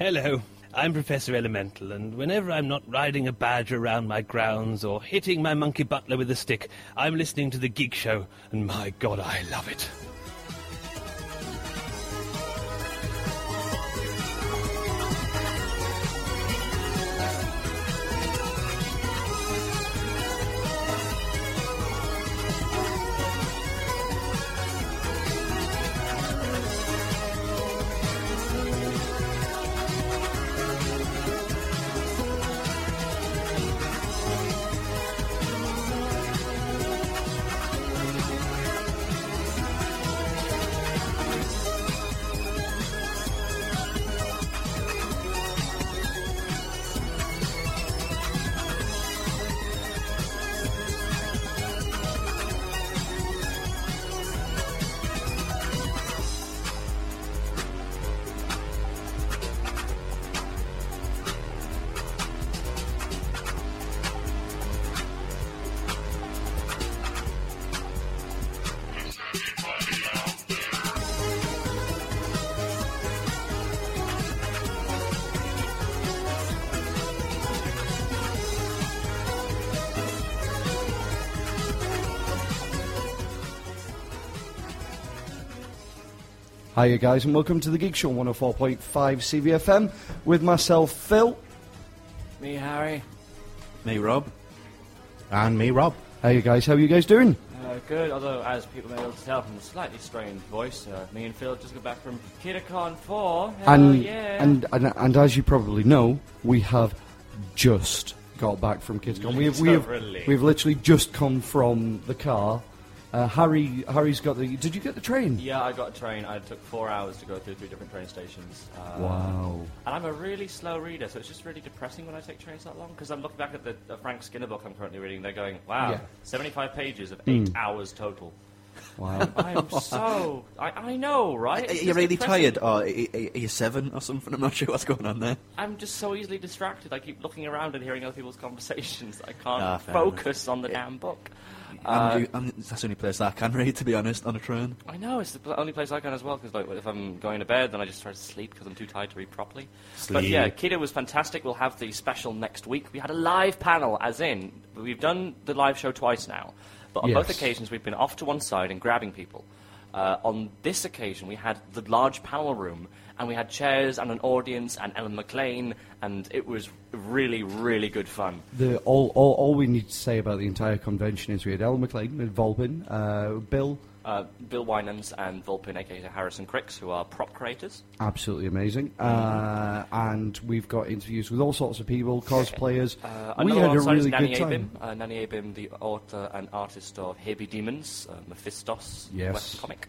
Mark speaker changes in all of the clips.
Speaker 1: Hello, I'm Professor Elemental, and whenever I'm not riding a badger around my grounds or hitting my monkey butler with a stick, I'm listening to The Geek Show, and my god, I love it.
Speaker 2: Hiya, guys, and welcome to the Geek Show 104.5 CVFM with myself, Phil.
Speaker 3: Me, Harry.
Speaker 4: Me, Rob.
Speaker 5: And me, Rob.
Speaker 2: Hey, guys, how are you guys doing?
Speaker 3: Uh, good, although as people may be able to tell from the slightly strained voice, uh, me and Phil just got back from KidaCon 4. Hello,
Speaker 2: and,
Speaker 3: yeah.
Speaker 2: and and and as you probably know, we have just got back from KidsCon. We have, we have
Speaker 3: Literally.
Speaker 2: we've literally just come from the car. Uh, Harry Harry's got the. Did you get the train?
Speaker 3: yeah, I got a train. I took four hours to go through three different train stations. Uh,
Speaker 2: Wow.
Speaker 3: And I'm a really slow reader, so it's just really depressing when I take trains that long. Because I'm looking back at the uh, Frank Skinner book I'm currently reading, they're going, wow,
Speaker 2: Yeah. Mm.
Speaker 3: 75 pages of eight hours total.
Speaker 2: Wow.
Speaker 3: I'm so. I, I know, right?
Speaker 4: Are
Speaker 3: It's
Speaker 4: you
Speaker 3: just
Speaker 4: really
Speaker 3: depressing.
Speaker 4: tired? Or are you- are you seven or something? I'm not sure what's going on there.
Speaker 3: I'm just so easily distracted. I keep looking around and hearing other people's conversations. that I can't
Speaker 4: Ah, fair
Speaker 3: focus on the damn book. Uh,
Speaker 4: I'm, due- I'm, that's the only place that I can read, to be honest, on a train.
Speaker 3: I know it's the pl- only place I can as well because like if I'm going to bed, then I just try to sleep because I'm too tired to read properly. But yeah, Keto was fantastic. We'll have the special next week. We had a live panel, as in we've done the live show twice now, but on both
Speaker 2: Yes.
Speaker 3: occasions we've been off to one side and grabbing people. Uh, on this occasion, we had the large panel room, and we had chairs and an audience and Ellen McLean, and it was really, really good fun.
Speaker 2: The, all, all, all we need to say about the entire convention is we had Ellen McLean, we had Volpin, uh, Bill,
Speaker 3: Uh, Bill Winans and Vulpin, aka Harrison Cricks, who are prop creators.
Speaker 2: absolutely amazing, uh, and we've got interviews with all sorts of people, cosplayers.
Speaker 3: Uh,
Speaker 2: we had
Speaker 3: another
Speaker 2: a
Speaker 3: alongside is
Speaker 2: really
Speaker 3: Nanny
Speaker 2: good time.
Speaker 3: Abim. Uh, Nanny Abim, the author and artist of Here Be Demons, uh, Mephistos,
Speaker 2: Yes.
Speaker 3: West comic.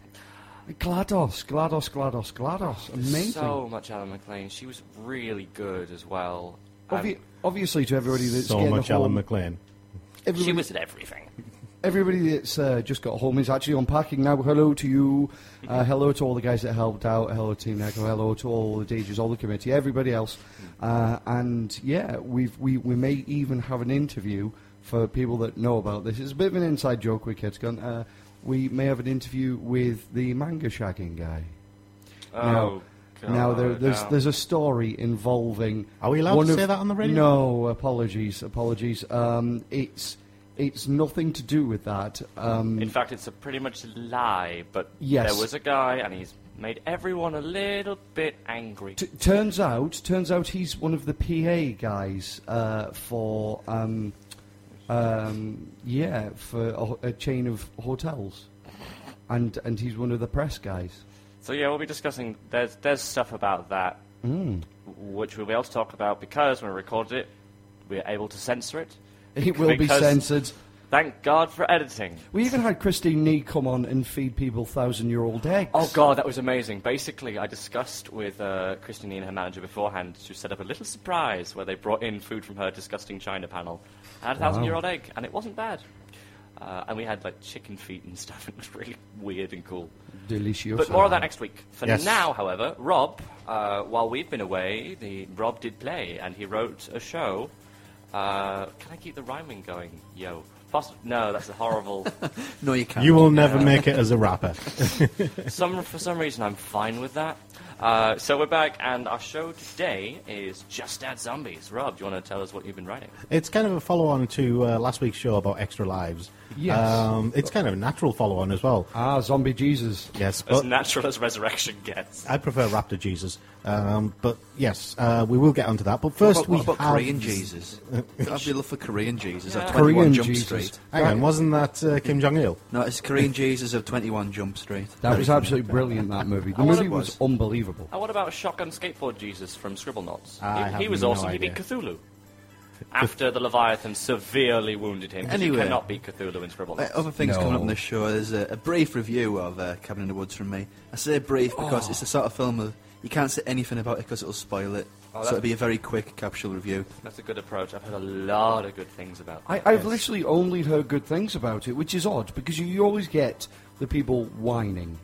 Speaker 2: GLaDOS, GLaDOS, GLaDOS, GLaDOS. Amazing.
Speaker 3: So much Alan McLean. She was really good as well. And
Speaker 2: Obvi- obviously, to everybody that's
Speaker 5: So
Speaker 2: getting
Speaker 5: much
Speaker 2: home,
Speaker 5: Alan McLean.
Speaker 3: she
Speaker 2: everybody,
Speaker 3: was at everything.
Speaker 2: everybody that's uh, just got home is actually unpacking now. Hello to you. Uh, hello to all the guys that helped out. Hello, Team Echo. Hello to all the DJs, all the committee, everybody else. Uh, and yeah, we've, we we may even have an interview for people that know about this. It's a bit of an inside joke with Kids Gun. Uh, we may have an interview with the manga shagging guy.
Speaker 3: Oh, God, Um,
Speaker 2: now there, there's
Speaker 3: no.
Speaker 2: there's a story involving.
Speaker 5: Are we allowed
Speaker 2: one
Speaker 5: to
Speaker 2: of-
Speaker 5: say that on the radio?
Speaker 2: No, apologies, apologies. Um, it's it's nothing to do with that. Um,
Speaker 3: In fact, it's a pretty much lie, but
Speaker 2: Yes.
Speaker 3: there was a guy, and he's made everyone a little bit angry.
Speaker 2: t- turns out, turns out he's one of the PA guys uh, for um, um, yeah for a, ho- a chain of hotels, and and he's one of the press guys.
Speaker 3: So yeah, we'll be discussing. There's there's stuff about that
Speaker 2: Mm.
Speaker 3: which we'll be able to talk about because when we recorded it, we're able to censor it.
Speaker 2: It will be
Speaker 3: Because-
Speaker 2: censored.
Speaker 3: Thank God for editing.
Speaker 2: We even had Christine Nee come on and feed people thousand-year-old eggs.
Speaker 3: Oh god, that was amazing. Basically, I discussed with uh, Christine and her manager beforehand to set up a little surprise where they brought in food from her disgusting China panel. I had a thousand-year-old egg, and it wasn't bad. Uh, and we had like chicken feet and stuff. It was really weird and cool.
Speaker 2: delicious!
Speaker 3: But more of that next week. For
Speaker 5: Yes.
Speaker 3: now, however, Rob, uh, while we've been away, the Rob did play, and he wrote a show. Uh, can I keep the rhyming going? Yo, Poss- no, that's a horrible.
Speaker 4: No, you can't.
Speaker 5: You will never make it as a rapper.
Speaker 3: some for some reason, I'm fine with that. Uh, so we're back, and our show today is Just Add Zombies. Rob, do you want to tell us what you've been writing?
Speaker 5: It's kind of a follow on to uh, last week's show about extra lives.
Speaker 2: Yes.
Speaker 5: Um, it's kind of a natural follow on as well.
Speaker 2: Ah, zombie Jesus.
Speaker 5: Yes,
Speaker 3: As
Speaker 5: but
Speaker 3: natural as resurrection gets.
Speaker 5: I prefer Raptor Jesus. Um, but yes, uh, we will get onto that. But first,
Speaker 4: What, what
Speaker 5: we
Speaker 4: about
Speaker 5: have
Speaker 4: Korean Jesus? That'd be love for Korean Jesus
Speaker 3: Yeah.
Speaker 4: at 21
Speaker 2: Korean
Speaker 4: Jump
Speaker 2: Jesus.
Speaker 4: Street.
Speaker 5: Hang on, wasn't that uh, Kim Jong Il?
Speaker 4: No, it's Korean Jesus of 21 Jump Street.
Speaker 2: That was absolutely brilliant. That movie. The
Speaker 3: I wonder
Speaker 2: movie
Speaker 3: it
Speaker 2: was
Speaker 4: was.
Speaker 2: unbelievable.
Speaker 3: And Uh, what about Shotgun Skateboard Jesus from Scribblenauts?
Speaker 5: I
Speaker 3: he,
Speaker 5: have
Speaker 3: he was
Speaker 5: no
Speaker 3: awesome. He beat
Speaker 5: idea.
Speaker 3: Cthulhu. After the Leviathan severely wounded him. 'cause
Speaker 4: Anyway.
Speaker 3: You cannot beat Cthulhu in Scribblenauts.
Speaker 4: Uh,
Speaker 5: oh.
Speaker 4: Other things
Speaker 2: No.
Speaker 4: coming up in this show is a, a brief review of uh, Cabin in the Woods from me. I say brief because
Speaker 3: Oh.
Speaker 4: it's the sort of film of, you can't say anything about it because it'll spoil it. so
Speaker 3: Oh, that-
Speaker 4: it'll be a very quick capsule review.
Speaker 3: That's a good approach. I've heard a lot of good things about
Speaker 2: I,
Speaker 3: that.
Speaker 2: I've literally only heard good things about it, which is odd because you, you always get the people whining.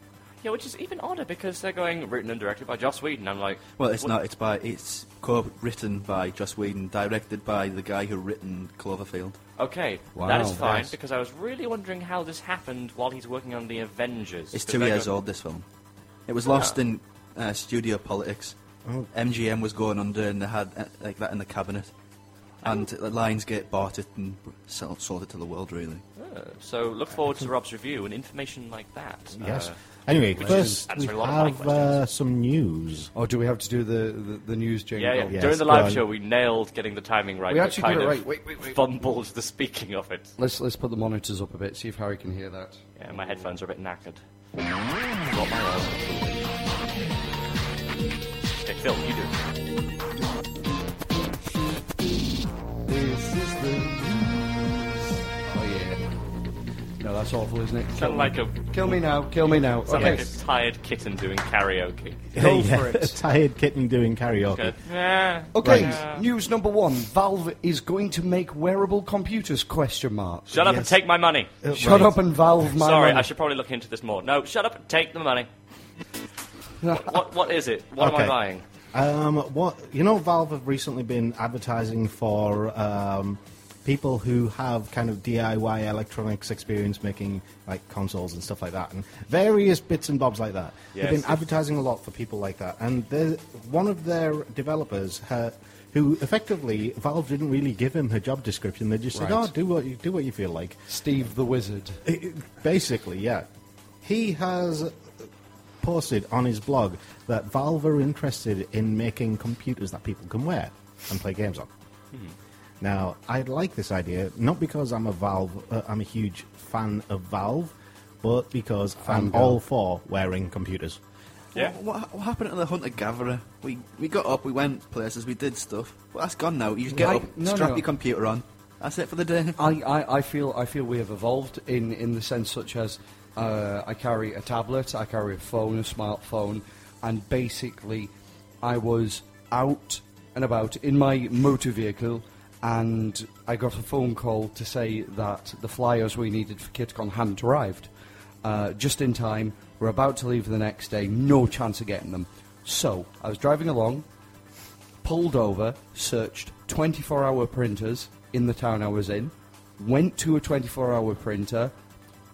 Speaker 3: yeah, which is even odder because they're going written and directed by Joss Whedon. I'm like,
Speaker 4: Well, it's
Speaker 3: what-
Speaker 4: not. It's by it's co-written by Joss Whedon, directed by the guy who written Cloverfield.
Speaker 3: Okay,
Speaker 2: Wow.
Speaker 3: that is fine
Speaker 2: Yes.
Speaker 3: because I was really wondering how this happened while he's working on the Avengers.
Speaker 4: It's
Speaker 3: 'Cause
Speaker 4: two
Speaker 3: they're
Speaker 4: years
Speaker 3: going-
Speaker 4: old. This film. It was lost in uh, studio politics.
Speaker 2: Oh.
Speaker 4: MGM was going under, and they had uh, like that in the cabinet. And uh, Lionsgate bought it and sell- sold it to the world. Really,
Speaker 3: Uh, so look forward to Rob's review and information like that.
Speaker 5: Yes.
Speaker 3: Uh,
Speaker 5: anyway,
Speaker 3: which is
Speaker 5: first we
Speaker 3: answering a lot of my
Speaker 5: have uh, some news.
Speaker 2: Or Oh, do we have to do the, the, the news jingle?
Speaker 3: yeah, yeah.
Speaker 5: Yes,
Speaker 3: During the
Speaker 5: go
Speaker 3: live
Speaker 5: on.
Speaker 3: show, we nailed getting the timing right.
Speaker 2: We
Speaker 3: but
Speaker 2: actually
Speaker 3: kind
Speaker 2: got it
Speaker 3: of
Speaker 2: right. Wait, wait, wait.
Speaker 3: Fumbled the speaking of it.
Speaker 2: Let's let's put the monitors up a bit. See if Harry can hear that.
Speaker 3: Yeah, my headphones are a bit knackered. Not my own. Okay, Phil, you do.
Speaker 2: This is the news. Oh yeah. No, that's awful, isn't it?
Speaker 3: Sound like a
Speaker 2: Kill me now. Kill me now.
Speaker 3: sound
Speaker 2: Okay.
Speaker 3: like a tired kitten doing karaoke.
Speaker 2: Go
Speaker 5: Yeah,
Speaker 2: for it.
Speaker 5: tired kitten doing karaoke.
Speaker 3: Good. Yeah.
Speaker 2: Okay,
Speaker 3: Yeah.
Speaker 2: news number one. Valve is going to make wearable computers, question mark.
Speaker 3: Shut up and
Speaker 4: Yes.
Speaker 3: take my money.
Speaker 5: Uh,
Speaker 2: Shut up and Valve, my
Speaker 3: Sorry,
Speaker 2: money.
Speaker 3: I should probably look into this more. No, shut up and take the money. what, what, what is it? What am I
Speaker 5: Okay.
Speaker 3: buying?
Speaker 5: Um, what you know, Valve have recently been advertising for um, people who have kind of DIY electronics experience, making like consoles and stuff like that, and various bits and bobs like that. They've
Speaker 3: Yes.
Speaker 5: been advertising a lot for people like that, and they're- one of their developers. Uh, who effectively Valve didn't really give him her job description. They just said,
Speaker 2: Right.
Speaker 5: "Oh, do what you do what you feel like."
Speaker 2: Steve the Wizard.
Speaker 5: Basically, yeah. He has posted on his blog that Valve are interested in making computers that people can wear and play games on. Now, I like this idea not because I'm a Valve, uh, I'm a huge fan of Valve, but because I'm
Speaker 2: girl.
Speaker 5: all for wearing computers.
Speaker 3: Yeah.
Speaker 4: What, what, what happened to the hunter gatherer? We we got up, we went places, we did stuff. Well, that's gone now. You just get
Speaker 2: Right,
Speaker 4: up,
Speaker 2: no,
Speaker 4: strap
Speaker 2: no.
Speaker 4: your computer on. That's it for the day.
Speaker 2: I, I, I feel I feel we have evolved in, in the sense such as uh, I carry a tablet, I carry a phone, a smartphone, and basically I was out and about in my motor vehicle and I got a phone call to say that the flyers we needed for KitCon hadn't arrived. Uh, just in time, we're about to leave for the next day, no chance of getting them. So I was driving along, pulled over, searched 24 hour printers in the town I was in, went to a 24 hour printer,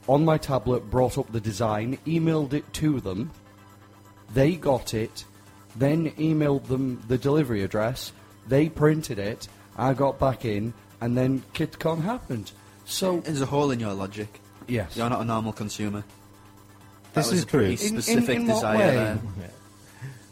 Speaker 2: on my tablet brought up the design, emailed it to them, they got it, then emailed them the delivery address, they printed it, I got back in, and then KidCon happened. So,
Speaker 4: There's a hole in your logic.
Speaker 2: Yes.
Speaker 4: You're not a normal consumer.
Speaker 5: This
Speaker 4: that was
Speaker 5: is
Speaker 4: a pretty
Speaker 5: true.
Speaker 2: In- in-
Speaker 4: specific
Speaker 2: in what
Speaker 4: desire
Speaker 2: way?
Speaker 4: there.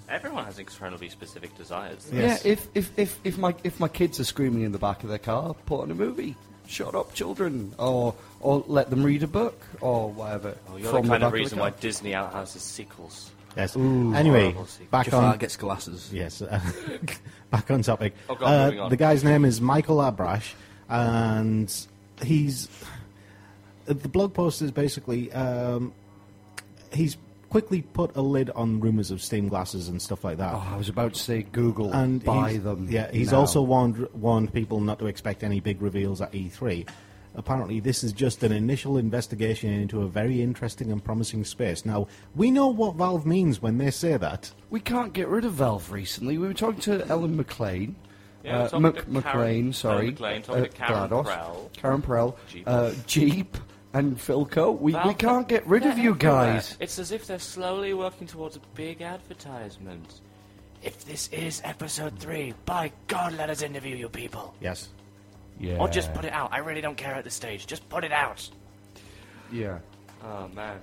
Speaker 3: Everyone has incredibly specific desires.
Speaker 5: Yes.
Speaker 2: yeah, if, if, if, if, my, if my kids are screaming in the back of their car, put on a movie. Shut up, children, or or let them read a book or whatever.
Speaker 3: Oh, you're
Speaker 2: from
Speaker 3: the kind
Speaker 2: back
Speaker 3: of reason
Speaker 2: car.
Speaker 3: why Disney outhouses sequels.
Speaker 5: Yes. anyway,
Speaker 3: horrible secret.
Speaker 5: back
Speaker 4: Jafar
Speaker 5: on
Speaker 4: gets glasses.
Speaker 5: Yes. uh, back on topic.
Speaker 3: Oh, God,
Speaker 5: Uh,
Speaker 3: moving on.
Speaker 5: The guy's name is Michael Abrash, and he's uh, the blog post is basically um, he's quickly put a lid on rumors of steam glasses and stuff like that.
Speaker 2: Oh, I was about to say Google
Speaker 5: and
Speaker 2: buy
Speaker 5: he's-
Speaker 2: them.
Speaker 5: Yeah, he's
Speaker 2: now.
Speaker 5: also warned warned people not to expect any big reveals at E3. Apparently, this is just an initial investigation into a very interesting and promising space. Now, we know what Valve means when they say that.
Speaker 2: We can't get rid of Valve recently. We were talking to Ellen McLean.
Speaker 3: Yeah, we're
Speaker 2: uh,
Speaker 3: talking
Speaker 2: Mc-
Speaker 3: to Karen-
Speaker 2: McLean,
Speaker 3: Ellen
Speaker 2: sorry.
Speaker 3: McLean, talking
Speaker 2: uh,
Speaker 3: to Karen
Speaker 2: GLaDOS,
Speaker 3: Prell.
Speaker 2: Karen Prell,
Speaker 3: Jeep.
Speaker 2: uh, Jeep, and Phil Coat. We, we
Speaker 3: Valve-
Speaker 2: can't get rid of
Speaker 3: They're
Speaker 2: you
Speaker 3: everywhere.
Speaker 2: guys.
Speaker 3: It's as if they're slowly working towards a big advertisement. If this is episode three, by God, let us interview you people.
Speaker 5: Yes.
Speaker 2: Yeah.
Speaker 3: Or just put it out. I really don't care at this stage. Just put it out.
Speaker 2: Yeah.
Speaker 3: Oh man.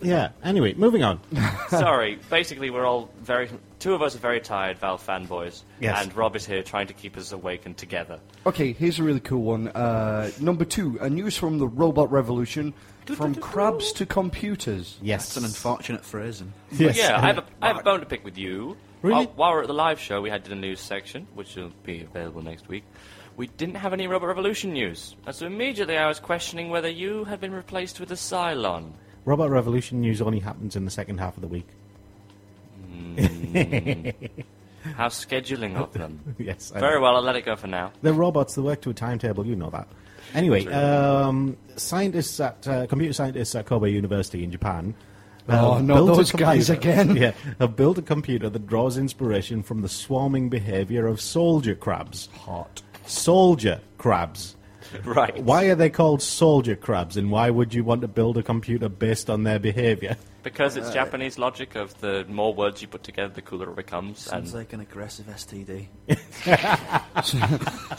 Speaker 5: Yeah. Anyway, moving on.
Speaker 3: Sorry. Basically, we're all very. Two of us are very tired, Valve fanboys.
Speaker 5: Yes.
Speaker 3: And Rob is here trying to keep us awake and together.
Speaker 2: Okay, here's a really cool one. Uh, number two, a news from the robot revolution, from crabs to computers.
Speaker 5: Yes.
Speaker 4: That's an unfortunate phrasing.
Speaker 5: Yes.
Speaker 3: Yeah, I have, a, I have a bone to pick with you.
Speaker 5: Really?
Speaker 3: While, while we're at the live show, we had the news section, which will be available next week. We didn't have any Robot Revolution news. And so immediately I was questioning whether you had been replaced with a Cylon.
Speaker 5: Robot Revolution news only happens in the second half of the week.
Speaker 3: How's scheduling of them?
Speaker 5: Yes. I
Speaker 3: Very
Speaker 5: know.
Speaker 3: well, I'll let it go for now.
Speaker 5: They're robots. They work to a timetable. You know that. Anyway, um, scientists at uh, computer scientists at Kobe University in Japan.
Speaker 2: Oh,
Speaker 5: have
Speaker 2: not
Speaker 5: built a
Speaker 2: those guys
Speaker 5: computer-
Speaker 2: again.
Speaker 5: Yeah, have built a computer that draws inspiration from the swarming behavior of soldier crabs. Hot soldier crabs.
Speaker 3: Right.
Speaker 5: Why are they called soldier crabs, and why would you want to build a computer based on their behavior?
Speaker 3: Because
Speaker 5: Uh,
Speaker 3: it's Japanese logic of the more words you put together, the cooler it becomes.
Speaker 4: Sounds
Speaker 3: and
Speaker 4: like an aggressive STD.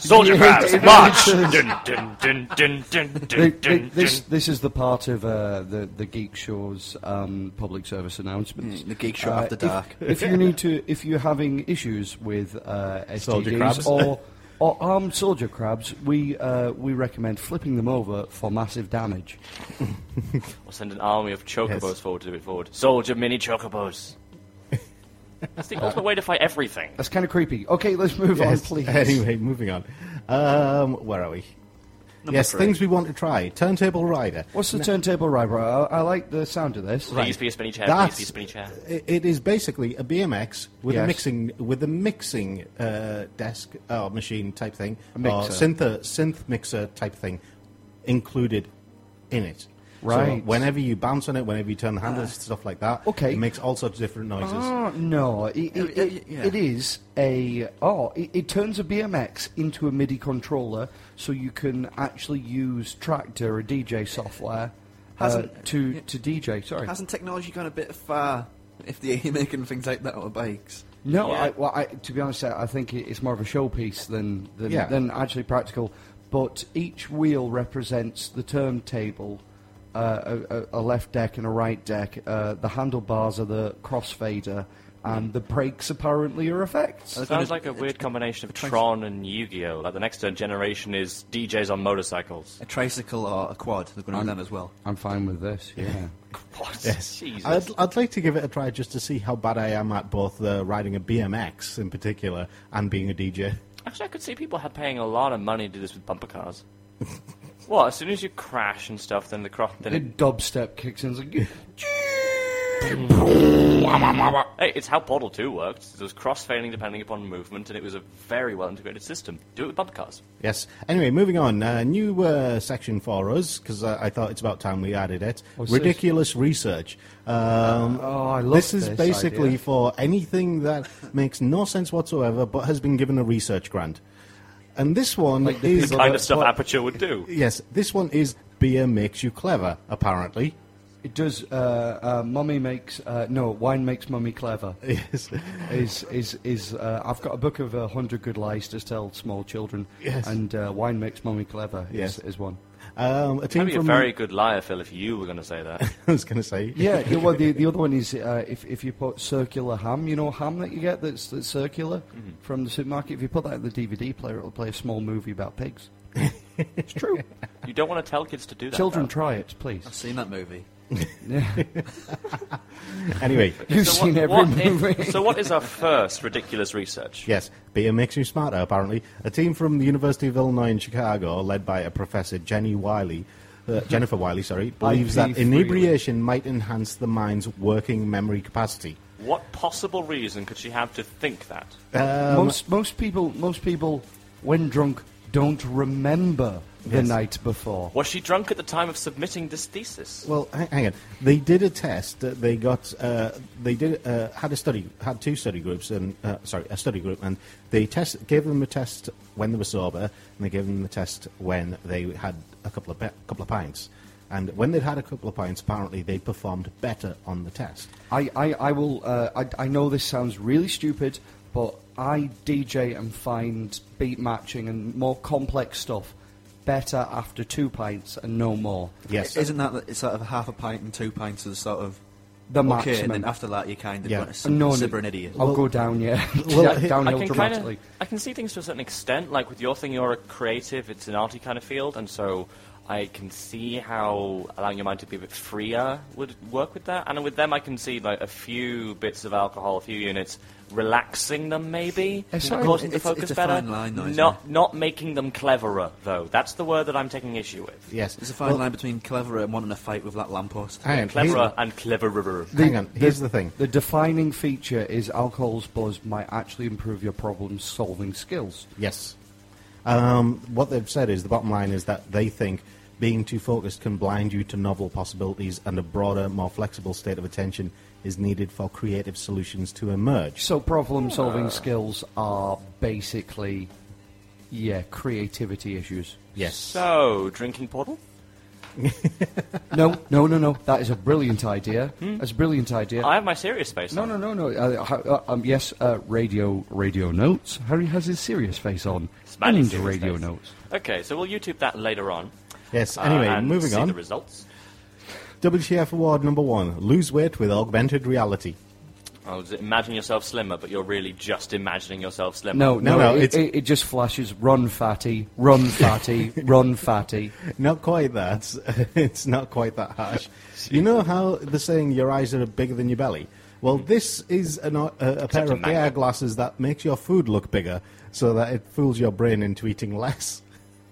Speaker 3: Soldier crabs,
Speaker 2: It-
Speaker 3: march!
Speaker 2: it's, uh,
Speaker 3: dun, dun, dun, dun, dun, dun,
Speaker 2: They-
Speaker 3: dun,
Speaker 2: they- this,
Speaker 3: dun.
Speaker 2: this is the part of uh, the, the Geek Show's um, public service announcements. Uh,
Speaker 4: Mm, the Geek Show after
Speaker 2: if-
Speaker 4: dark.
Speaker 2: If, you need to, if you're having issues with uh, STDs
Speaker 5: Soldier crabs.
Speaker 2: or or armed soldier crabs, we uh, we recommend flipping them over for massive damage.
Speaker 3: We'll send an army of chocobos
Speaker 5: Yes.
Speaker 3: forward to do it forward. Soldier mini chocobos. That's the ultimate way to fight everything.
Speaker 2: That's kind of creepy. Okay, let's move
Speaker 5: Yes.
Speaker 2: on, please.
Speaker 5: Anyway, moving on. Um, where are we? yes,
Speaker 4: three.
Speaker 5: things we want to try. Turntable rider.
Speaker 2: What's the turntable rider? I, I like the sound of this.
Speaker 3: Please be a spinny chair.
Speaker 5: That's-
Speaker 3: Please be a spinny chair.
Speaker 5: i- It is basically a BMX with a
Speaker 2: Yes.
Speaker 5: mixing with a mixing uh, desk or machine type thing, or
Speaker 2: mixer.
Speaker 5: synth uh, synth mixer type thing included in it. So
Speaker 2: Right. Ah.
Speaker 5: whenever you bounce on it, whenever you turn the handle, stuff like that.
Speaker 2: Okay.
Speaker 5: It makes all sorts of different noises.
Speaker 2: Oh, no, it, it,
Speaker 4: Uh,
Speaker 2: it,
Speaker 4: yeah.
Speaker 2: it is a. Oh, it, it turns a BMX into a MIDI controller so you can actually use Tractor or DJ software uh,
Speaker 4: Hasn't-
Speaker 2: to, to DJ. Sorry.
Speaker 4: Hasn't technology gone a bit far if they are making things like that on bikes?
Speaker 2: No,
Speaker 3: Yeah.
Speaker 2: I, well, I, to be honest, I I think it- it's more of a showpiece than than,
Speaker 5: Yeah.
Speaker 2: than actually practical. But each wheel represents the turntable, uh, a, a- a left deck and a right deck. Uh, the handlebars are the crossfader, and the brakes apparently are effects.
Speaker 3: Sounds like a weird combination of Tron and Yu-Gi-Oh. Like the next generation is DJs on motorcycles.
Speaker 4: A tricycle or a quad? They're going to do that as well.
Speaker 2: I'm fine with this. Yeah.
Speaker 3: What? Jesus.
Speaker 5: I'd, I'd like to give it a try just to see how bad I am at both uh, riding a BMX in particular and being a DJ.
Speaker 3: Actually, I could see people ha- paying a lot of money to do this with bumper cars. well, as soon as you crash and stuff, then the cross. Then it,
Speaker 2: Then dubstep kicks in. It's like,
Speaker 3: hey, it's how Portal 2 worked. It was cross-failing depending upon movement, and it was a very well-integrated system. Do it with bumper cars.
Speaker 5: Yes. Anyway, moving on. Uh, new uh, section for us because I, I thought it's about time we added it.
Speaker 3: Oh,
Speaker 2: What's this?
Speaker 5: Ridiculous research.
Speaker 3: Uh,
Speaker 5: Um,
Speaker 2: oh, I love
Speaker 5: this
Speaker 2: this.
Speaker 5: is basically
Speaker 2: idea.
Speaker 5: for anything that makes no sense whatsoever, but has been given a research grant. And this one
Speaker 3: The
Speaker 5: is
Speaker 3: kind of stuff
Speaker 5: well,
Speaker 3: Aperture would do.
Speaker 5: Yes, this one is beer makes you clever. Apparently,
Speaker 2: it does. Uh, uh, mummy makes uh, no wine makes mummy clever.
Speaker 5: yes.
Speaker 2: is is is uh, I've got a book of uh, hundred good lies to tell small children,
Speaker 5: Yes.
Speaker 2: and uh, wine makes mummy clever. Is,
Speaker 5: Yes.
Speaker 2: is one.
Speaker 5: Um, a team
Speaker 3: That'd be a
Speaker 5: from
Speaker 3: very good liar, Phil, if you were going to say that.
Speaker 5: I was going to say
Speaker 2: Yeah, yeah, well, the, the other one is uh, if, if you put circular ham, you know ham that you get that's, that's circular from the supermarket. If you put that in the DVD player, it'll play a small movie about pigs. it's true.
Speaker 3: you don't want to tell kids to do that.
Speaker 2: Children,
Speaker 3: though.
Speaker 2: try it,
Speaker 4: I've
Speaker 2: please.
Speaker 4: seen that movie.
Speaker 5: Anyway,
Speaker 2: You've
Speaker 3: So
Speaker 2: seen
Speaker 3: what-
Speaker 2: every
Speaker 3: what is-
Speaker 2: movie.
Speaker 3: so what is our first ridiculous research?
Speaker 5: Yes, beer makes you smarter, apparently. A team from the University of Illinois in Chicago, led by a professor, Jenny Wiley, uh, Jennifer Wiley, sorry, believes that
Speaker 2: freely.
Speaker 5: inebriation might enhance the mind's working memory capacity.
Speaker 3: What possible reason could she have to think that?
Speaker 2: most most people most people when drunk don't remember the
Speaker 5: Yes.
Speaker 2: night before.
Speaker 3: Was she drunk at the time of submitting this thesis?
Speaker 5: Well, hang, hang on. They did a test. uh, They got. Uh, they did uh, had a study. Had two study groups and uh, sorry, a study group, and they test gave them a test when they were sober, and they gave them a test when they had a couple of pe- couple of pints. And when they'd had a couple of pints, apparently they performed better on the test.
Speaker 2: I, I, I will. Uh, I, I know this sounds really stupid, but I DJ and find beat matching and more complex stuff better after two pints and no more.
Speaker 5: Yes.
Speaker 4: Isn't that the- it's sort of half a pint and two pints is sort of
Speaker 2: The
Speaker 4: okay,
Speaker 2: maximum.
Speaker 4: and then after that you kind of
Speaker 5: Yeah.
Speaker 4: yeah. a
Speaker 2: And no,
Speaker 4: sim- simmer an idiot.
Speaker 2: I'll go down, yeah,
Speaker 5: Well, I-
Speaker 3: I
Speaker 2: downhill
Speaker 3: can
Speaker 2: dramatically.
Speaker 3: kind of, I can see things to a certain extent. Like with your thing, you're a creative; it's an arty kind of field, and so I can see how allowing your mind to be a bit freer would work with that. And with them, I can see like a few bits of alcohol, a few units, relaxing them maybe,
Speaker 2: It's not-
Speaker 3: causing them to
Speaker 4: Eh, it's-
Speaker 3: focus
Speaker 4: it's a
Speaker 3: better.
Speaker 4: fine line, though, isn't
Speaker 3: not not making them cleverer though. That's the word that I'm taking issue with.
Speaker 5: Yes.
Speaker 4: There's a fine line between clever and wanting to fight with that lamppost.
Speaker 5: Hang on.
Speaker 3: Cleverer
Speaker 5: Here's,
Speaker 3: and cleverer.
Speaker 5: hang on. Here's the thing.
Speaker 2: The defining feature is alcohol's buzz might actually improve your problem solving skills.
Speaker 5: Yes. Um, what they've said is the bottom line is that they think being too focused can blind you to novel possibilities, and a broader, more flexible state of attention is needed for creative solutions to emerge.
Speaker 2: So problem solving skills are basically, yeah, creativity issues.
Speaker 5: Yes.
Speaker 3: So, drinking portal.
Speaker 2: No, no, no, no. That is a brilliant idea. That's a brilliant idea.
Speaker 3: I have my serious space.
Speaker 2: No,
Speaker 3: on.
Speaker 2: no, no, no. Uh, ho- uh, um, yes, uh, radio, radio notes. Harry has his serious face on.
Speaker 3: Smiley
Speaker 2: and
Speaker 3: serious
Speaker 2: radio
Speaker 3: face.
Speaker 2: notes.
Speaker 3: Okay, so we'll YouTube that later on.
Speaker 5: yes.
Speaker 3: uh,
Speaker 5: Anyway,
Speaker 3: and
Speaker 5: moving
Speaker 3: see
Speaker 5: on.
Speaker 3: the results.
Speaker 5: WTF award number one: lose weight with augmented reality.
Speaker 3: Oh, is it imagine yourself slimmer, but you're really just imagining yourself slimmer.
Speaker 2: No, no,
Speaker 5: No, no,
Speaker 2: it,
Speaker 5: it's-
Speaker 2: it, it just flashes. Run, fatty. Run, fatty. run, fatty.
Speaker 5: Not quite that. it's not quite that harsh. you know how the saying "your eyes are bigger than your belly." Well,
Speaker 4: Hmm.
Speaker 5: this is an, o- a, a pair
Speaker 3: a
Speaker 5: of AR
Speaker 3: magnet.
Speaker 5: glasses that makes your food look bigger, so that it fools your brain into eating less.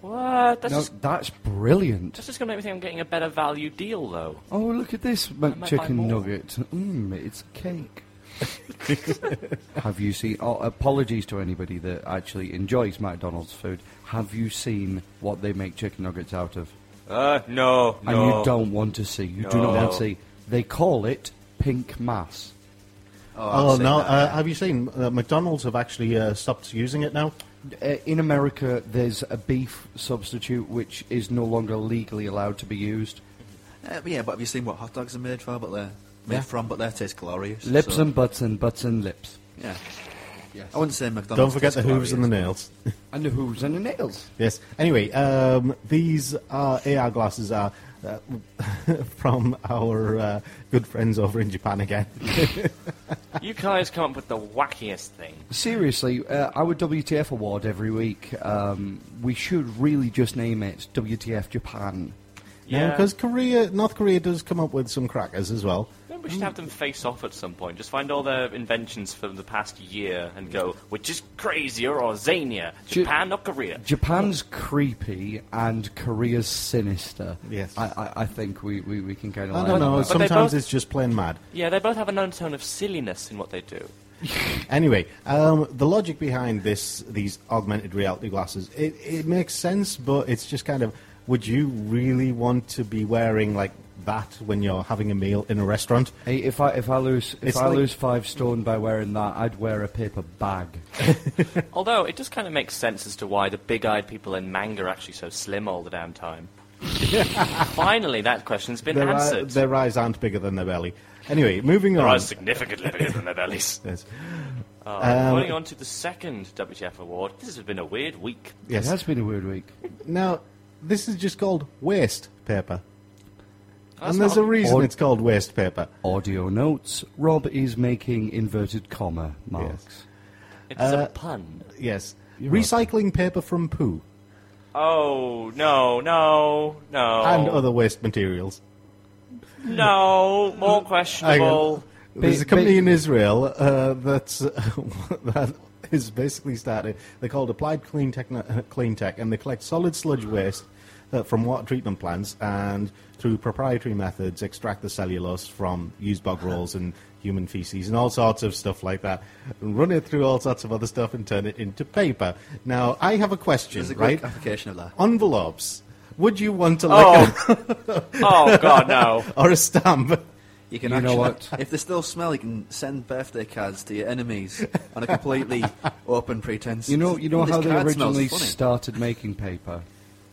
Speaker 3: What? That's,
Speaker 2: No,
Speaker 3: just,
Speaker 2: that's brilliant.
Speaker 3: that's just going to make me think I'm getting a better value deal, though.
Speaker 2: Oh, look at this
Speaker 3: might buy
Speaker 2: chicken
Speaker 3: more.
Speaker 2: nugget. Mmm, it's cake. Have you seen? Oh, apologies to anybody that actually enjoys McDonald's food. Have you seen what they make chicken nuggets out of?
Speaker 3: Uh, no,
Speaker 2: and you don't want to see. You do not want to
Speaker 3: No.
Speaker 2: see. They call it pink mass.
Speaker 5: Oh,
Speaker 4: I've seen
Speaker 5: no!
Speaker 4: that,
Speaker 5: Uh,
Speaker 4: yeah.
Speaker 5: have you seen uh, McDonald's have actually uh, stopped using it now?
Speaker 2: Uh, In America, there's a beef substitute which is no longer legally allowed to be used.
Speaker 4: Uh, but yeah, but have you seen what hot dogs are made for? But they're made
Speaker 5: Yeah.
Speaker 4: from, but they taste glorious.
Speaker 2: Lips
Speaker 4: so-
Speaker 2: and butts and butts and lips.
Speaker 4: yeah. I wouldn't say McDonald's.
Speaker 5: Don't forget the
Speaker 4: tastes
Speaker 5: hooves and the
Speaker 4: Oh, glorious.
Speaker 5: nails.
Speaker 2: And the hooves and the nails.
Speaker 5: yes. Anyway, um, these are AR glasses are uh, from our uh, good friends over in Japan again.
Speaker 3: You guys come up with the wackiest thing.
Speaker 2: Seriously, uh, our WTF award every week, um, we should really just name it WTF Japan.
Speaker 5: yeah. Because Um, Korea, North Korea does come up with some crackers as well.
Speaker 3: Maybe we should have them face off at some point. Just find all their inventions from the past year and go, which is crazier or zanier,
Speaker 2: Ju-
Speaker 3: Japan or Korea?
Speaker 2: Japan's creepy and Korea's sinister.
Speaker 5: Yes.
Speaker 2: I, I, I think we, we, we can kind of
Speaker 5: I
Speaker 2: like
Speaker 5: don't know.
Speaker 2: that.
Speaker 3: But they
Speaker 5: Sometimes
Speaker 3: both-
Speaker 5: it's just plain mad.
Speaker 3: Yeah, they both have an undertone of silliness in what they do.
Speaker 5: Anyway, um, the logic behind this, these augmented reality glasses, it, it makes sense, but it's just kind of, would you really want to be wearing like that when you're having a meal in a restaurant?
Speaker 2: Hey, if I if I lose if
Speaker 5: It's
Speaker 2: I
Speaker 5: like-
Speaker 2: lose five stone by wearing that, I'd wear a paper bag.
Speaker 3: Although, it does kind of make sense as to why the big eyed people in manga are actually so slim all the damn time. Finally, that question's been
Speaker 5: Their, eye,
Speaker 3: answered.
Speaker 5: their eyes aren't bigger than their belly. Anyway, moving
Speaker 3: Their
Speaker 5: on.
Speaker 3: eyes significantly bigger than their bellies.
Speaker 5: Yes.
Speaker 2: Um,
Speaker 3: Uh, going on to the second WTF award. This has been a weird week.
Speaker 5: Yes.
Speaker 2: It has been a weird week.
Speaker 5: Now, this is just called waste paper.
Speaker 3: That's
Speaker 5: and there's
Speaker 3: not-
Speaker 5: a reason
Speaker 2: Or-
Speaker 5: it's called waste paper.
Speaker 2: Audio notes. Rob is making inverted comma marks.
Speaker 3: It's
Speaker 2: Uh,
Speaker 3: a pun.
Speaker 5: Yes. Recycling paper from poo
Speaker 3: Oh no, no, no,
Speaker 4: Oh.
Speaker 5: and other waste materials.
Speaker 3: no, more
Speaker 5: Hang on.
Speaker 3: questionable.
Speaker 5: There's
Speaker 2: Ba-
Speaker 5: a company
Speaker 2: ba-
Speaker 5: in Israel uh, that's, that uh, is basically started. They're called Applied Clean Tech, Clean Tech, and they collect solid sludge waste uh, from water treatment plants and through proprietary methods extract the cellulose from used bog rolls and human feces and all sorts of stuff like that, and run it through all sorts of other stuff and turn it into paper. Now, I have a question,
Speaker 4: There's a great
Speaker 5: right?
Speaker 4: application of that.
Speaker 5: Envelopes. Would you want to like
Speaker 3: Oh, oh God, no.
Speaker 5: a, or a stamp?
Speaker 4: You can
Speaker 2: You
Speaker 4: actually,
Speaker 2: know what?
Speaker 4: if they still smell, you can send birthday cards to your enemies on a completely open pretense.
Speaker 2: You know, you know
Speaker 4: This
Speaker 2: how they
Speaker 4: card smells
Speaker 2: originally
Speaker 4: funny.
Speaker 2: started making paper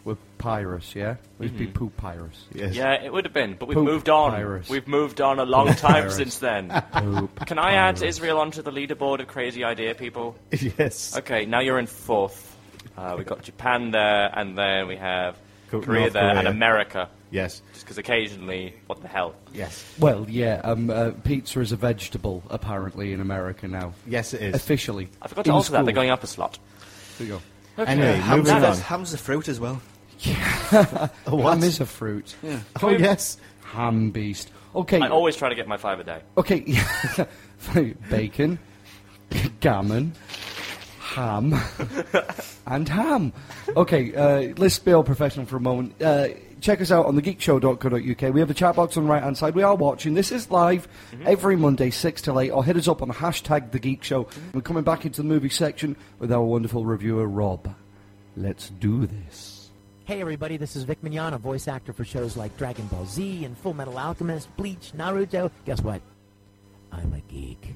Speaker 2: with pyrus, yeah? It would be poop pyrus.
Speaker 5: Yes.
Speaker 3: Yeah, it would have been, but we've
Speaker 2: Poop
Speaker 3: moved on.
Speaker 2: virus.
Speaker 3: We've moved on a long time
Speaker 2: virus.
Speaker 3: since then.
Speaker 2: Poop.
Speaker 3: Can I add
Speaker 2: virus.
Speaker 3: Israel onto the leaderboard of crazy idea people?
Speaker 5: yes.
Speaker 3: Okay, now you're in fourth. Uh, we've got Japan there, and then we have
Speaker 5: Co-
Speaker 3: Korea
Speaker 5: North
Speaker 3: there, and
Speaker 5: Korea.
Speaker 3: America.
Speaker 5: Yes.
Speaker 3: Just because occasionally, what the hell?
Speaker 5: Yes.
Speaker 2: Well, yeah, um, uh, pizza is a vegetable, apparently, in America now.
Speaker 5: Yes, it is.
Speaker 2: Officially.
Speaker 3: I forgot to
Speaker 2: In
Speaker 3: alter that.
Speaker 2: school.
Speaker 3: They're going up a slot.
Speaker 2: There you go.
Speaker 5: Anyway,
Speaker 4: Ham's,
Speaker 5: moving on.
Speaker 4: a- ham's a fruit as well.
Speaker 2: Ham is a fruit.
Speaker 5: Oh yes.
Speaker 2: Ham beast. Okay.
Speaker 3: I always try to get my five a day.
Speaker 2: Okay. Bacon, gammon, ham, and ham. Okay, uh, let's be all professional for a moment. Uh, check us out on thegeekshow.co.uk. We have the chat box on the right hand side. We are watching. This is live every Monday, 6 till 8, or hit us up on hashtag The Geek Show. We're coming back into the movie section with our wonderful reviewer, Rob. Let's do this.
Speaker 6: Hey everybody, this is Vic Mignogna, voice actor for shows like Dragon Ball Z and Full Metal Alchemist, Bleach, Naruto. Guess what? I'm a geek.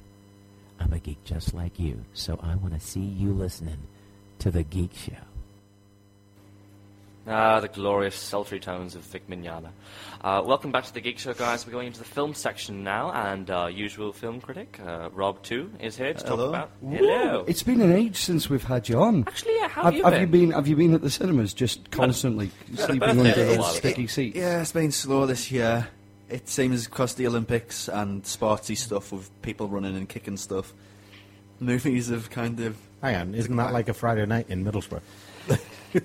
Speaker 6: I'm a geek just like you, so I want to see you listening to The Geek Show.
Speaker 3: Ah, the glorious, sultry tones of Vic Mignana. Uh, welcome back to the Geek Show, guys. We're going into the film section now, and our usual film critic, uh, Rob Two, is here to
Speaker 4: Hello.
Speaker 3: talk about. Hello.
Speaker 2: It's been an age since we've had you on.
Speaker 3: Actually, yeah, how
Speaker 2: have,
Speaker 3: have you
Speaker 2: have
Speaker 3: been?
Speaker 2: you been? Have you been at the cinemas just constantly sleeping
Speaker 3: birthday
Speaker 2: under
Speaker 3: a
Speaker 2: those
Speaker 3: while ago.
Speaker 2: sticky seats?
Speaker 4: Yeah, it's been slow this year. It seems because the Olympics and sporty stuff with people running and kicking stuff, movies have kind of.
Speaker 5: Hang on, isn't that like a Friday night in Middlesbrough?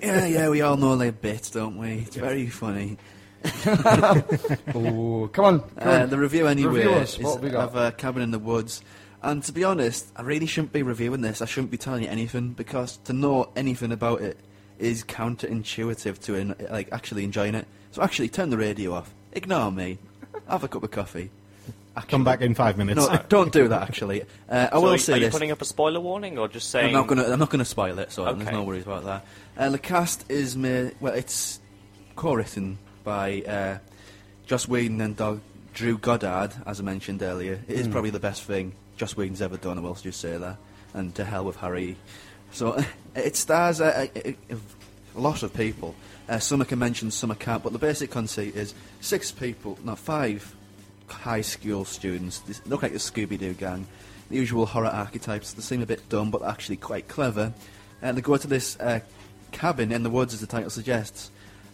Speaker 4: Yeah, yeah, we all know their bits, don't we? It's very funny.
Speaker 2: Oh, come on. come
Speaker 4: Uh,
Speaker 2: on.
Speaker 4: the review anyway
Speaker 2: Review us.
Speaker 4: is
Speaker 2: What have we got?
Speaker 4: of uh, Cabin in the Woods. And to be honest, I really shouldn't be reviewing this. I shouldn't be telling you anything because to know anything about it is counterintuitive to en- like actually enjoying it. So actually, turn the radio off. Ignore me. Have a cup of coffee.
Speaker 5: Come back in five minutes.
Speaker 4: No, don't do that. Actually, uh, I
Speaker 3: So
Speaker 4: will
Speaker 3: are,
Speaker 4: say
Speaker 3: are you
Speaker 4: this.
Speaker 3: putting up a spoiler warning or just saying?
Speaker 4: I'm not gonna. I'm not gonna spoil it, so there's
Speaker 3: Okay.
Speaker 4: no worries about that. Uh, the cast is made. Well, it's co-written by uh, Joss Whedon and Dog Drew Goddard, as I mentioned earlier. It is probably the best thing Joss Whedon's ever done. I will just say that. And to hell with Harry. So it stars a, a, a, a lot of people. Uh, some I can mention, some I can't. But the basic conceit is six people, no, five high school students. They look like the Scooby Doo gang. The usual horror archetypes. They seem a bit dumb, but actually quite clever. And they go to this uh, cabin in the woods, as the title suggests.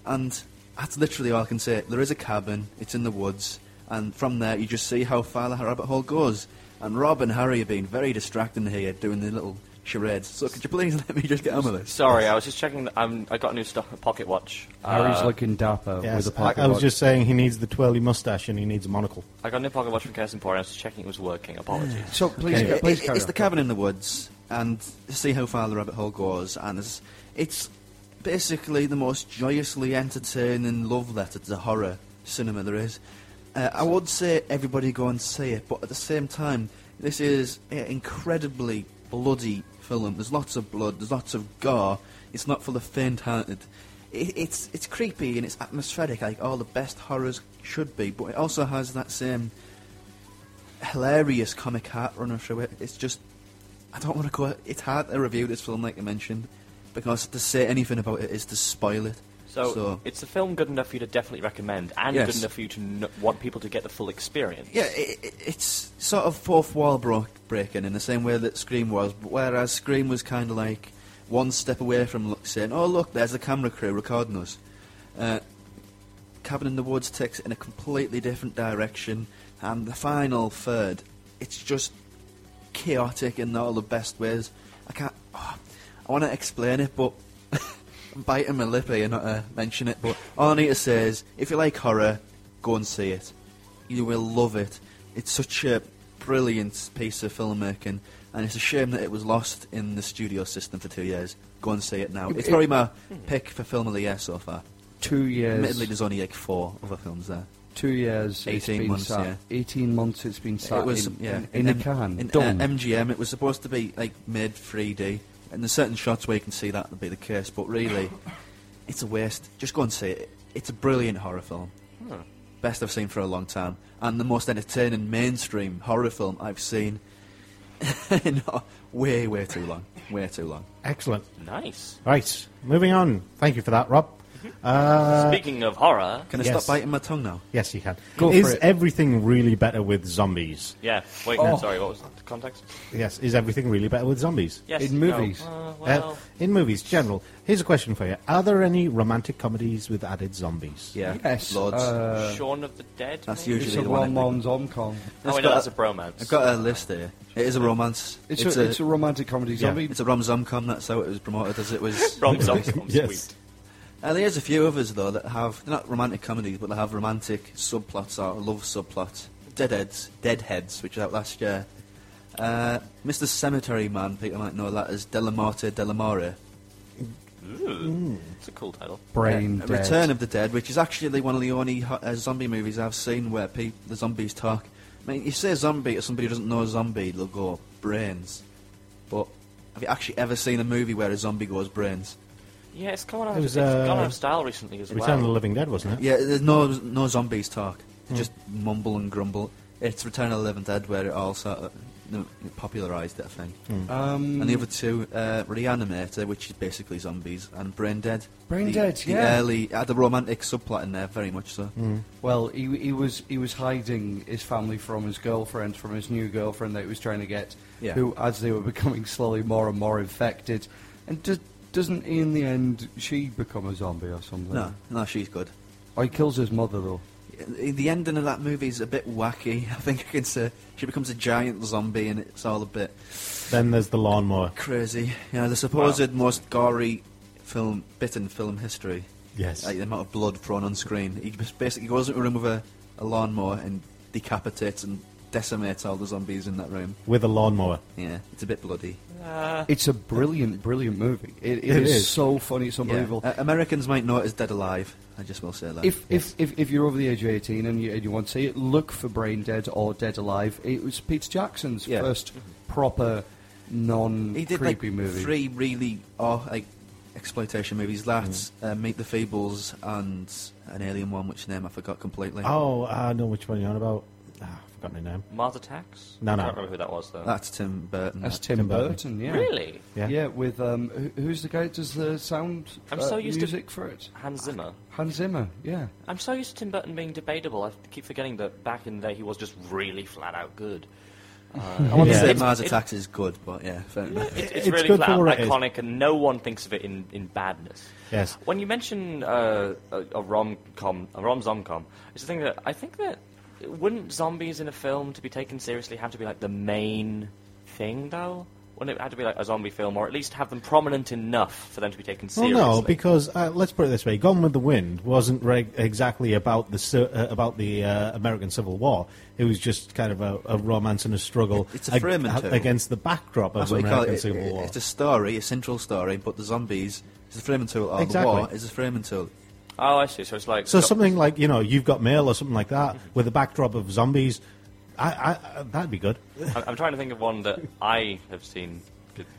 Speaker 4: And that's literally all I can say. There is a cabin, it's in the woods. And from there, you just see how far the rabbit hole goes. And Rob and Harry are being very distracting here, doing the little charades. So could you please let me just get on with this?
Speaker 3: Sorry, I was just checking. That, um, I got a new sto- pocket watch.
Speaker 2: Harry's
Speaker 4: Uh,
Speaker 2: looking dapper
Speaker 5: Yes,
Speaker 2: with a
Speaker 5: I,
Speaker 2: pocket
Speaker 5: I was
Speaker 2: watch.
Speaker 5: just saying he needs the twirly mustache and he needs a monocle.
Speaker 3: I got a new pocket watch from Kirsten Porter. I was just checking it was working. Apologies.
Speaker 2: So please,
Speaker 5: Okay.
Speaker 2: ca-
Speaker 4: It-
Speaker 2: please
Speaker 4: it-
Speaker 2: carry
Speaker 4: it's
Speaker 2: on.
Speaker 4: the cabin in the woods, and see how far the rabbit hole goes. And it's, it's basically the most joyously entertaining love letter to horror cinema there is. Uh, I would say everybody go and see it, but at the same time, this is an incredibly bloody film. There's lots of blood. There's lots of gore. It's not for the faint-hearted. It, it's it's creepy and it's atmospheric, like all the best horrors should be. But it also has that same hilarious comic heart running through it. It's just, I don't want to go. It's hard to review this film, like I mentioned, because to say anything about it is to spoil it.
Speaker 3: So, it's a film good enough for you to definitely recommend, and
Speaker 4: Yes.
Speaker 3: good enough for you to kn- want people to get the full experience.
Speaker 4: yeah, it, it, it's sort of fourth wall bro- breaking in the same way that Scream was, but whereas Scream was kind of like one step away from look, saying, "Oh look, there's the camera crew recording us." Uh, Cabin in the Woods takes it in a completely different direction, and the final third, it's just chaotic in all the best ways. I can't. oh, I want to explain it, but I'm biting my lip here not to mention it. But all I need to say is, if you like horror, go and see it. You will love it. It's such a brilliant piece of filmmaking, and it's a shame that it was lost in the studio system for two years. Go and see it now. It's probably my pick for film of the year so far.
Speaker 2: two years.
Speaker 4: Admittedly, there's only like four other films there.
Speaker 2: Two years.
Speaker 4: 18
Speaker 2: it's been
Speaker 4: months,
Speaker 2: sat.
Speaker 4: yeah.
Speaker 2: Eighteen months. It's been sat
Speaker 4: it was
Speaker 2: in,
Speaker 4: yeah,
Speaker 2: in, in
Speaker 4: M-
Speaker 2: the can.
Speaker 4: in, uh,
Speaker 2: done.
Speaker 4: MGM. It was supposed to be like mid 3D, and there's certain shots where you can see that would be the case, but really, it's a waste. Just go and see it. It's a brilliant horror film, best I've seen for a long time, and the most entertaining mainstream horror film I've seen in way, way too long, way too long.
Speaker 5: Excellent.
Speaker 3: Nice.
Speaker 5: Right, moving on. Thank you for that, Rob. Uh,
Speaker 3: Speaking of horror,
Speaker 4: Can I
Speaker 5: Yes.
Speaker 4: stop biting my tongue now?
Speaker 5: yes, you can.
Speaker 2: Go for
Speaker 5: is
Speaker 2: it.
Speaker 5: everything really better with zombies?
Speaker 3: yeah. Wait, no, sorry. What was the context?
Speaker 5: Yes, is everything really better with zombies?
Speaker 3: Yes.
Speaker 2: In
Speaker 3: no.
Speaker 2: movies.
Speaker 3: Uh,
Speaker 5: Uh,
Speaker 3: well,
Speaker 5: in movies, general. Here's a question for you: Are there any romantic comedies with added zombies?
Speaker 4: Yeah,
Speaker 2: Yes,
Speaker 4: Lords.
Speaker 2: uh,
Speaker 3: Shaun of the Dead.
Speaker 4: That's
Speaker 3: maybe?
Speaker 4: usually
Speaker 2: it's a
Speaker 4: the one I think
Speaker 2: well-known rom-com.
Speaker 3: Oh, wait,
Speaker 4: got
Speaker 3: no, that's
Speaker 4: a-
Speaker 3: a bromance.
Speaker 4: I've got a list here. It is a romance.
Speaker 2: It's, a, it's a romantic comedy zombie.
Speaker 4: It's a rom zom com, that's how it was promoted as it was.
Speaker 3: Rom zombie. Sweet.
Speaker 5: Yes.
Speaker 4: Uh, there's a few others though that have they're not romantic comedies, but they have romantic subplots or love subplots. Deadheads, Deadheads, which was out last year. Uh, Mr. Cemetery Man, people might know that as Delamorte Delamore.
Speaker 3: Ooh, It's a cool title.
Speaker 2: Brain
Speaker 4: Uh,
Speaker 2: dead.
Speaker 4: Return of the Dead, which is actually one of the only ho- uh, zombie movies I've seen where pe- the zombies talk. I mean, you say zombie to somebody who doesn't know zombie, they'll go brains. But have you actually ever seen a movie where a zombie goes brains?
Speaker 3: Yeah, it's gone out.
Speaker 5: It
Speaker 3: It
Speaker 5: was,
Speaker 3: was,
Speaker 5: uh,
Speaker 3: it's gone out of style recently as
Speaker 5: Return of the
Speaker 3: well.
Speaker 5: Living Dead, wasn't it?
Speaker 4: Yeah, there's no no zombies talk. They just mumble and grumble. It's Return of the Living Dead where it all sort of you know, it popularised it, I think.
Speaker 2: Um,
Speaker 4: And the other two, uh, Reanimator, which is basically zombies, and Brain Dead.
Speaker 2: Brain
Speaker 4: the,
Speaker 2: Dead,
Speaker 4: the
Speaker 2: yeah.
Speaker 4: early, had the romantic subplot in there, very much so.
Speaker 2: Well, he, he was he was hiding his family from his girlfriend, from his new girlfriend that he was trying to get,
Speaker 4: Yeah.
Speaker 2: who, as they were becoming slowly more and more infected, and do, doesn't he in the end she become a zombie or something?
Speaker 4: No, no, she's good.
Speaker 2: Oh, he kills his mother though.
Speaker 4: I- The ending of that movie's a bit wacky. I think I can say she becomes a giant zombie, and it's all a bit
Speaker 5: Then there's the lawnmower.
Speaker 4: crazy. Yeah, the supposed most gory film bit in film history.
Speaker 5: Yes.
Speaker 4: Like the amount of blood thrown on screen. He just basically goes into a room with a, a lawnmower and decapitates and decimates all the zombies in that room.
Speaker 5: With a lawnmower.
Speaker 4: Yeah, it's a bit bloody. Uh.
Speaker 2: It's a brilliant, brilliant movie. It,
Speaker 5: It
Speaker 2: it is,
Speaker 5: is.
Speaker 2: so funny, it's
Speaker 4: Yeah.
Speaker 2: unbelievable.
Speaker 4: Uh, Americans might know it as Dead Alive. I just will say that.
Speaker 2: If, if, if, if you're over the age of 18 and you, and you want to see it, look for Brain Dead or Dead Alive. It was Peter Jackson's
Speaker 4: Yeah.
Speaker 2: first proper
Speaker 4: he
Speaker 2: non-creepy
Speaker 4: did like
Speaker 2: movie.
Speaker 4: three really oh, like exploitation movies. That uh, Meet the Feebles and an alien one, which name I forgot completely.
Speaker 5: Oh, I know which one you're on about. Ah, I've forgotten the name.
Speaker 3: Mars Attacks.
Speaker 5: No, no.
Speaker 3: I can't remember who that was though.
Speaker 4: That's Tim Burton.
Speaker 2: That's
Speaker 4: that.
Speaker 2: Tim,
Speaker 5: Tim Burton.
Speaker 2: Burton. yeah.
Speaker 3: Really?
Speaker 5: Yeah.
Speaker 2: Yeah. with um, who, who's the guy that does the sound
Speaker 3: I'm
Speaker 2: uh,
Speaker 3: so used to-
Speaker 2: music for it?
Speaker 3: Hans Zimmer.
Speaker 2: Hans Zimmer, yeah.
Speaker 3: I'm so used to Tim Burton being debatable. I keep forgetting that back in the day he was just really flat out good. Uh,
Speaker 5: I want
Speaker 4: I'd
Speaker 5: to
Speaker 4: say
Speaker 5: say
Speaker 4: Mars
Speaker 3: it-
Speaker 4: Attacks is good, but yeah, fair enough.
Speaker 3: It's, it's
Speaker 5: It's
Speaker 3: really
Speaker 5: good
Speaker 3: flat
Speaker 5: for
Speaker 3: out
Speaker 5: what it is.
Speaker 3: iconic, and no one thinks of it in, in badness.
Speaker 5: Yes.
Speaker 3: When you mention uh, a, a rom com, a rom zom com, it's the thing that I think that wouldn't zombies in a film to be taken seriously have to be like the main thing though? Wouldn't it have to be like a zombie film, or at least have them prominent enough for them to be taken
Speaker 5: Well,
Speaker 3: seriously?
Speaker 5: no, because uh, let's put it this way: Gone with the Wind wasn't reg- exactly about the ci- uh, about the uh, American Civil War. It was just kind of a, a romance and a struggle
Speaker 4: It's a frame and two.
Speaker 5: against the backdrop of
Speaker 4: That's
Speaker 5: the
Speaker 4: what you call it.
Speaker 5: American
Speaker 4: It-
Speaker 5: Civil
Speaker 4: it-
Speaker 5: War.
Speaker 4: It's a story, a central story, but the zombies is a framing tool. Or
Speaker 5: Exactly.
Speaker 4: The war is a framing tool.
Speaker 3: Oh, I see. So it's like
Speaker 5: So something like you know, you've got mail or something like that with a backdrop of zombies. I, I, I that'd be good.
Speaker 3: I'm, I'm trying to think of one that I have seen.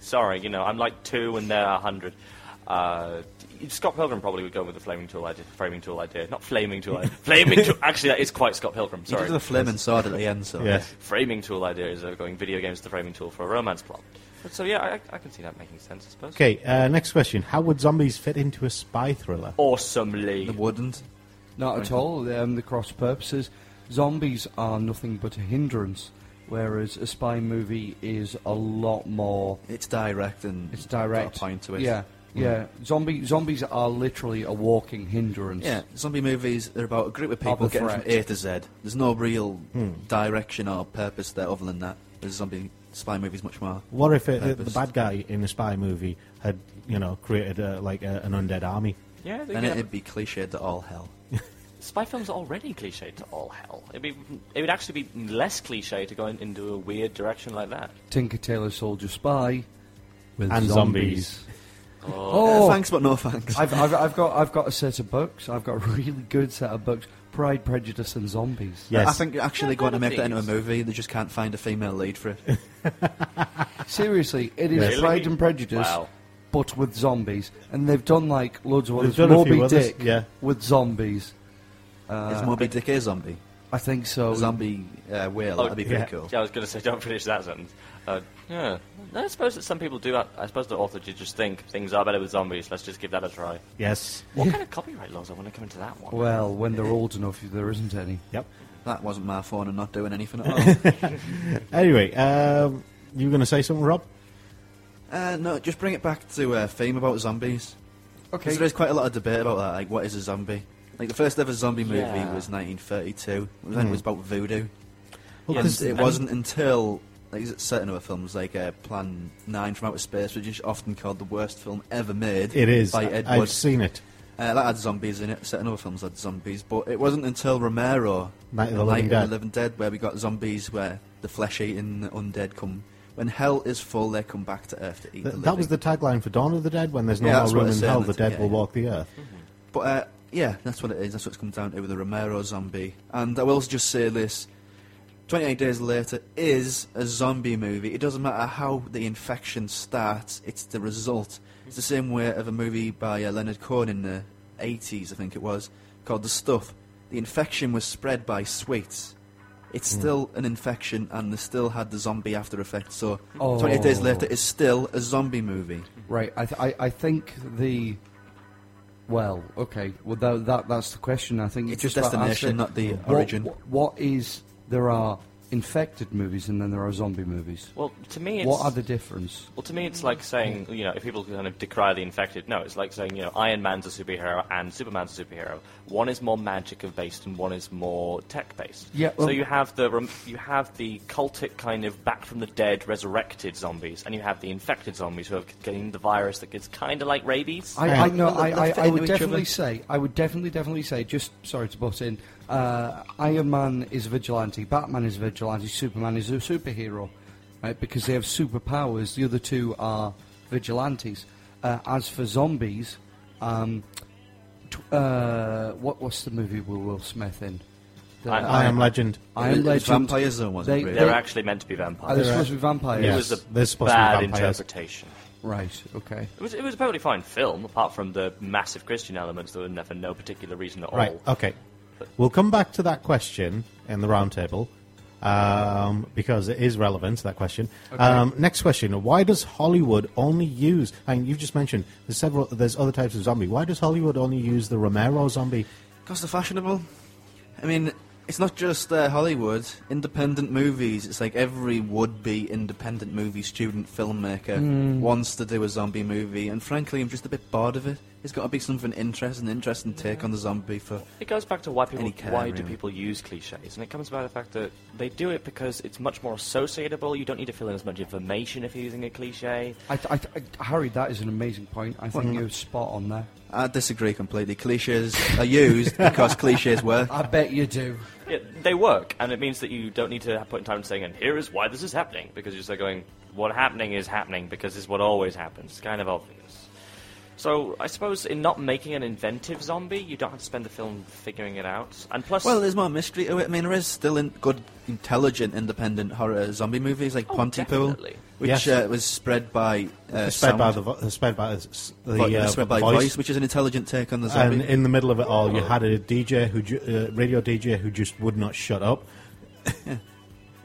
Speaker 3: Sorry, you know, I'm like two and they're a hundred. Uh, Scott Pilgrim probably would go with the flaming tool idea. Framing tool idea, not flaming tool idea. flaming tool. Actually, that is quite Scott Pilgrim.
Speaker 4: He does
Speaker 3: Sorry,
Speaker 4: the flaming sword at the end, so
Speaker 5: Yes.
Speaker 3: framing tool idea is uh, going video games to framing tool for a romance plot. But, so yeah, I, I can see that making sense, I suppose.
Speaker 5: Okay. Uh, next question: How would zombies fit into a spy thriller?
Speaker 3: Awesomely.
Speaker 4: the wouldn't.
Speaker 2: Not at all. Um, the cross purposes. Zombies are nothing but a hindrance, whereas a spy movie is a lot more.
Speaker 4: It's direct and
Speaker 2: It's direct.
Speaker 4: Got a point to it. Mm.
Speaker 2: Yeah, yeah. Zombie zombies are literally a walking hindrance.
Speaker 4: Yeah, zombie movies are about a group of people
Speaker 2: Of a
Speaker 4: getting from
Speaker 2: threat.
Speaker 4: A to Z. There's no real direction or purpose there other than that. There's zombie spy movies much more.
Speaker 5: What if it, the
Speaker 4: purposed.
Speaker 5: bad guy in a spy movie had you know created a, like a, an undead army?
Speaker 3: Yeah, they
Speaker 4: Then
Speaker 3: could
Speaker 4: it'd
Speaker 3: have-
Speaker 4: be cliched to all hell.
Speaker 3: spy films are already cliched to all hell. It'd be, it would actually be less cliche to go in, into a weird direction like that.
Speaker 2: Tinker Tailor Soldier Spy with
Speaker 5: And zombies.
Speaker 4: Oh, thanks, but no thanks.
Speaker 2: I've, I've, I've got I've got a set of books. I've got a really good set of books: Pride, Prejudice, and Zombies.
Speaker 5: Yes.
Speaker 4: I think you're actually
Speaker 3: I've
Speaker 4: going to
Speaker 3: heard of
Speaker 4: make that into a
Speaker 3: these.
Speaker 4: movie. They just can't find a female lead for it.
Speaker 2: Seriously, it is
Speaker 3: Really?
Speaker 2: Pride and Prejudice,
Speaker 3: Wow.
Speaker 2: but with zombies. And they've done like loads of others.
Speaker 5: done a
Speaker 2: Moby
Speaker 5: few others,
Speaker 2: Dick
Speaker 5: yeah.
Speaker 2: with zombies.
Speaker 4: Is Moby Dick a zombie?
Speaker 2: I think so.
Speaker 4: A zombie uh, whale?
Speaker 3: Oh,
Speaker 4: That'd be pretty
Speaker 5: Oh, yeah.
Speaker 4: cool.
Speaker 3: Yeah, I was going to say, don't finish that sentence. Uh, yeah. I suppose that some people do. I suppose the author did just think things are better with zombies. Let's just give that a try.
Speaker 5: Yes.
Speaker 3: What kind of copyright laws? I want to come into that one.
Speaker 2: Well, when they're old enough, there isn't any.
Speaker 5: Yep.
Speaker 4: That wasn't my phone and not doing anything at all.
Speaker 5: Anyway, um, you were going to say something, Rob?
Speaker 4: uh, no, just bring it back to a theme about zombies.
Speaker 2: Okay.
Speaker 4: Because there is quite a lot of debate about that. Like, what is a zombie? Like, the first ever zombie movie
Speaker 3: Yeah.
Speaker 4: was 1932. and Then it was about voodoo.
Speaker 5: Hmm. Well,
Speaker 4: And
Speaker 5: 'cause-
Speaker 4: it wasn't until like s- certain other films, like uh, Plan Nine from Outer Space, which is often called the worst film ever made.
Speaker 5: It is.
Speaker 4: by
Speaker 5: I-
Speaker 4: Ed Wood.
Speaker 5: I've seen it.
Speaker 4: Uh, that had zombies in it. Certain other films had zombies, but it wasn't until Romero,
Speaker 5: Night of the
Speaker 4: and
Speaker 5: Living Dead.
Speaker 4: where we got zombies, where the flesh-eating undead come. When hell is full, they come back to Earth to eat.
Speaker 5: Th-
Speaker 4: the
Speaker 5: that was the
Speaker 4: living.
Speaker 5: tagline for Dawn of the Dead. When there's no
Speaker 4: Yeah,
Speaker 5: more
Speaker 4: that's what
Speaker 5: room
Speaker 4: I
Speaker 5: in
Speaker 4: said,
Speaker 5: hell, the
Speaker 4: that's-
Speaker 5: dead
Speaker 4: yeah,
Speaker 5: will
Speaker 4: yeah.
Speaker 5: walk the earth.
Speaker 4: But uh, yeah, that's what it is. That's what it's come down to with the Romero zombie. And I will just say this: Twenty Eight Days Later is a zombie movie. It doesn't matter how the infection starts; it's the result. It's the same way of a movie by uh, Leonard Cohen in the eighties, I think it was, called The Stuff. The infection was spread by sweets. It's still an infection, and they still had the zombie after effects. So,
Speaker 2: Oh.
Speaker 4: Twenty Eight Days Later is still a zombie movie.
Speaker 2: Right. I, th- I, I think the. Well, okay. Well, that, that that's the question. I think you
Speaker 4: It's the
Speaker 2: just about
Speaker 4: destination,
Speaker 2: asked it.
Speaker 4: not the
Speaker 2: What-
Speaker 4: origin.
Speaker 2: wh- what is there are infected movies and then there are zombie movies.
Speaker 3: Well, to me, it's,
Speaker 2: what are the difference?
Speaker 3: well, to me, it's like saying, you know, if people kind of decry the infected, no, it's like saying, you know, Iron Man's a superhero and Superman's a superhero. One is more magic of based and one is more tech based.
Speaker 2: Yeah, well-
Speaker 3: so you have the rem- you have the cultic kind of back from the dead, resurrected zombies, and you have the infected zombies who have gained the virus that is kind of like rabies.
Speaker 2: I, I
Speaker 5: Um,
Speaker 2: no,
Speaker 4: Well,
Speaker 2: I,
Speaker 4: they're
Speaker 2: I, I
Speaker 4: fitting
Speaker 2: would
Speaker 4: to each
Speaker 2: definitely
Speaker 4: other.
Speaker 2: say, I would definitely, definitely say, just sorry to butt in. Uh, Iron Man is a vigilante, Batman is a vigilante, Superman is a superhero, right? Because they have superpowers. The other two are vigilantes. Uh, as for zombies, um, t- uh, what what's the movie with Will Smith in? The-
Speaker 3: I-
Speaker 5: I am Legend.
Speaker 2: I
Speaker 4: It
Speaker 2: am
Speaker 4: was
Speaker 2: Legend.
Speaker 4: Vampires though, wasn't
Speaker 2: They-
Speaker 4: it, really?
Speaker 3: They're
Speaker 2: they-
Speaker 3: actually meant to be
Speaker 2: Are
Speaker 3: vampires.
Speaker 2: they supposed to be vampires?
Speaker 3: It
Speaker 5: Yes.
Speaker 3: was
Speaker 5: they're
Speaker 3: a
Speaker 5: supposed to be
Speaker 3: bad
Speaker 5: vampires.
Speaker 3: interpretation.
Speaker 2: Right. Okay.
Speaker 3: It was, it was a perfectly fine film, apart from the massive Christian elements that were there for no particular reason at
Speaker 5: Right.
Speaker 3: all.
Speaker 5: Okay. We'll come back to that question in the roundtable um, because it is relevant to that question. Um, next question: Why does Hollywood only use? And you've just mentioned there's several. There's other types of zombie. Why does Hollywood only use the Romero zombie?
Speaker 4: Because they're fashionable. I mean, it's not just uh, Hollywood. Independent movies, it's like every would-be independent movie student filmmaker wants to do a zombie movie, and frankly, I'm just a bit bored of it. It's got to be something interesting, interesting take on the zombie for...
Speaker 3: It goes back to why people
Speaker 4: Any kind,
Speaker 3: why do
Speaker 4: really.
Speaker 3: people use cliches, and it comes by the fact that they do it because it's much more associatable. You don't need to fill in as much information if you're using a cliche.
Speaker 2: I, I, I, Harry, that is an amazing point. I think you're spot on there.
Speaker 4: I disagree completely. Cliches are used because cliches work.
Speaker 2: I bet you do.
Speaker 3: Yeah, they work, and it means that you don't need to put in time saying, "And here is why this is happening," because you're just like going, "What happening is happening," because it's what always happens. It's kind of obvious. So I suppose in not making an inventive zombie, you don't have to spend the film figuring it out. And plus,
Speaker 4: Well, there's more mystery to it. I mean, there is still in good, intelligent, independent horror zombie movies like
Speaker 3: Oh,
Speaker 4: Pontypool,
Speaker 3: definitely.
Speaker 4: which
Speaker 5: Yes.
Speaker 4: uh, was spread by uh,
Speaker 5: It's sped by
Speaker 4: sound.
Speaker 5: the vo- it's sped by s- the
Speaker 4: But
Speaker 5: uh,
Speaker 4: it's spread by
Speaker 5: voice.
Speaker 4: voice. which is an intelligent take on the zombie. Oh.
Speaker 5: And in the middle of it all, you had a DJ who, ju- uh, radio DJ, who just would not shut up.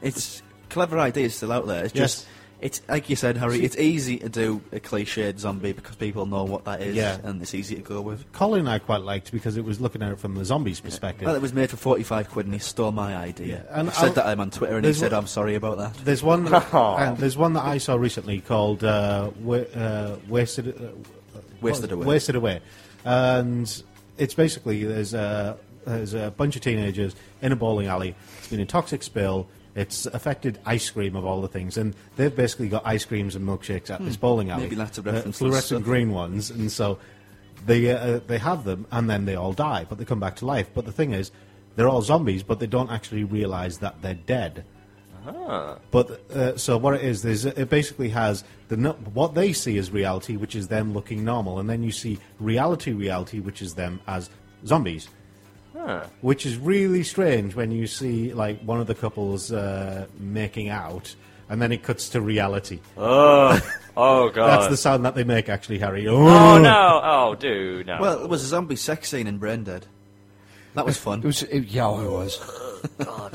Speaker 4: It's clever ideas still out there. It's just
Speaker 5: Yes.
Speaker 4: it's like you said, Harry. It's easy to do a cliched zombie because people know what that is,
Speaker 5: Yeah.
Speaker 4: and it's easy to go with.
Speaker 5: Colin, I quite liked because it was looking at it from the zombies' perspective.
Speaker 4: Well, it was made for forty-five quid, and he stole my idea.
Speaker 5: Yeah, and
Speaker 4: I said
Speaker 5: I'll-
Speaker 4: that I'm on Twitter, and he
Speaker 5: there's
Speaker 4: said,
Speaker 5: one-
Speaker 4: "I'm sorry about that."
Speaker 5: There's one.
Speaker 4: Oh.
Speaker 5: uh, there's one that I saw recently called uh, wa- uh, "Wasted uh,
Speaker 4: Wasted Away.
Speaker 5: Wasted Away, and it's basically there's a there's a bunch of teenagers in a bowling alley. It's been a toxic spill. It's affected ice cream of all the things, and they've basically got ice creams and milkshakes at this
Speaker 4: Hmm.
Speaker 5: bowling alley.
Speaker 4: Maybe that's a
Speaker 5: The
Speaker 4: reference to
Speaker 5: Uh, fluorescent
Speaker 4: stuff.
Speaker 5: green ones, and so they uh, they have them, and then they all die, but they come back to life. But the thing is, they're all zombies, but they don't actually realize that they're dead. But uh, so what it is, there's, it basically has the no- what they see as reality, which is them looking normal, and then you see reality, reality, which is them as zombies. Which is really strange when you see like one of the couples uh, making out, and then it cuts to reality.
Speaker 3: Oh god.
Speaker 5: That's the sound that they make, actually, Harry.
Speaker 3: Oh no! Oh, dude, no.
Speaker 4: Well, it was a zombie sex scene in Brain Dead. That was fun.
Speaker 2: It was, it, yeah, it was.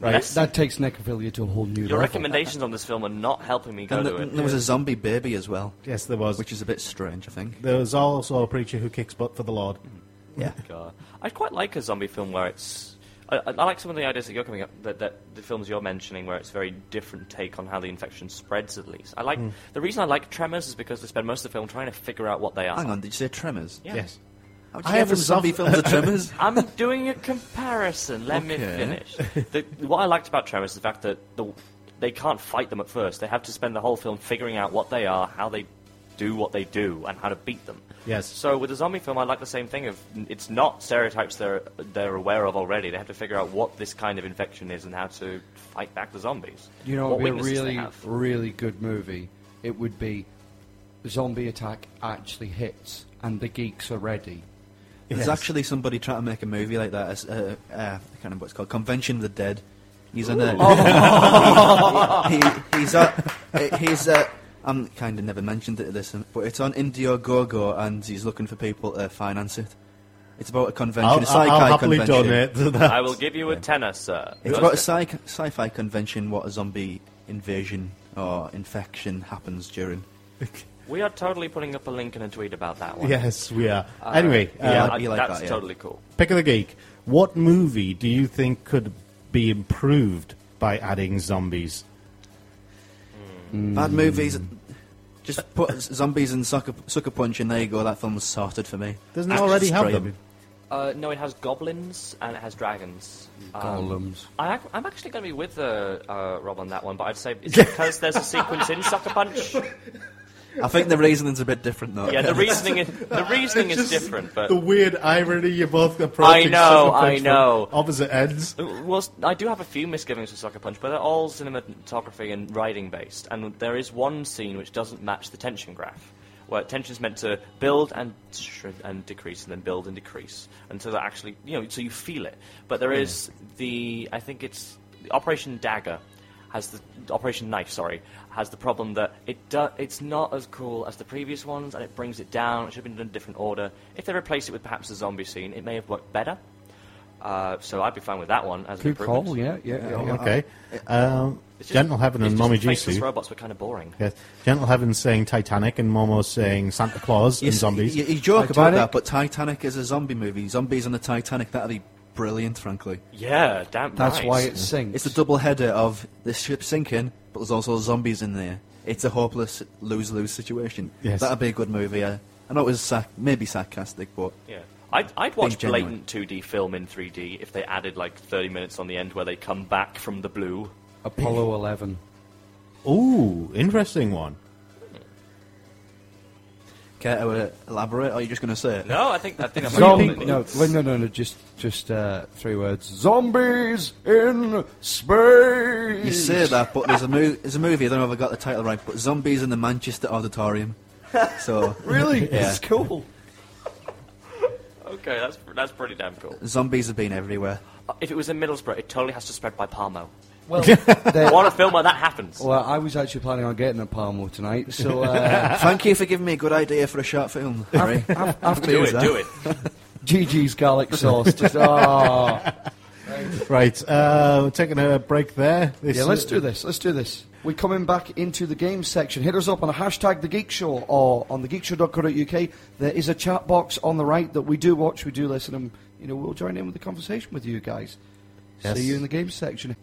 Speaker 5: Right.
Speaker 3: Yes.
Speaker 2: That takes necrophilia to a whole new
Speaker 3: Your
Speaker 2: level.
Speaker 3: recommendations on this film are not helping me go
Speaker 4: and
Speaker 3: to
Speaker 4: th-
Speaker 3: it.
Speaker 4: there was a zombie baby as well,
Speaker 5: Yes, there was.
Speaker 4: which is a bit strange, I think.
Speaker 5: There was also a preacher who kicks butt for the Lord.
Speaker 4: Yeah.
Speaker 3: Oh, God. I quite like a zombie film where it's. I, I I like some of the ideas that you're coming up that, that the films you're mentioning where it's a very different take on how the infection spreads. At least I like
Speaker 4: Hmm.
Speaker 3: the reason I like Tremors is because they spend most of the film trying to figure out what they are.
Speaker 4: Hang on, did you say Tremors?
Speaker 3: Yeah.
Speaker 5: Yes.
Speaker 4: How did
Speaker 5: I
Speaker 4: you get
Speaker 5: have
Speaker 4: from
Speaker 5: a
Speaker 4: zombie films to Tremors?
Speaker 3: I'm doing a comparison. Let me
Speaker 4: Okay.
Speaker 3: finish. The, what I liked about Tremors is the fact that the, they can't fight them at first. They have to spend the whole film figuring out what they are, how they do what they do, and how to beat them.
Speaker 5: Yes.
Speaker 3: So with a zombie film, I like the same thing. Of it's not stereotypes they're they're aware of already. They have to figure out what this kind of infection is and how to fight back the zombies.
Speaker 2: You know,
Speaker 3: what
Speaker 2: it'd be a
Speaker 3: weaknesses they
Speaker 2: really,
Speaker 3: have.
Speaker 2: really good movie. It would be zombie attack actually hits, and the geeks are ready.
Speaker 4: There's actually somebody trying to make a movie like that. It's, uh, uh, I can't remember what it's called. Convention of the Dead. He's on a.
Speaker 5: Oh.
Speaker 4: he, he- he's a. uh, He's a. I'm kind of never mentioned it this, but it's on Indiegogo, and he's looking for people to finance it. It's about a convention,
Speaker 5: I'll,
Speaker 4: a sci-fi
Speaker 5: I'll happily
Speaker 4: convention.
Speaker 5: donate to that.
Speaker 3: I will give you a tenner, sir.
Speaker 4: It's about a sci- sci-fi convention. What a zombie invasion or infection happens during.
Speaker 3: We are totally putting up a link and a tweet about that one.
Speaker 5: Yes, we are. anyway,
Speaker 4: yeah,
Speaker 5: uh,
Speaker 3: I-
Speaker 4: you like
Speaker 3: that's
Speaker 4: that, yeah.
Speaker 3: totally cool.
Speaker 5: Pick of the Geek. What movie do you think could be improved by adding zombies?
Speaker 4: Bad
Speaker 5: Hmm.
Speaker 4: movies. Just put zombies and sucker, sucker punch, and there you go. That film's sorted for me.
Speaker 5: Doesn't it
Speaker 4: Just
Speaker 5: already have
Speaker 4: destroy
Speaker 5: them?
Speaker 3: Uh, no, it has goblins and it has dragons. Um,
Speaker 2: Golems.
Speaker 3: I, ac- I'm actually going to be with uh, uh, Rob on that one, but I'd say it's because there's a sequence in Sucker Punch.
Speaker 4: I think the reasoning's a bit different though.
Speaker 3: Yeah, the reasoning is the reasoning is different, but
Speaker 5: The weird irony you both approaching.
Speaker 3: I know,
Speaker 5: Sucker Punch
Speaker 3: I know.
Speaker 5: from Opposite ends.
Speaker 3: Uh, well, s- I do have a few misgivings with Sucker Punch, but they're all cinematography and writing based, and there is one scene which doesn't match the tension graph. Where tension's meant to build and shrink and decrease, and then build and decrease, and so that actually, you know, so you feel it. But there is the, I think it's Operation Dagger, has the Operation Knife, sorry, has the problem that it do, it's not as cool as the previous ones, and it brings it down. It should have been done in a different order. If they replace it with perhaps a zombie scene, it may have worked better. Uh, so I'd be fine with that one as an
Speaker 2: Good
Speaker 3: improvement.
Speaker 2: call, yeah, yeah. yeah.
Speaker 5: Okay. Um,
Speaker 3: It's just-
Speaker 5: Gentle Heaven
Speaker 3: it's
Speaker 5: and
Speaker 3: just
Speaker 5: Mommy
Speaker 3: the faceless
Speaker 5: Jisoo.
Speaker 3: robots were kind of boring.
Speaker 5: Yes. Gentle Heaven saying Titanic and Momo saying Santa Claus
Speaker 4: You,
Speaker 5: and zombies.
Speaker 4: You, you joke about
Speaker 2: Titanic?
Speaker 4: that, but Titanic is a zombie movie. Zombies on the Titanic. That'd be brilliant, frankly.
Speaker 3: Yeah, damn.
Speaker 2: That's
Speaker 3: right.
Speaker 2: why it sinks.
Speaker 4: It's a double header of the ship sinking, but there's also zombies in there. It's a hopeless lose-lose situation.
Speaker 5: Yes.
Speaker 4: That'd be a good movie. I, I know it was sac- maybe sarcastic, but
Speaker 3: Yeah. I'd, I'd watch
Speaker 4: genuine.
Speaker 3: blatant 2D film in 3D if they added like 30 minutes on the end where they come back from the blue.
Speaker 2: Apollo 11.
Speaker 5: Ooh, interesting one.
Speaker 4: care to uh, elaborate? Or are you just going to say it?
Speaker 3: No, I think I think I'm
Speaker 2: Zombie. No, well, no, no, no. Just, just uh, three words. Zombies in space.
Speaker 4: You say that, but there's a, mo- there's a movie. I don't know if I got the title right, but zombies in the Manchester Auditorium. So
Speaker 2: Really?
Speaker 4: Yeah.
Speaker 2: It's cool.
Speaker 3: Okay, that's that's pretty damn cool.
Speaker 4: zombies have been everywhere.
Speaker 3: Uh, If it was in Middlesbrough, it totally has to spread by Palmo.
Speaker 2: Well,
Speaker 3: I
Speaker 2: there-
Speaker 3: want a film where that happens.
Speaker 2: well, I was actually planning on getting a Palmo tonight, so uh,
Speaker 4: Thank you for giving me a good idea for a short film. Harry.
Speaker 2: after
Speaker 3: do it, do it.
Speaker 2: GG's garlic sauce. Just, oh.
Speaker 5: Right, uh, we're taking a break there. This
Speaker 2: Yeah, let's do this. Let's do this. We're coming back into the games section. Hit us up on the hashtag The Geek Show or on thegeekshow.co.uk. There is a chat box on the right that we do watch, we do listen, and you know we'll join in with the conversation with you guys.
Speaker 5: Yes.
Speaker 2: See you in the games section.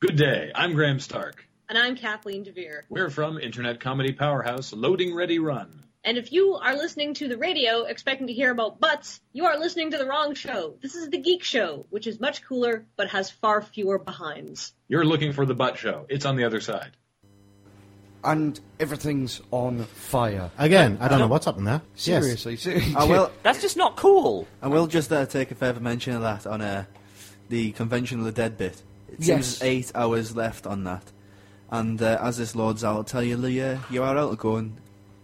Speaker 7: Good day. I'm Graham Stark.
Speaker 8: And I'm Kathleen DeVere.
Speaker 7: We're from internet comedy powerhouse Loading Ready Run.
Speaker 8: And if you are listening to the radio expecting to hear about butts, you are listening to the wrong show. This is The Geek Show, which is much cooler but has far fewer behinds.
Speaker 7: You're looking for the butt show. It's on the other side.
Speaker 2: And everything's on fire.
Speaker 5: Again, I don't know what's happened there.
Speaker 2: Seriously, seriously.
Speaker 4: I will.
Speaker 3: That's just not cool.
Speaker 4: I will just uh, take a further mention of that on uh, the convention of the dead bit. It seems
Speaker 2: Yes.
Speaker 4: there's eight hours left on that. And uh, as this loads out, I'll tell you the uh, URL to go on.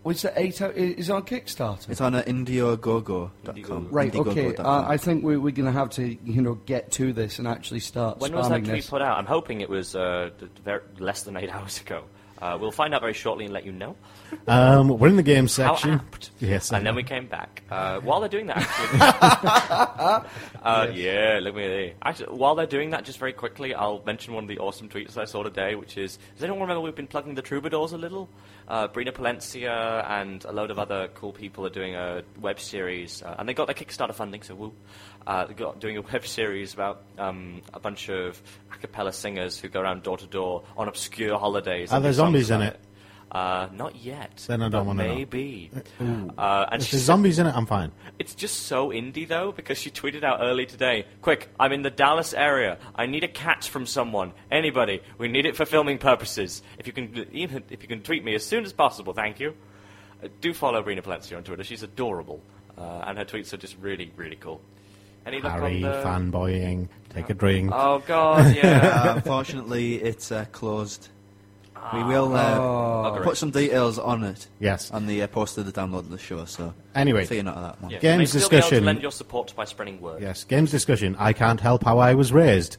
Speaker 2: Was it eight? Out, is it on Kickstarter?
Speaker 4: It's on uh, indiegogo.com.
Speaker 2: Right. Okay.
Speaker 4: Indiegogo.com.
Speaker 2: Uh, I think we, we're going to have to, you know, get to this and actually start.
Speaker 3: When
Speaker 2: spamming
Speaker 3: was that to be
Speaker 2: this.
Speaker 3: put out? I'm hoping it was uh, d- ver- less than eight hours ago. Uh, we'll find out very shortly and let you know.
Speaker 5: Um, we're in the game
Speaker 3: How
Speaker 5: section.
Speaker 3: apt.
Speaker 5: Yes.
Speaker 3: And then we came back. Uh, while they're doing that, actually. uh, Yeah, look at me. Actually, while they're doing that, just very quickly, I'll mention one of the awesome tweets I saw today, which is Does anyone remember we've been plugging the troubadours a little? Uh, Brina Palencia and a load of other cool people are doing a web series, uh, and they got their Kickstarter funding, so woo. Uh, they got doing a web series about um, a bunch of a cappella singers who go around door to door on obscure holidays.
Speaker 5: Are
Speaker 3: and
Speaker 5: there
Speaker 3: do songs
Speaker 5: zombies in
Speaker 3: about
Speaker 5: it?
Speaker 3: Uh, not yet.
Speaker 5: Then I don't
Speaker 3: but
Speaker 5: wanna know.
Speaker 3: Maybe.
Speaker 5: Mm-hmm.
Speaker 3: Uh, and
Speaker 5: If
Speaker 3: she
Speaker 5: there's
Speaker 3: said-
Speaker 5: zombies in it, I'm fine.
Speaker 3: it's just so indie though, because she tweeted out early today, "Quick, I'm in the Dallas area. I need a cat from someone, anybody. We need it for filming purposes. If you can, even if you can tweet me as soon as possible, thank you." Uh, do follow Brina Palencia on Twitter. She's adorable, uh, and her tweets are just really, really cool. Any luck
Speaker 5: Harry,
Speaker 3: on the?
Speaker 5: fanboying, take a drink.
Speaker 3: Oh God, yeah.
Speaker 4: Uh, unfortunately, it's uh, closed. We will uh, put some details on it.
Speaker 5: Oh. Yes.
Speaker 4: On the uh, post of the download of the show. So
Speaker 5: Anyway.
Speaker 4: figure out that one.
Speaker 3: Yeah,
Speaker 5: Games
Speaker 3: you may still be able to
Speaker 5: discussion.
Speaker 3: lend your support by spreading word.
Speaker 5: Yes, games discussion. I can't help how I was raised.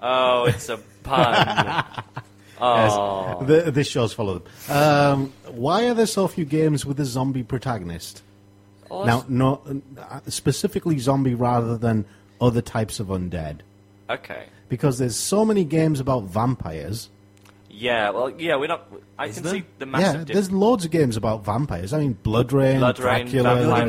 Speaker 3: Oh, it's a pun.
Speaker 5: Yes.
Speaker 3: Uh.
Speaker 5: The, this show's follow them. Um, why are there so few games with a zombie protagonist?
Speaker 3: Oh,
Speaker 5: Now, no, uh, specifically zombie rather than other types of undead.
Speaker 3: okay.
Speaker 5: Because there's so many games about vampires.
Speaker 3: Yeah, well, yeah, we're not. I can see the
Speaker 5: yeah,
Speaker 3: massive difference.
Speaker 5: there's loads of games about vampires. I mean, Blood Rain,
Speaker 3: Blood Rain,
Speaker 5: Dracula,
Speaker 3: Vampire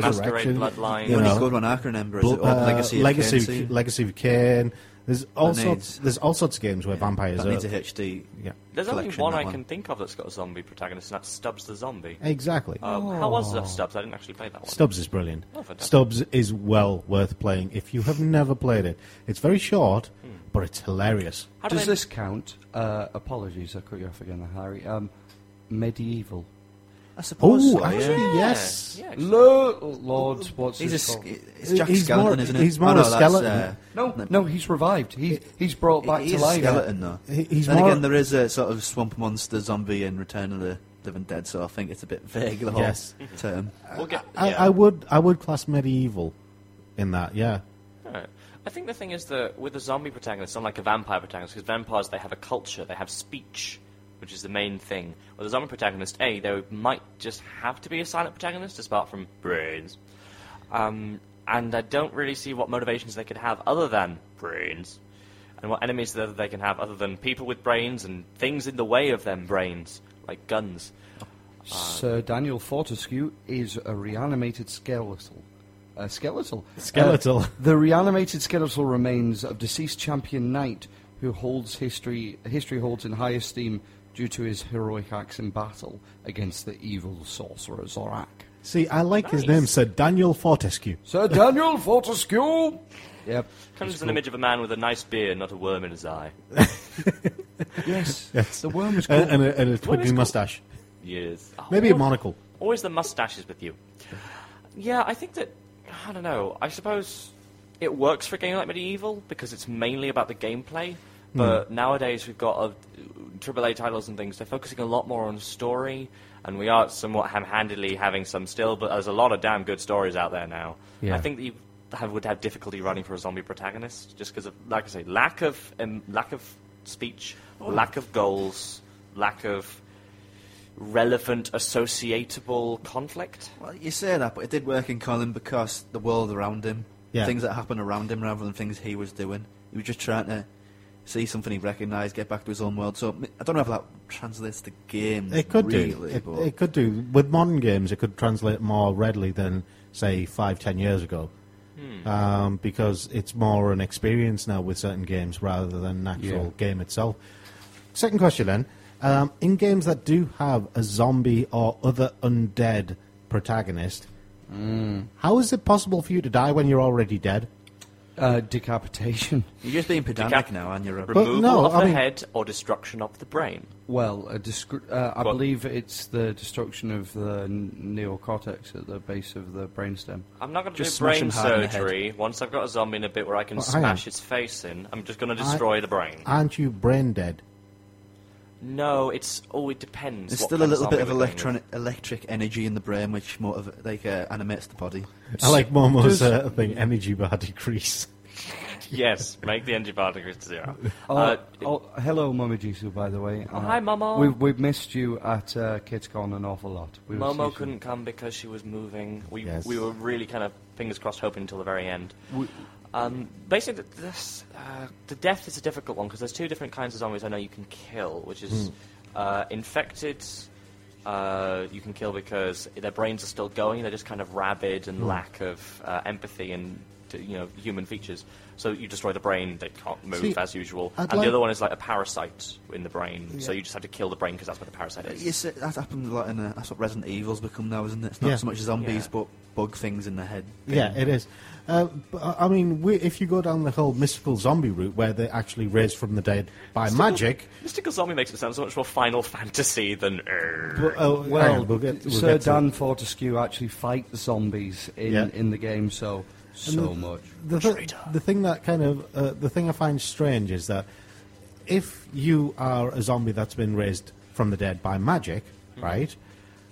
Speaker 3: Masquerade,
Speaker 5: Resurrection,
Speaker 3: Bloodline.
Speaker 4: The
Speaker 5: You
Speaker 4: only
Speaker 5: know,
Speaker 4: good one I can remember is
Speaker 5: Bl-
Speaker 4: the old
Speaker 5: uh,
Speaker 4: Legacy of
Speaker 5: Legacy, of
Speaker 4: Kane.
Speaker 5: K- Legacy of Kane. There's all
Speaker 4: That
Speaker 5: sorts.
Speaker 4: needs-
Speaker 5: There's all sorts of games where vampires
Speaker 4: That
Speaker 5: are.
Speaker 4: needs a HD.
Speaker 5: yeah,
Speaker 3: There's only
Speaker 4: collection,
Speaker 3: one
Speaker 4: that
Speaker 3: I
Speaker 4: one.
Speaker 3: can think of that's got a zombie protagonist, and that's Stubbs the Zombie.
Speaker 5: exactly.
Speaker 4: Oh,
Speaker 3: Um, How was that Stubbs? I didn't actually play that one.
Speaker 5: Oh. Stubbs is brilliant.
Speaker 3: fantastic.
Speaker 5: Stubbs is well worth playing if you have never played it. It's very short,
Speaker 4: Hmm.
Speaker 5: but it's hilarious.
Speaker 3: How do
Speaker 2: Does
Speaker 3: they-
Speaker 2: this count? Uh, apologies, I cut you off again, Harry. Um, medieval.
Speaker 4: I suppose.
Speaker 5: Oh,
Speaker 4: so,
Speaker 5: actually,
Speaker 4: yeah.
Speaker 5: yes.
Speaker 3: Yeah, actually.
Speaker 2: Lo- Lord, what's
Speaker 4: He's a.
Speaker 2: his
Speaker 4: sk-
Speaker 2: called?
Speaker 4: It's Jack
Speaker 5: He's more-
Speaker 4: Skeleton, isn't it?
Speaker 5: he's more
Speaker 4: oh,
Speaker 5: a
Speaker 4: no, that's,
Speaker 5: skeleton.
Speaker 4: Uh,
Speaker 2: No, no, he's revived. He's he's brought back
Speaker 4: he
Speaker 2: to
Speaker 4: is
Speaker 2: life.
Speaker 4: a skeleton, though.
Speaker 5: He- he's
Speaker 4: then
Speaker 5: more-
Speaker 4: again, there is a sort of swamp monster zombie in Return of the Living Dead, so I think it's a bit vague, the whole
Speaker 5: Yes. Uh,
Speaker 4: term.
Speaker 3: We'll get,
Speaker 5: I,
Speaker 3: yeah.
Speaker 5: I would I would class medieval in that. Yeah,
Speaker 3: Alright. I think the thing is that with a zombie protagonist, unlike a vampire protagonist, because vampires they have a culture, they have speech, which is the main thing. With a zombie protagonist, a they might just have to be a silent protagonist, apart from brains. Um, and I don't really see what motivations they could have other than brains, and what enemies that they can have other than people with brains and things in the way of them brains, like guns.
Speaker 2: Uh, Sir Daniel Fortescue is a reanimated skeletal. A skeletal.
Speaker 5: Skeletal.
Speaker 2: Uh, the reanimated skeletal remains of deceased champion knight who holds history history holds in high esteem due to his heroic acts in battle against the evil sorcerer Zorak.
Speaker 5: see, I like his name, Sir Daniel Fortescue.
Speaker 2: Sir Daniel Fortescue. Yep.
Speaker 3: Comes as an image of a man with a nice beard, not a worm in his eye.
Speaker 2: Yes. Uh, The worm was
Speaker 5: A-
Speaker 2: cool.
Speaker 5: and a, and a twiggly
Speaker 3: cool.
Speaker 5: mustache,
Speaker 3: Yes. Oh,
Speaker 5: maybe a
Speaker 3: what-
Speaker 5: monocle.
Speaker 3: Always the mustaches with you. Yeah, I think that. I don't know. I suppose it works for a game like Medieval because it's mainly about the gameplay. But nowadays we've got uh, AAA titles and things. They're focusing a lot more on story, and we are somewhat ham-handedly having some still. But there's a lot of damn good stories out there now.
Speaker 5: Yeah.
Speaker 3: I think that you have, would have difficulty running for a zombie protagonist just because of, like I say, lack of um, lack of speech, lack of goals, lack of relevant, associatable conflict.
Speaker 4: Well, you say that, but it did work in Colin because the world around him,
Speaker 5: Yeah.
Speaker 4: things that happened around him rather than things he was doing. He was just trying to see something he recognised, get back to his own world. So m- I don't know if that translates to games.
Speaker 5: It could do.
Speaker 4: really,
Speaker 5: It,
Speaker 4: but
Speaker 5: it could do with modern games. It could translate more readily than say five, ten years ago,
Speaker 4: Hmm.
Speaker 5: um, because it's more an experience now with certain games rather than an actual
Speaker 2: Yeah.
Speaker 5: game itself. Second question then: um, in games that do have a zombie or other undead
Speaker 4: Hmm.
Speaker 5: protagonist, how is it possible for you to die when you're already dead?
Speaker 2: Uh, decapitation.
Speaker 4: You're just being pedantic now, and you're a...
Speaker 3: Removal
Speaker 5: no,
Speaker 3: of
Speaker 5: I
Speaker 3: the
Speaker 5: mean-
Speaker 3: head or destruction of the brain.
Speaker 2: Well, a discr- uh, I
Speaker 3: Well-
Speaker 2: believe it's the destruction of the n- neocortex at the base of the brainstem.
Speaker 3: I'm not going to do
Speaker 4: Just smash
Speaker 3: brain
Speaker 4: him hard in the head.
Speaker 3: surgery. Once I've got a zombie in a bit where I can
Speaker 5: Well, hang on.
Speaker 3: smash its face in, I'm just going to destroy the brain.
Speaker 5: Aren't you brain dead?
Speaker 3: No, it's oh, it depends.
Speaker 4: There's
Speaker 3: what
Speaker 4: still a
Speaker 3: kind
Speaker 4: little bit
Speaker 3: zombie
Speaker 4: of
Speaker 3: we're playing with.
Speaker 4: electronic, electric energy in the brain which motiv- like, uh, animates the body.
Speaker 5: I like Momo's uh, thing, energy bar decrease.
Speaker 3: Yes, make the energy bar decrease to zero.
Speaker 2: Oh,
Speaker 3: Uh, Oh,
Speaker 2: oh, hello, Mama Jisoo, by the way. Uh,
Speaker 3: hi, Momo.
Speaker 2: We've, we've missed you at uh, KitCon an awful lot. We were
Speaker 3: Momo
Speaker 2: season-
Speaker 3: couldn't come because she was moving. We
Speaker 5: Yes.
Speaker 3: we were really kind of fingers crossed, hoping until the very end. um, basically, th- this uh, the death is a difficult one because there's two different kinds of zombies I know you can kill, which is
Speaker 5: Hmm.
Speaker 3: uh, infected. Uh, you can kill because their brains are still going; they're just kind of rabid
Speaker 5: Hmm.
Speaker 3: and lack of uh, empathy and t- you know human features. So you destroy the brain; they can't move
Speaker 5: See,
Speaker 3: as usual.
Speaker 5: I'd
Speaker 3: and
Speaker 5: like-
Speaker 3: the other one is like a parasite in the brain, so you just have to kill the brain because that's what the parasite is.
Speaker 4: Yes, uh, that's happened a lot in... Uh, that's what Resident Evil's become now, isn't it? It's not
Speaker 5: Yeah.
Speaker 4: so much zombies,
Speaker 3: Yeah.
Speaker 4: but bug things in the head.
Speaker 5: Yeah, it is. Uh, but, I- I mean, we, if you go down the whole mystical zombie route where they're actually raised from the dead by magic,
Speaker 3: Mystical Zombie makes it sound so much more Final Fantasy than. uh,
Speaker 5: but, oh, hang
Speaker 2: Well,
Speaker 5: on, we'll get- we'll
Speaker 2: Sir
Speaker 5: get to
Speaker 2: Dan Fortescue actually fights zombies in,
Speaker 5: Yeah.
Speaker 2: in the game, so so much.
Speaker 5: the, th- the thing that kind of uh, the thing I find strange is that if you are a zombie that's been raised from the dead by magic, right,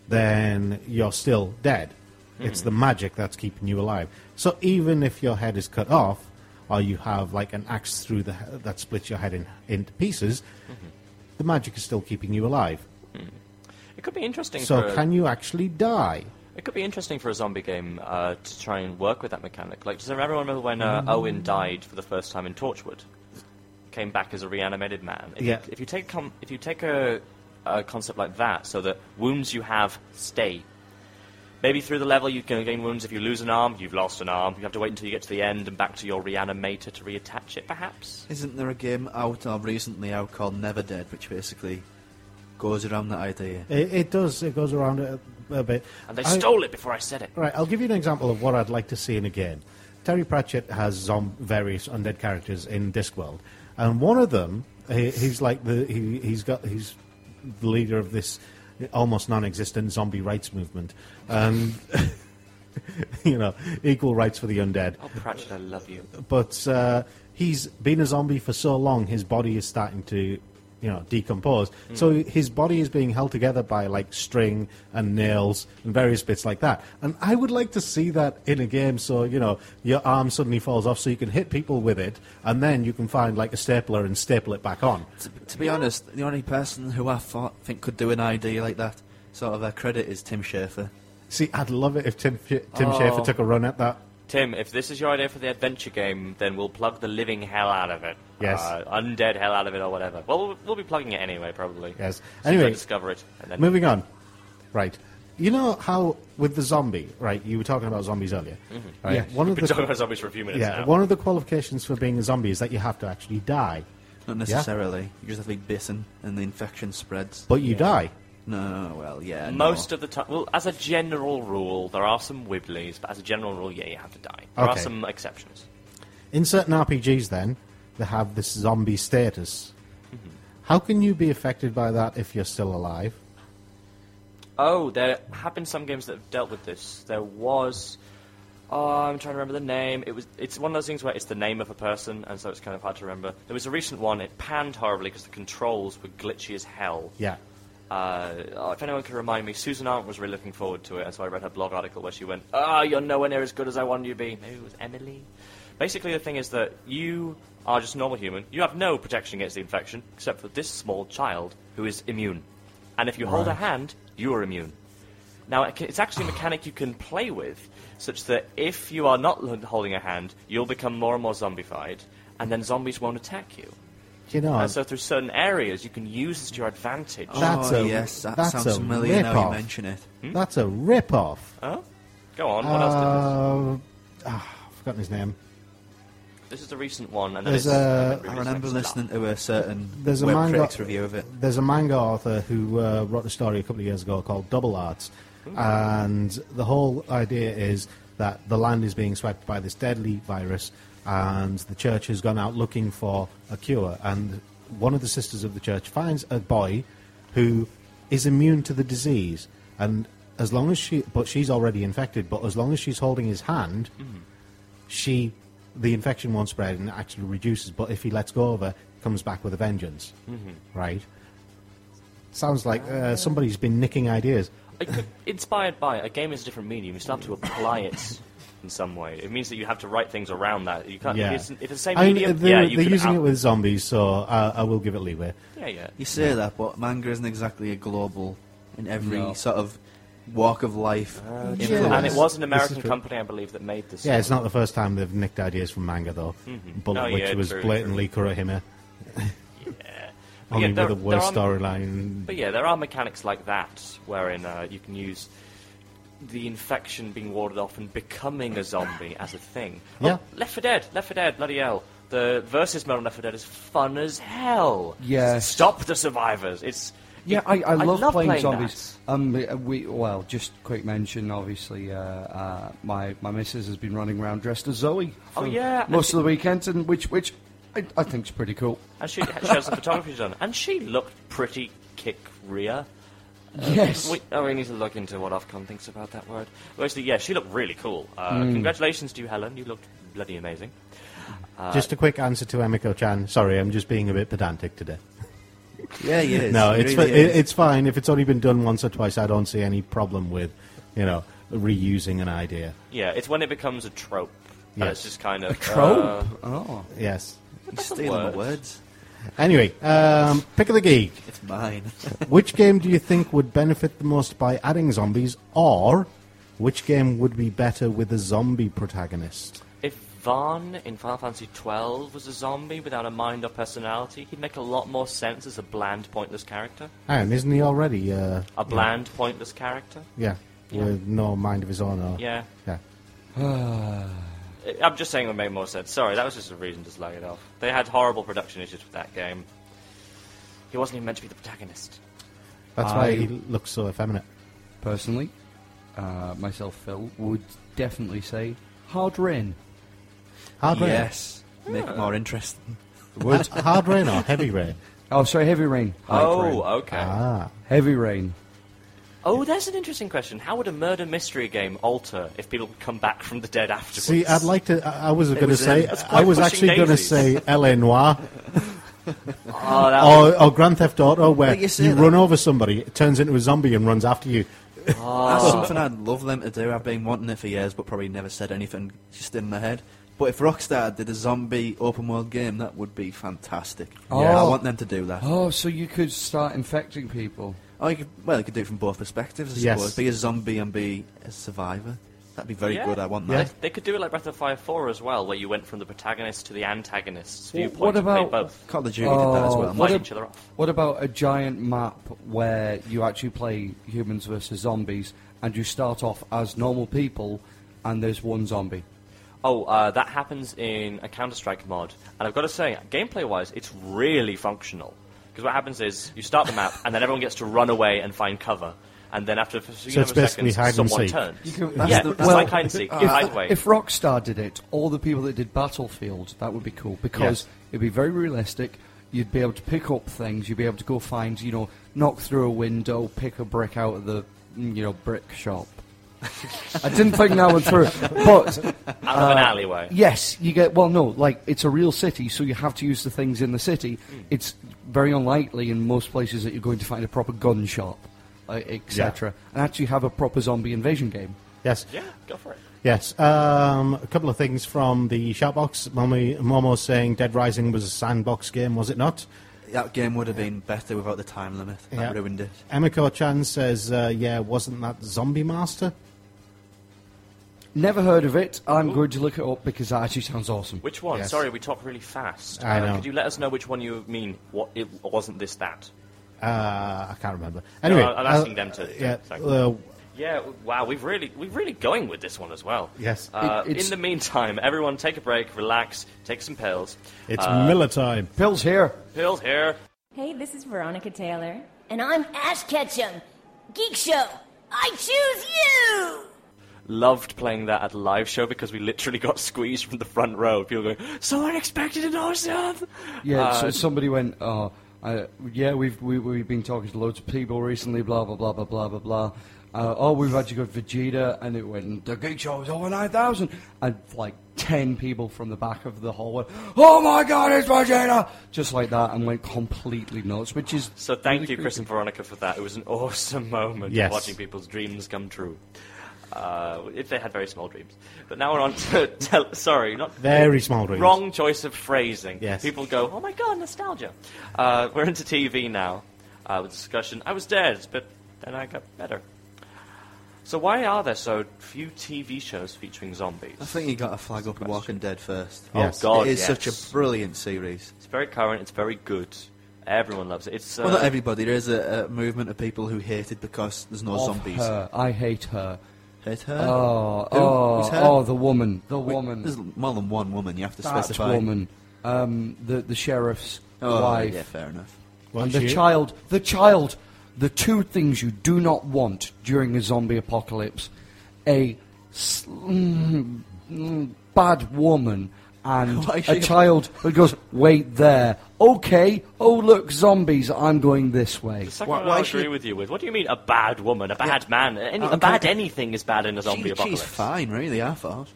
Speaker 5: then you're still dead. It's the magic that's keeping you alive. So even if your head is cut off, or you have like an axe through the he- that splits your head in into pieces, the magic is still keeping you alive.
Speaker 3: It could be interesting.
Speaker 5: So
Speaker 3: for a-
Speaker 5: can you actually die?
Speaker 3: It could be interesting for a zombie game uh, to try and work with that mechanic. Like, does everyone remember when
Speaker 5: Mm.
Speaker 3: uh, Owen died for the first time in Torchwood? Came back as a reanimated man. If,
Speaker 5: Yeah.
Speaker 3: If you take com- if you take a, a concept like that, so that wounds you have stay. Maybe through the level you can gain wounds. If you lose an arm, you've lost an arm. You have to wait until you get to the end and back to your reanimator to reattach it, perhaps.
Speaker 4: Isn't there a game out or recently out called Never Dead, which basically goes around that idea?
Speaker 5: It, it does. It goes around a, a bit.
Speaker 3: And they
Speaker 5: I- Uh,
Speaker 3: stole it before I said it.
Speaker 5: Right, I'll give you an example of what I'd like to see in a game. Terry Pratchett has zom- various undead characters in Discworld, and one of them, he, he's like the he, he's got he's the leader of this almost non-existent zombie rights movement, and you know equal rights for the undead.
Speaker 3: Oh, Pratchett, I love you.
Speaker 5: But uh, he's been a zombie for so long, his body is starting to you know decompose.
Speaker 3: Hmm.
Speaker 5: So his body is being held together by like string and nails and various bits like that. And I would like to see that in a game. So you know your arm suddenly falls off, so you can hit people with it, and then you can find like a stapler and staple it back on.
Speaker 4: To, to be honest, the only person who I thought think could do an idea like that sort of a credit is Tim Schafer.
Speaker 5: See, I'd love it if Tim Sh- Tim
Speaker 3: Oh.
Speaker 5: Schafer took a run at that.
Speaker 3: Tim, if this is your idea for the adventure game, then we'll plug the living hell out of it.
Speaker 5: Yes.
Speaker 3: Uh, undead hell out of it or whatever. Well, we'll, we'll be plugging it anyway, probably.
Speaker 5: Yes.
Speaker 3: So you
Speaker 5: Anyway,
Speaker 3: can discover it. And then
Speaker 5: Moving on. Right. You know how with the zombie, right? You were talking about zombies earlier. Right?
Speaker 2: Yes.
Speaker 3: Mm-hmm. We've
Speaker 5: One of the
Speaker 3: been talking about zombies for a few minutes
Speaker 5: Yeah,
Speaker 3: now.
Speaker 5: one of the qualifications for being a zombie is that you have to actually die.
Speaker 4: Not necessarily. You just have to be bitten and the infection spreads.
Speaker 5: But you die.
Speaker 4: No, well, yeah.
Speaker 3: Most
Speaker 4: no.
Speaker 3: of the time, well, as a general rule, there are some wibblies, but as a general rule, yeah, you have to die. There are
Speaker 5: Okay.
Speaker 3: some exceptions.
Speaker 5: In certain RPGs, then, they have this zombie status.
Speaker 3: Mm-hmm.
Speaker 5: How can you be affected by that if you're still alive?
Speaker 3: Oh, there have been some games that have dealt with this. There was. Oh, I'm trying to remember the name. It was. It's one of those things where it's the name of a person, and so it's kind of hard to remember. There was a recent one. It panned horribly because the controls were glitchy as hell.
Speaker 5: Yeah.
Speaker 3: Uh, oh, if anyone can remind me, Susan Arndt was really looking forward to it, and so I read her blog article where she went, "Ah, you're nowhere near as good as I wanted you to be." Maybe it was Emily. Basically, the thing is that you are just a normal human. You have no protection against the infection except for this small child who is immune, and if you hold her hand, you are immune. Now, it ca- it's actually a mechanic you can play with, such that if you are not l- holding a hand, you'll become more and more zombified, and then zombies won't attack you.
Speaker 5: You know,
Speaker 3: And so, through certain areas, you can use this to your advantage.
Speaker 5: that's
Speaker 4: oh,
Speaker 5: a-
Speaker 4: yes, that
Speaker 5: that's
Speaker 4: sounds
Speaker 5: a
Speaker 4: familiar now
Speaker 5: rip-off.
Speaker 4: you mention it.
Speaker 5: that's a rip-off.
Speaker 3: Oh, go on. Hmm? What else did this?
Speaker 5: Uh, ah, I've forgotten his name.
Speaker 3: This is a recent one, and then
Speaker 5: There's
Speaker 3: it's- and
Speaker 5: a-
Speaker 3: then
Speaker 4: I
Speaker 3: it
Speaker 4: remember
Speaker 3: remakes
Speaker 4: listening to a certain
Speaker 5: There's a
Speaker 4: web
Speaker 5: manga-
Speaker 4: critics review of it.
Speaker 5: There's a manga author who uh, wrote a story a couple of years ago called Double Arts,
Speaker 4: Hmm.
Speaker 5: and the whole idea is that the land is being swept by this deadly virus, and the church has gone out looking for a cure. And one of the sisters of the church finds a boy who is immune to the disease, and as long as she, but she's already infected. But as long as she's holding his hand, she, the infection won't spread and it actually reduces. But if he lets go of her, it comes back with a vengeance,
Speaker 3: Mm-hmm.
Speaker 5: right? Sounds like uh, somebody's been nicking ideas.
Speaker 3: It could, inspired by it, a game is a different medium. You still have to apply it in some way. It means that you have to write things around that. You can't. If,
Speaker 5: Yeah,
Speaker 3: Uh, it's, if it's the same
Speaker 5: I mean,
Speaker 3: medium,
Speaker 5: they're,
Speaker 3: yeah, you
Speaker 5: they're
Speaker 3: can
Speaker 5: using
Speaker 3: out-
Speaker 5: it with zombies, so uh, I, I will give it leeway.
Speaker 3: Yeah, yeah.
Speaker 4: You say that, but manga isn't exactly a global in every
Speaker 3: No. Uh,
Speaker 4: sort of walk of life. influence.
Speaker 5: Yeah.
Speaker 3: And it was an
Speaker 5: This is
Speaker 3: American
Speaker 5: true.
Speaker 3: company, I believe, that made this.
Speaker 5: Yeah, it's not the first time they've nicked ideas from manga, though. Bullet
Speaker 3: Oh, yeah,
Speaker 5: Witch was
Speaker 3: true,
Speaker 5: blatantly Kurahime,
Speaker 3: But
Speaker 5: only
Speaker 3: yeah, there-
Speaker 5: with a
Speaker 3: there
Speaker 5: worse
Speaker 3: are-
Speaker 5: storyline.
Speaker 3: But yeah, there are mechanics like that wherein uh, you can use the infection being warded off and becoming a zombie as a thing. Oh,
Speaker 5: Yeah.
Speaker 3: Left 4 Dead, Left 4 Dead, bloody hell. The versus mode on Left 4 Dead is fun as hell.
Speaker 2: Yes.
Speaker 3: Stop the survivors. It's
Speaker 2: Yeah, I, I, love, playing, zombies.
Speaker 3: that.
Speaker 2: Um, we- we well, just quick mention. Obviously, uh, uh, my my missus has been running around dressed as Zoe.
Speaker 3: Oh,
Speaker 2: for
Speaker 3: yeah, and
Speaker 2: most of the weekend, and which which I, I think is pretty cool.
Speaker 3: And she, she has the photography done, and she looked pretty kick rear.
Speaker 2: yes,
Speaker 3: We, oh, we need to look into what Ofcom thinks about that word. Well, actually, yeah, she looked really cool. Uh,
Speaker 2: Hmm.
Speaker 3: Congratulations to you, Helen. You looked bloody amazing. Uh,
Speaker 5: just a quick answer to Emiko Chan. Sorry, I'm just being a bit pedantic today.
Speaker 4: Yeah, yeah.
Speaker 5: no,
Speaker 4: it
Speaker 5: it's
Speaker 4: really
Speaker 5: fi- it,
Speaker 4: is.
Speaker 5: it's fine. If it's only been done once or twice, I don't see any problem with, you know, reusing an idea.
Speaker 3: Yeah, it's when it becomes a trope. And
Speaker 5: Yes.
Speaker 3: it's just kind of. uh, A
Speaker 2: trope? oh,
Speaker 5: Yes.
Speaker 4: You're stealing my words.
Speaker 5: Anyway, um, pick of the geek.
Speaker 4: It's mine.
Speaker 5: Which game do you think would benefit the most by adding zombies, or which game would be better with a zombie protagonist?
Speaker 3: if Vaughn in Final Fantasy XII was a zombie without a mind or personality, he'd make a lot more sense as a bland, pointless character.
Speaker 5: And isn't he already? Uh,
Speaker 3: A bland, pointless character?
Speaker 5: yeah,
Speaker 3: Yeah.
Speaker 5: with no mind of his own. Or,
Speaker 3: Yeah.
Speaker 5: yeah.
Speaker 3: I- I'm just saying it would make more sense. Sorry, that was just a reason to slag it off. They had horrible production issues with that game. He wasn't even meant to be the protagonist.
Speaker 5: That's why he looks so effeminate.
Speaker 2: personally, uh, myself, Phil would definitely say hard rain.
Speaker 5: Hard rain.
Speaker 4: yes. Make it more interesting.
Speaker 5: Would hard rain or heavy rain?
Speaker 2: Oh, sorry, heavy rain. Hard
Speaker 3: oh,
Speaker 2: rain.
Speaker 3: okay.
Speaker 5: Ah,
Speaker 2: heavy rain.
Speaker 3: Oh, that's an interesting question. How would a murder mystery game alter if people come back from the dead afterwards?
Speaker 5: see, I'd like to. I, I was going to
Speaker 4: was,
Speaker 5: say.
Speaker 4: um,
Speaker 5: I was
Speaker 3: pushing
Speaker 5: actually going to
Speaker 3: daisies.
Speaker 5: say L.A. Noir
Speaker 3: Oh, that
Speaker 5: or, or Grand Theft Auto, where
Speaker 4: Like you
Speaker 5: you,
Speaker 4: say that.
Speaker 5: run over somebody, it turns into a zombie and runs after you.
Speaker 4: That's something I'd love them to do. I've been wanting it for years, but probably never said anything. It's Just in my head. But if Rockstar did a zombie open world game, that would be fantastic.
Speaker 2: Oh.
Speaker 4: I want them to do that.
Speaker 2: Oh, so you could start infecting people.
Speaker 4: Oh, you could, well, you could do it from both perspectives, I
Speaker 5: Yes.
Speaker 4: suppose. Be a zombie and be a survivor. That'd be very
Speaker 3: Yeah.
Speaker 4: good. I want
Speaker 5: Yeah.
Speaker 4: that.
Speaker 3: They could do it like Breath of Fire 4 as well, where you went from the protagonist to the antagonist's
Speaker 2: Well,
Speaker 3: viewpoint.
Speaker 2: what
Speaker 3: and played
Speaker 2: about-
Speaker 3: both?
Speaker 4: Call of Duty did that as
Speaker 2: Oh,
Speaker 4: well.
Speaker 3: Fight
Speaker 2: a-
Speaker 3: each other off.
Speaker 2: What about a giant map where you actually play humans versus zombies and you start off as normal people and there's one zombie?
Speaker 3: Oh, uh, that happens in a Counter Strike mod, and I've got to say, gameplay wise, it's really functional. Because what happens is you start the map, and then everyone gets to run away and find cover, and then after a few
Speaker 5: So it's basically
Speaker 3: seconds,
Speaker 5: hide and
Speaker 3: someone
Speaker 5: seek.
Speaker 3: turns.
Speaker 4: that's
Speaker 3: yeah,
Speaker 4: the-
Speaker 3: it's like hide and seek,
Speaker 4: if-
Speaker 3: hide away.
Speaker 2: If Rockstar did it, all the people that did Battlefield, that would be cool because
Speaker 5: Yes.
Speaker 2: it'd be very realistic. You'd be able to pick up things. You'd be able to go find, you know, knock through a window, pick a brick out of the, mm, you know, brick shop. I didn't think that one through, but
Speaker 3: out of an
Speaker 5: uh,
Speaker 3: alleyway.
Speaker 2: Yes, you get. Well, no, like it's a real city, so you have to use the things in the city. It's very unlikely in most places that you're going to find a proper gun shop, uh, etc., and actually have a proper zombie invasion game.
Speaker 5: Yes.
Speaker 3: Yeah, go for it.
Speaker 5: Yes, um, a couple of things from the chat box. Momo, Momo saying Dead Rising was a sandbox game, was it not?
Speaker 4: That game would have been better without the time limit. That
Speaker 5: Yeah.
Speaker 4: ruined it.
Speaker 5: Emiko Chan says, uh, yeah, wasn't that Zombie Master?
Speaker 2: Never heard of it. I'm going to look it up because that actually sounds awesome.
Speaker 3: Which one?
Speaker 5: Yes.
Speaker 3: Sorry, we talk really fast. Uh,
Speaker 5: I know.
Speaker 3: Could you let us know which one you mean? What it wasn't this that?
Speaker 5: Uh, I can't remember. Anyway,
Speaker 3: I'm asking them to-
Speaker 5: Yeah,
Speaker 3: Sorry.
Speaker 5: uh,
Speaker 3: Yeah, w- wow, we've really we're really going with this one as well.
Speaker 5: Yes.
Speaker 3: Uh,
Speaker 2: It- it's-
Speaker 3: in the meantime, everyone take a break, relax, take some pills.
Speaker 5: it's
Speaker 3: Uh,
Speaker 5: Miller time.
Speaker 2: Phil's here.
Speaker 3: Pills here.
Speaker 9: Hey, this is Veronica Taylor. And I'm Ash Ketchum. Geek Show, I choose you!
Speaker 3: Loved playing that at the live show because we literally got squeezed from the front row. People going, so unexpected and awesome!
Speaker 2: Yeah,
Speaker 3: Uh,
Speaker 2: so somebody went, oh, uh, yeah, we've, we, we've been talking to loads of people recently, blah, blah, blah, blah, blah, blah, blah. Uh, oh, we've actually got Vegeta, and it went, the Geek Show is over 9,000. And like 10 people from the back of the hall went, oh my god, it's Vegeta! Just like that, and went completely nuts, which is.
Speaker 3: So thank
Speaker 2: really
Speaker 3: you, Chris and
Speaker 2: creepy.
Speaker 3: Veronica, for that. It was an awesome moment
Speaker 5: Yes.
Speaker 3: watching people's dreams come true. Uh, if they had very small dreams. But now we're on to tell. Sorry, not
Speaker 5: Very small dreams.
Speaker 3: Wrong choice of phrasing.
Speaker 5: Yes.
Speaker 3: People go, oh my god, nostalgia. Uh, we're into TV now. Uh, with discussion. I was dead, but then I got better. So why are there so few TV shows featuring zombies?
Speaker 4: I think you got to flag up Walking Dead first.
Speaker 5: Oh, Yes.
Speaker 3: God,
Speaker 4: It is such
Speaker 3: yes.
Speaker 4: a brilliant series.
Speaker 3: It's very current. It's very good. Everyone loves it. It's uh,
Speaker 4: well, not everybody. There is a, a movement of people who hate it because there's no
Speaker 2: Of
Speaker 4: zombies.
Speaker 2: her. I hate her.
Speaker 4: Hate her?
Speaker 2: Oh,
Speaker 4: Who?
Speaker 2: oh,
Speaker 4: Who's her?
Speaker 2: oh, the woman. The
Speaker 4: Wait,
Speaker 2: woman.
Speaker 4: There's more than one woman. You have to
Speaker 2: That
Speaker 4: specify.
Speaker 2: woman. Um, the, the sheriff's
Speaker 4: Oh,
Speaker 2: wife.
Speaker 4: yeah, fair enough.
Speaker 2: and
Speaker 5: Won't
Speaker 2: the
Speaker 5: you?
Speaker 2: child, the child, the two things you do not want during a zombie apocalypse: a s- mm, mm, bad woman and
Speaker 4: Why
Speaker 2: a
Speaker 4: she-
Speaker 2: child who goes, "Wait there, okay? Oh look, zombies! I'm going this way."
Speaker 3: The second
Speaker 4: Why-
Speaker 3: one
Speaker 4: why
Speaker 3: I
Speaker 4: she-
Speaker 3: agree with you with. What do you mean a bad woman, a bad man? Any,
Speaker 4: Uh,
Speaker 3: a bad
Speaker 4: okay.
Speaker 3: anything is bad in a zombie
Speaker 4: She-
Speaker 3: apocalypse.
Speaker 4: She's fine, really, I thought.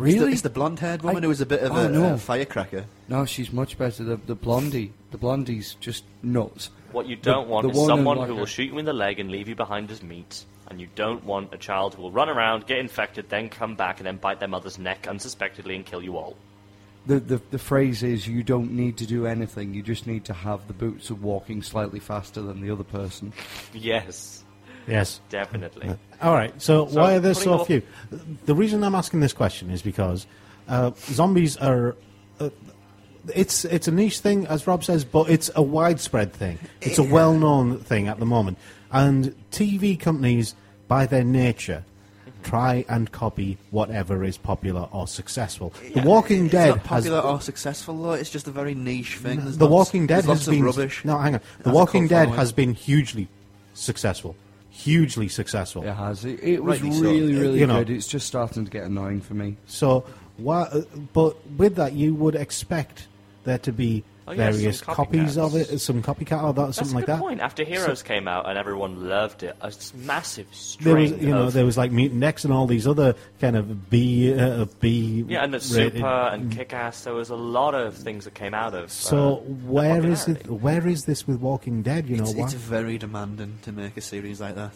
Speaker 4: It's the,
Speaker 2: Really?
Speaker 4: it's the blonde-haired woman
Speaker 2: I- Oh,
Speaker 4: who was a bit of
Speaker 2: I
Speaker 4: a,
Speaker 2: know.
Speaker 4: a firecracker.
Speaker 2: No, she's much better. The, the blondie, the blondie's just nuts.
Speaker 3: What you don't
Speaker 2: The-
Speaker 3: want
Speaker 2: the
Speaker 3: is
Speaker 2: one in
Speaker 3: someone
Speaker 2: like
Speaker 3: who
Speaker 2: a-
Speaker 3: will shoot you in the leg and leave you behind as meat. And you don't want a child who will run around, get infected, then come back and then bite their mother's neck unsuspectedly and kill you all.
Speaker 2: The, the, the phrase is you don't need to do anything, you just need to have the boots of walking slightly faster than the other person.
Speaker 3: Yes,
Speaker 5: Yes.
Speaker 3: definitely.
Speaker 5: All right. So,
Speaker 3: So,
Speaker 5: why are there
Speaker 3: putting
Speaker 5: so
Speaker 3: all-
Speaker 5: few? The reason I'm asking this question is because uh, zombies are. Uh, it's it's a niche thing, as Rob says, but it's a widespread thing. It's a well-known thing at the moment, and TV companies, by their nature,
Speaker 4: Mm-hmm.
Speaker 5: try and copy whatever is popular or successful. The Walking
Speaker 4: It's
Speaker 5: Dead
Speaker 4: not popular
Speaker 5: has
Speaker 4: or successful, though. It's just a very niche thing. There's
Speaker 5: the
Speaker 4: lots-
Speaker 5: Walking Dead
Speaker 4: there's
Speaker 5: has
Speaker 4: lots
Speaker 5: been
Speaker 4: of rubbish.
Speaker 5: No, hang on. The
Speaker 4: That's a
Speaker 5: Walking
Speaker 4: cult
Speaker 5: Dead
Speaker 4: following.
Speaker 5: has been hugely successful, hugely successful.
Speaker 2: It has. It, it was
Speaker 4: Rightly so.
Speaker 2: really, really
Speaker 5: You know.
Speaker 2: good. It's just starting to get annoying for me.
Speaker 5: So, why, uh, but with that, you would expect there to be
Speaker 3: Oh, yeah,
Speaker 5: various
Speaker 3: some
Speaker 5: copies of
Speaker 3: copycats.
Speaker 5: it, some copycat or that,
Speaker 3: That's
Speaker 5: something
Speaker 3: a
Speaker 5: like
Speaker 3: good
Speaker 5: that.
Speaker 3: point. After Heroes came out and everyone loved it, a s- massive
Speaker 5: There
Speaker 3: string
Speaker 5: was, you know,
Speaker 3: of
Speaker 5: there was like Mutant X and all these other kind of B, uh, B.
Speaker 3: yeah, and the
Speaker 5: rated-
Speaker 3: Super uh, and Kick Ass. There was a lot of things that came out of.
Speaker 5: So
Speaker 3: uh,
Speaker 5: where is
Speaker 3: popularity.
Speaker 5: it? Where is this with Walking Dead? You know,
Speaker 4: It's,
Speaker 5: why?
Speaker 4: it's very demanding to make a series like that.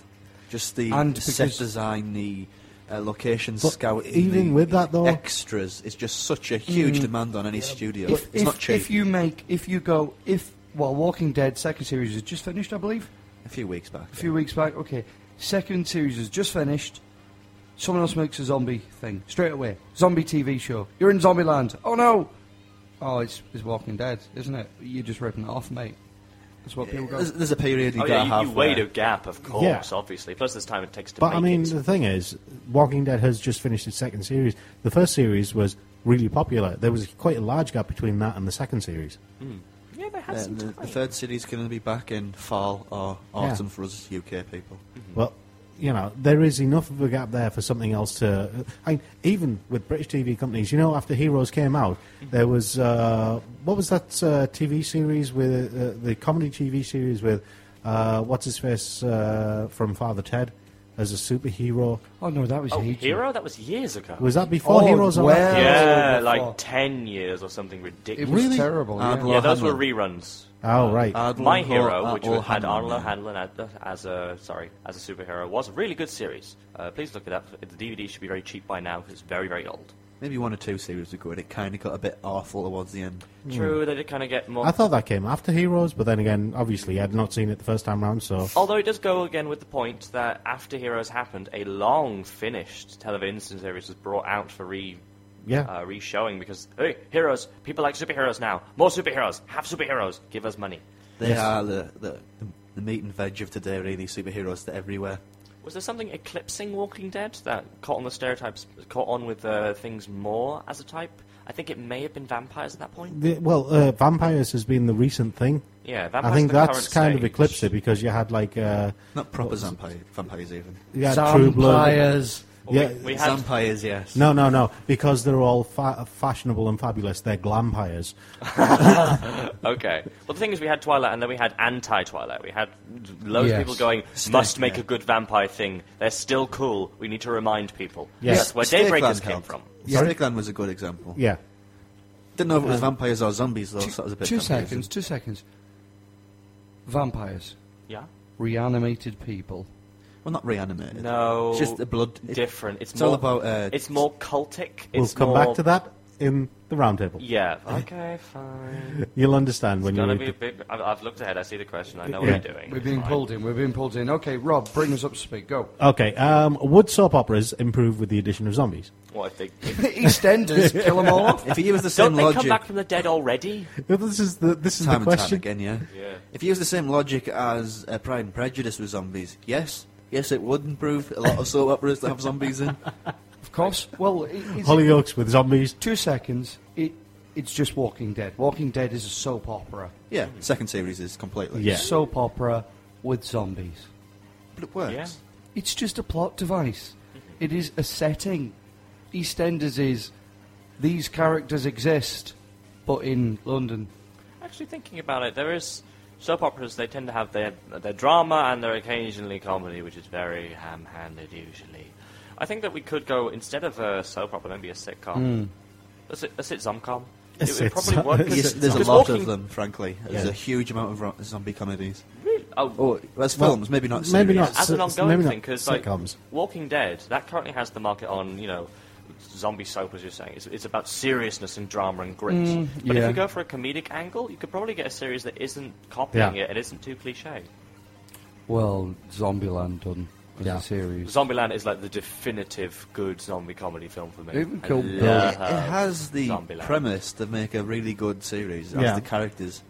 Speaker 4: Just the
Speaker 2: And
Speaker 4: set
Speaker 2: because-
Speaker 4: design, the uh, location
Speaker 5: But
Speaker 4: scouting,
Speaker 5: even
Speaker 4: the
Speaker 5: with that, though- Mm.
Speaker 4: extras. It's just such a huge demand on any studio.
Speaker 2: If,
Speaker 4: it's
Speaker 2: if-
Speaker 4: not cheap.
Speaker 2: if you make, if you go, if well, Walking Dead second series is just finished, I believe,
Speaker 4: a few weeks back,
Speaker 2: a few weeks back. Okay, second series is just finished. Someone else makes a zombie thing straight away. Zombie TV show. You're in Zombieland. Oh no! Oh, it's, it's Walking Dead, isn't it? You're just ripping it off, mate. That's what people go.
Speaker 4: There's, there's a period you
Speaker 3: Oh,
Speaker 4: gotta
Speaker 3: yeah,
Speaker 4: have.
Speaker 3: you, you wait
Speaker 4: where-
Speaker 3: a gap, of course,
Speaker 5: Yeah.
Speaker 3: obviously. Plus, there's time it takes to
Speaker 5: But
Speaker 3: make
Speaker 5: I mean,
Speaker 3: it.
Speaker 5: the thing is, Walking Dead has just finished its second series. The first series was really popular. There was quite a large gap between that and the second series.
Speaker 3: Yeah, they had
Speaker 4: uh,
Speaker 3: some
Speaker 4: the,
Speaker 3: time.
Speaker 4: the third city's going to be back in fall or autumn for us UK people.
Speaker 5: Well, you know, there is enough of a gap there for something else to. I mean, even with British TV companies, you know, after Heroes came out, there was uh, what was that uh, TV series with uh, the comedy TV series with uh, what's his face uh, from Father Ted as a superhero?
Speaker 2: oh no, that was
Speaker 3: Oh,
Speaker 2: ages.
Speaker 3: Hero? That was years ago.
Speaker 5: Was that before
Speaker 2: Oh,
Speaker 5: Heroes? or
Speaker 2: well.
Speaker 5: after?
Speaker 3: yeah,
Speaker 2: Oh,
Speaker 3: like
Speaker 2: before.
Speaker 3: 10 years or something
Speaker 2: It
Speaker 3: ridiculous.
Speaker 2: was
Speaker 5: Really?
Speaker 2: terrible.
Speaker 4: I'd
Speaker 2: yeah.
Speaker 4: love-
Speaker 3: Yeah, those were
Speaker 4: Hanlon.
Speaker 3: reruns.
Speaker 5: Oh right.
Speaker 4: Admiral
Speaker 3: My
Speaker 4: Hall-
Speaker 3: Hero,
Speaker 4: uh,
Speaker 3: which
Speaker 4: Hall
Speaker 3: was, had
Speaker 4: Hanlon,
Speaker 3: Arlo
Speaker 4: yeah.
Speaker 3: Hanlon at- as a sorry as a superhero was a really good series. Uh, please look it up. The DVD should be very cheap by now. 'cause It's very very old.
Speaker 4: Maybe one or two series were good. It kind of got a bit awful towards the end.
Speaker 3: True, they did kind of get more.
Speaker 5: Hmm. I thought that came after Heroes, but then again, obviously, I'd not seen it the first time round,
Speaker 2: Uh,
Speaker 5: so.
Speaker 3: Although it does go again with the point that after Heroes happened, a long finished television series was brought out for re
Speaker 5: Yeah.
Speaker 3: uh, re-showing because hey, heroes, people like superheroes now. More superheroes, have superheroes, give us money.
Speaker 4: They are the, the the meat and veg of today. Really, superheroes that everywhere.
Speaker 3: Was there something eclipsing Walking Dead that caught on the stereotypes, caught on with uh, things more as a type? I think it may have been vampires at that point.
Speaker 5: The, well, uh, vampires has been the recent thing.
Speaker 3: Yeah, vampires.
Speaker 5: I think
Speaker 3: are the
Speaker 5: that's
Speaker 3: current
Speaker 5: kind of
Speaker 3: stage.
Speaker 5: eclipsed it because you had like uh,
Speaker 4: Not proper vampire, vampires even.
Speaker 5: you had True Blood,
Speaker 2: Vampires.
Speaker 5: Yeah.
Speaker 3: We had
Speaker 4: Vampires, yes.
Speaker 5: No, no, no. Because they're all fa- fashionable and fabulous. They're glampires.
Speaker 3: okay. Well, the thing is, we had Twilight, and then we had anti-Twilight. We had loads
Speaker 2: Yes.
Speaker 3: of people going, "Must make a good vampire thing. They're still cool. We need to remind people."
Speaker 5: Yes.
Speaker 3: That's where
Speaker 4: Snake Land
Speaker 3: Daybreakers came
Speaker 4: helped.
Speaker 3: from.
Speaker 2: Sorry?
Speaker 4: Snake Land was a good example.
Speaker 5: Yeah. Um,
Speaker 4: Didn't know if it was vampires or zombies, though,
Speaker 2: Two,
Speaker 4: so that was a bit
Speaker 2: two
Speaker 4: confusing.
Speaker 2: seconds, two seconds. Vampires.
Speaker 3: Yeah.
Speaker 2: Reanimated people.
Speaker 4: Well, not reanimated.
Speaker 3: No.
Speaker 4: It's just the blood. It's,
Speaker 3: different. It's,
Speaker 4: It's,
Speaker 3: more,
Speaker 4: all about. Uh,
Speaker 3: it's more cultic.
Speaker 5: We'll
Speaker 3: it's
Speaker 5: come
Speaker 3: more,
Speaker 5: back to that in the roundtable.
Speaker 3: Yeah. Okay. Fine.
Speaker 5: You'll understand when
Speaker 3: It's
Speaker 5: you
Speaker 3: gonna
Speaker 5: read
Speaker 3: be a
Speaker 5: the-
Speaker 3: bit. I've, I've looked ahead. I see the question. I know
Speaker 5: Yeah.
Speaker 3: what you're doing.
Speaker 2: We've been
Speaker 3: Fine.
Speaker 2: pulled in, we've been pulled in. Okay, Rob, bring us up to speed, go.
Speaker 5: Okay. Um, would soap operas improve with the addition of zombies?
Speaker 3: What if they?
Speaker 2: EastEnders, kill them all off.
Speaker 4: if you use the same
Speaker 3: Don't they
Speaker 4: logic,
Speaker 3: come back from the dead already?
Speaker 5: This is the this is
Speaker 4: time
Speaker 5: the
Speaker 4: and
Speaker 5: question.
Speaker 4: time again, yeah.
Speaker 3: Yeah.
Speaker 4: If you use the same logic as uh, Pride and Prejudice with zombies, yes, yes, it would improve a lot of soap operas that have zombies in.
Speaker 2: Of course. Well, i- is it-
Speaker 5: Hollyoaks with zombies.
Speaker 2: two seconds. It, it's just Walking Dead. Walking Dead is a soap opera.
Speaker 4: Yeah, second series is completely.
Speaker 5: Yeah.
Speaker 2: Soap opera with zombies.
Speaker 4: but it works.
Speaker 3: Yeah.
Speaker 2: It's just a plot device.
Speaker 5: Mm-hmm.
Speaker 2: It is a setting. EastEnders is these characters exist, but in London.
Speaker 3: Actually, thinking about it, there is soap operas. They tend to have their their drama and their occasionally comedy, which is very ham-handed usually. I think that we could go instead of a soap opera, maybe a sitcom. A, sit, a sitcom.
Speaker 5: Hmm. A
Speaker 3: It would probably
Speaker 5: sitcom.
Speaker 3: work. 'cause-
Speaker 4: Yes, there's a
Speaker 3: because
Speaker 4: lot
Speaker 3: walking-
Speaker 4: of them, frankly. There's
Speaker 5: Yeah.
Speaker 4: a huge amount of ro- zombie comedies.
Speaker 3: Really? Oh,
Speaker 4: Oh, that's
Speaker 5: Well,
Speaker 4: films, maybe not.
Speaker 5: maybe
Speaker 4: series.
Speaker 5: not.
Speaker 3: as an
Speaker 5: Sit-
Speaker 3: ongoing
Speaker 5: maybe not
Speaker 3: thing because like
Speaker 5: sitcoms.
Speaker 3: Walking Dead that currently has the market on you know zombie soap as you're saying it's, it's about seriousness and drama and grit but if
Speaker 2: yeah.
Speaker 3: you go for a comedic angle you could probably get a series that isn't copying
Speaker 5: Yeah.
Speaker 3: it and isn't too cliche
Speaker 2: Well, Zombieland done as
Speaker 5: Yeah.
Speaker 2: a series.
Speaker 3: Zombieland is like the definitive good zombie comedy film for me
Speaker 2: Even
Speaker 3: I
Speaker 2: Kill
Speaker 3: love
Speaker 2: Bill.
Speaker 4: It, it has the
Speaker 3: Zombieland.
Speaker 4: premise to make a really good series. It has
Speaker 5: Yeah.
Speaker 4: the characters.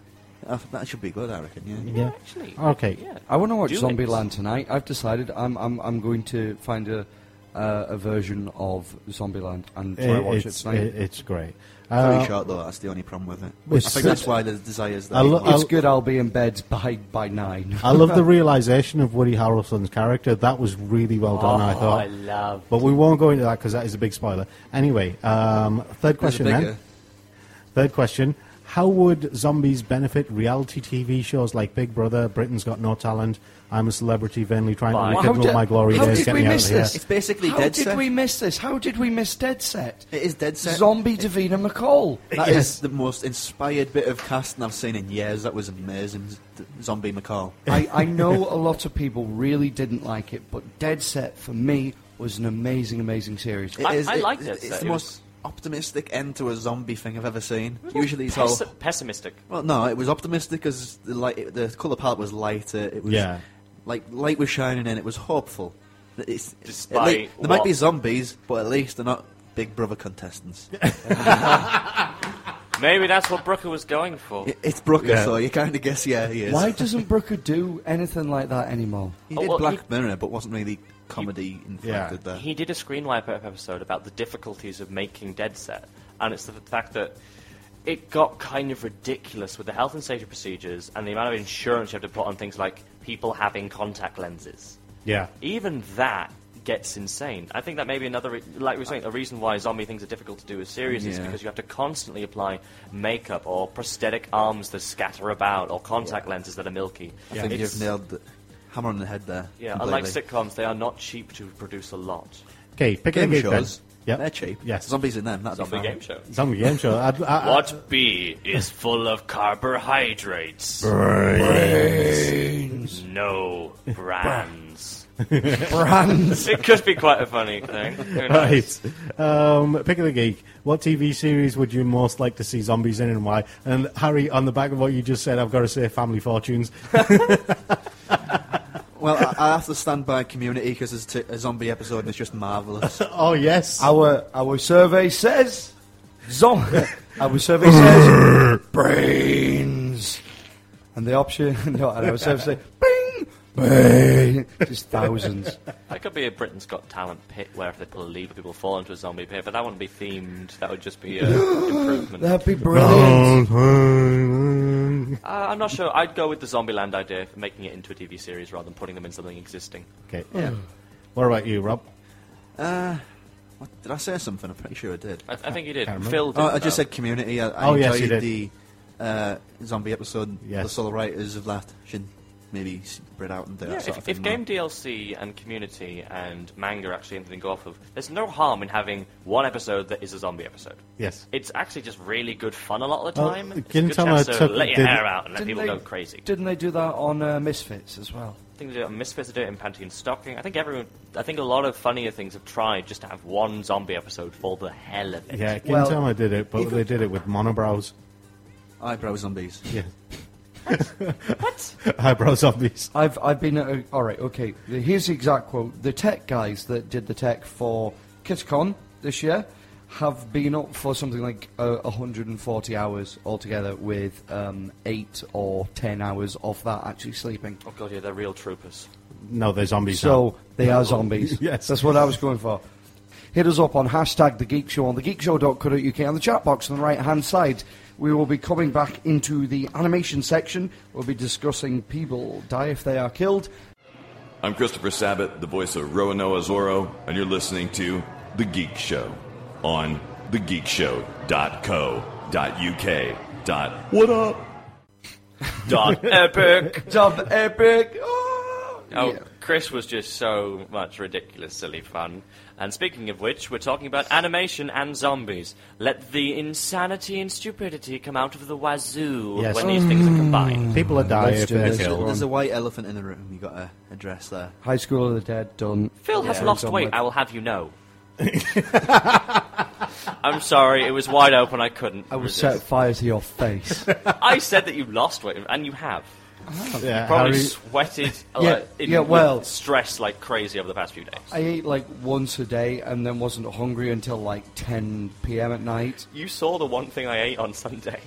Speaker 4: Uh, That should be good, I reckon. Yeah.
Speaker 3: yeah, actually
Speaker 5: Okay.
Speaker 3: yeah.
Speaker 2: I want to watch
Speaker 3: Do it.
Speaker 2: Zombieland tonight. I've decided I'm, I'm, I'm going to find a, uh, a version of Zombieland and try and
Speaker 5: It-
Speaker 2: watch it
Speaker 5: it's,
Speaker 2: tonight.
Speaker 5: it- it's great.
Speaker 4: Very
Speaker 5: Uh,
Speaker 4: short though. That's the only problem with it. I
Speaker 5: It's
Speaker 4: think
Speaker 5: sit-
Speaker 4: that's why the desires that.
Speaker 5: I lo-
Speaker 2: it's
Speaker 5: I'll-
Speaker 2: good I'll be in bed by, by nine.
Speaker 5: I love the realization of Woody Harrelson's character. That was really well done.
Speaker 2: Oh,
Speaker 5: I thought.
Speaker 3: I love
Speaker 5: But we won't go into that because that is a big spoiler. Anyway, um, third
Speaker 4: There's a
Speaker 5: question
Speaker 4: bigger-
Speaker 5: then. Third question. How would zombies benefit reality TV shows like Big Brother, Britain's Got No Talent, I'm a Celebrity, Vainly Trying
Speaker 3: Why?
Speaker 5: to
Speaker 3: How
Speaker 5: Rekindle
Speaker 2: did-
Speaker 5: My Glory
Speaker 2: how
Speaker 5: Days,
Speaker 2: did
Speaker 5: Get
Speaker 2: we
Speaker 5: Me Out
Speaker 2: miss
Speaker 5: of Here?
Speaker 2: this?
Speaker 4: It's basically
Speaker 2: How
Speaker 4: dead
Speaker 2: did
Speaker 4: set.
Speaker 2: we miss this? How did we miss Dead Set?
Speaker 4: It is dead set.
Speaker 2: Zombie Davina McCall.
Speaker 4: That is
Speaker 5: Yes.
Speaker 4: the most inspired bit of casting I've seen in years. That was amazing. Z- Zombie McCall.
Speaker 2: I, I know a lot of people really didn't like it, but Dead Set for me was an amazing, amazing series.
Speaker 4: It
Speaker 3: I- I liked it,
Speaker 4: It's
Speaker 3: though.
Speaker 4: the
Speaker 3: It
Speaker 4: most
Speaker 3: was-
Speaker 4: optimistic end to a zombie thing I've ever seen. Usually it's all.
Speaker 3: Pessi- pessimistic
Speaker 4: Well, no, it was optimistic because the light, the color palette was lighter. It was
Speaker 5: Yeah.
Speaker 4: like light was shining and it was hopeful. It's, at
Speaker 3: Despite
Speaker 4: lea- there might be
Speaker 3: what?
Speaker 4: zombies, but at least they're not Big Brother contestants.
Speaker 3: maybe that's what Brooker was going for
Speaker 4: It- it's Brooker,
Speaker 5: Yeah.
Speaker 4: so you kind of guess yeah he is.
Speaker 2: Why doesn't Brooker do anything like that anymore?
Speaker 4: He
Speaker 3: Oh,
Speaker 4: did
Speaker 3: well,
Speaker 4: Black
Speaker 3: he-
Speaker 4: Mirror, but wasn't really comedy inflected there.
Speaker 3: He did a screenwriter episode about the difficulties of making Dead Set, and it's the fact that it got kind of ridiculous with the health and safety procedures and the amount of insurance you have to put on things like people having contact lenses.
Speaker 5: Yeah.
Speaker 3: Even that gets insane. I think that maybe another, re- like we were saying, a reason why zombie things are difficult to do with series is
Speaker 4: Yeah.
Speaker 3: because you have to constantly apply makeup or prosthetic arms that scatter about or contact lenses that are milky.
Speaker 4: I think
Speaker 3: It's-
Speaker 4: you've nailed the hammer on the head there.
Speaker 3: yeah, unlike
Speaker 4: completely.
Speaker 3: sitcoms, they are not cheap to produce a lot.
Speaker 5: Okay, pick
Speaker 4: game
Speaker 5: a gig
Speaker 4: shows.
Speaker 5: then. Yep.
Speaker 4: They're cheap.
Speaker 5: Yes.
Speaker 4: Zombies in them. That'd
Speaker 3: Zombie
Speaker 4: be fun.
Speaker 3: game show.
Speaker 5: Zombie game show. I'd, I, I-
Speaker 3: What B is full of carbohydrates? Brains. No brands.
Speaker 2: Brands.
Speaker 3: it could be quite a funny thing. Who knows?
Speaker 5: Right. Um, pick of the geek. What TV series would you most like to see zombies in and why? And Harry, on the back of what you just said, I've got to say Family Fortunes.
Speaker 4: Well, I, I have to stand by Community because there's t- a zombie episode and it's just marvelous.
Speaker 5: oh, yes.
Speaker 2: our our survey says, zom- our survey says brains, and the option no, and our survey says bing, bing, just thousands.
Speaker 3: That could be a Britain's Got Talent pit where if they pull a lever, people fall into a zombie pit, but that wouldn't be themed. That would just be an improvement. Uh,
Speaker 2: That'd be brilliant.
Speaker 3: Uh, I'm not sure. I'd go with the Zombieland idea for making it into a TV series rather than putting them in something existing.
Speaker 5: Okay. What about you, Rob?
Speaker 4: Uh, what, did I say something? I'm pretty sure I did.
Speaker 3: I, I think you did.
Speaker 5: Can't remember.
Speaker 3: Phil.
Speaker 4: Oh,
Speaker 3: didn't,
Speaker 4: I just
Speaker 3: though.
Speaker 4: said community. I, I
Speaker 5: Oh, yes,
Speaker 4: enjoyed the
Speaker 5: you
Speaker 4: uh, zombie episode.
Speaker 5: Yes.
Speaker 4: The solo writers of that should maybe spread out and do
Speaker 3: Yeah,
Speaker 4: that sort
Speaker 3: if,
Speaker 4: of thing.
Speaker 3: if
Speaker 4: more.
Speaker 3: game DLC and community and manga are actually anything to go off of, there's no harm in having one episode that is a zombie episode.
Speaker 5: Yes.
Speaker 3: It's actually just really good fun a lot of the
Speaker 5: Well,
Speaker 3: time. it's a good
Speaker 5: Gintama
Speaker 3: chance to
Speaker 5: took-
Speaker 3: let your
Speaker 5: did-
Speaker 3: hair out and let
Speaker 2: Didn't
Speaker 3: people
Speaker 2: they-
Speaker 3: go crazy.
Speaker 2: Didn't they do that on uh, Misfits as well?
Speaker 3: I think they do it on Misfits, they do it in Pantheon Stocking. I think everyone, I think a lot of funnier things have tried just to have one zombie episode for the hell of it.
Speaker 5: Yeah, Gintama
Speaker 2: Well,
Speaker 5: did it, but
Speaker 4: even-
Speaker 5: they did it with monobrows.
Speaker 4: Eyebrow zombies.
Speaker 5: Yeah. what? Eyebrow zombies.
Speaker 2: I've I've been at a, all right. Okay, the- here's the exact quote: the tech guys that did the tech for KitCon this year have been up for something like uh, 140 hours altogether, with um, eight or ten hours of that actually sleeping.
Speaker 3: Oh god, yeah, they're real troopers.
Speaker 5: No, they're zombies.
Speaker 2: So they are zombies.
Speaker 5: Yes.
Speaker 2: that's what I was going for. Hit us up on hashtag the Geek Show on thegeekshow.co.uk on the chat box on the right hand side. We will be coming back into the animation section. We'll be discussing people die if they are killed.
Speaker 10: I'm Christopher Sabat, the voice of Roanoa Zorro, and you're listening to The Geek Show on thegeekshow.co.uk. Dot what up?
Speaker 3: Dot epic.
Speaker 2: Dub epic. Oh,
Speaker 3: Oh,
Speaker 2: Yeah.
Speaker 3: Chris was just so much ridiculous, silly fun. And speaking of which, we're talking about animation and zombies. Let the insanity and stupidity come out of the wazoo
Speaker 5: Yes.
Speaker 3: when these things are combined.
Speaker 5: People are dying
Speaker 2: Let's
Speaker 5: if
Speaker 2: do
Speaker 5: they're
Speaker 2: this.
Speaker 5: killed.
Speaker 4: There's a white elephant in the room. You got to address there.
Speaker 2: High School of the Dead done.
Speaker 3: Phil has
Speaker 2: Yeah.
Speaker 3: lost
Speaker 2: Done
Speaker 3: weight,
Speaker 2: with.
Speaker 3: I will have you know. I'm sorry, it was wide open, I couldn't.
Speaker 2: I will
Speaker 3: resist.
Speaker 2: set fire to your face.
Speaker 3: I said that you lost weight, and you have.
Speaker 5: Yeah,
Speaker 3: Probably
Speaker 5: Harry-
Speaker 3: sweated
Speaker 2: Yeah,
Speaker 3: like, in,
Speaker 2: yeah,
Speaker 3: with
Speaker 2: well-
Speaker 3: stress like crazy over the past few days.
Speaker 2: I ate like once a day and then wasn't hungry until like 10 p.m. at night.
Speaker 3: You saw the one thing I ate on Sunday.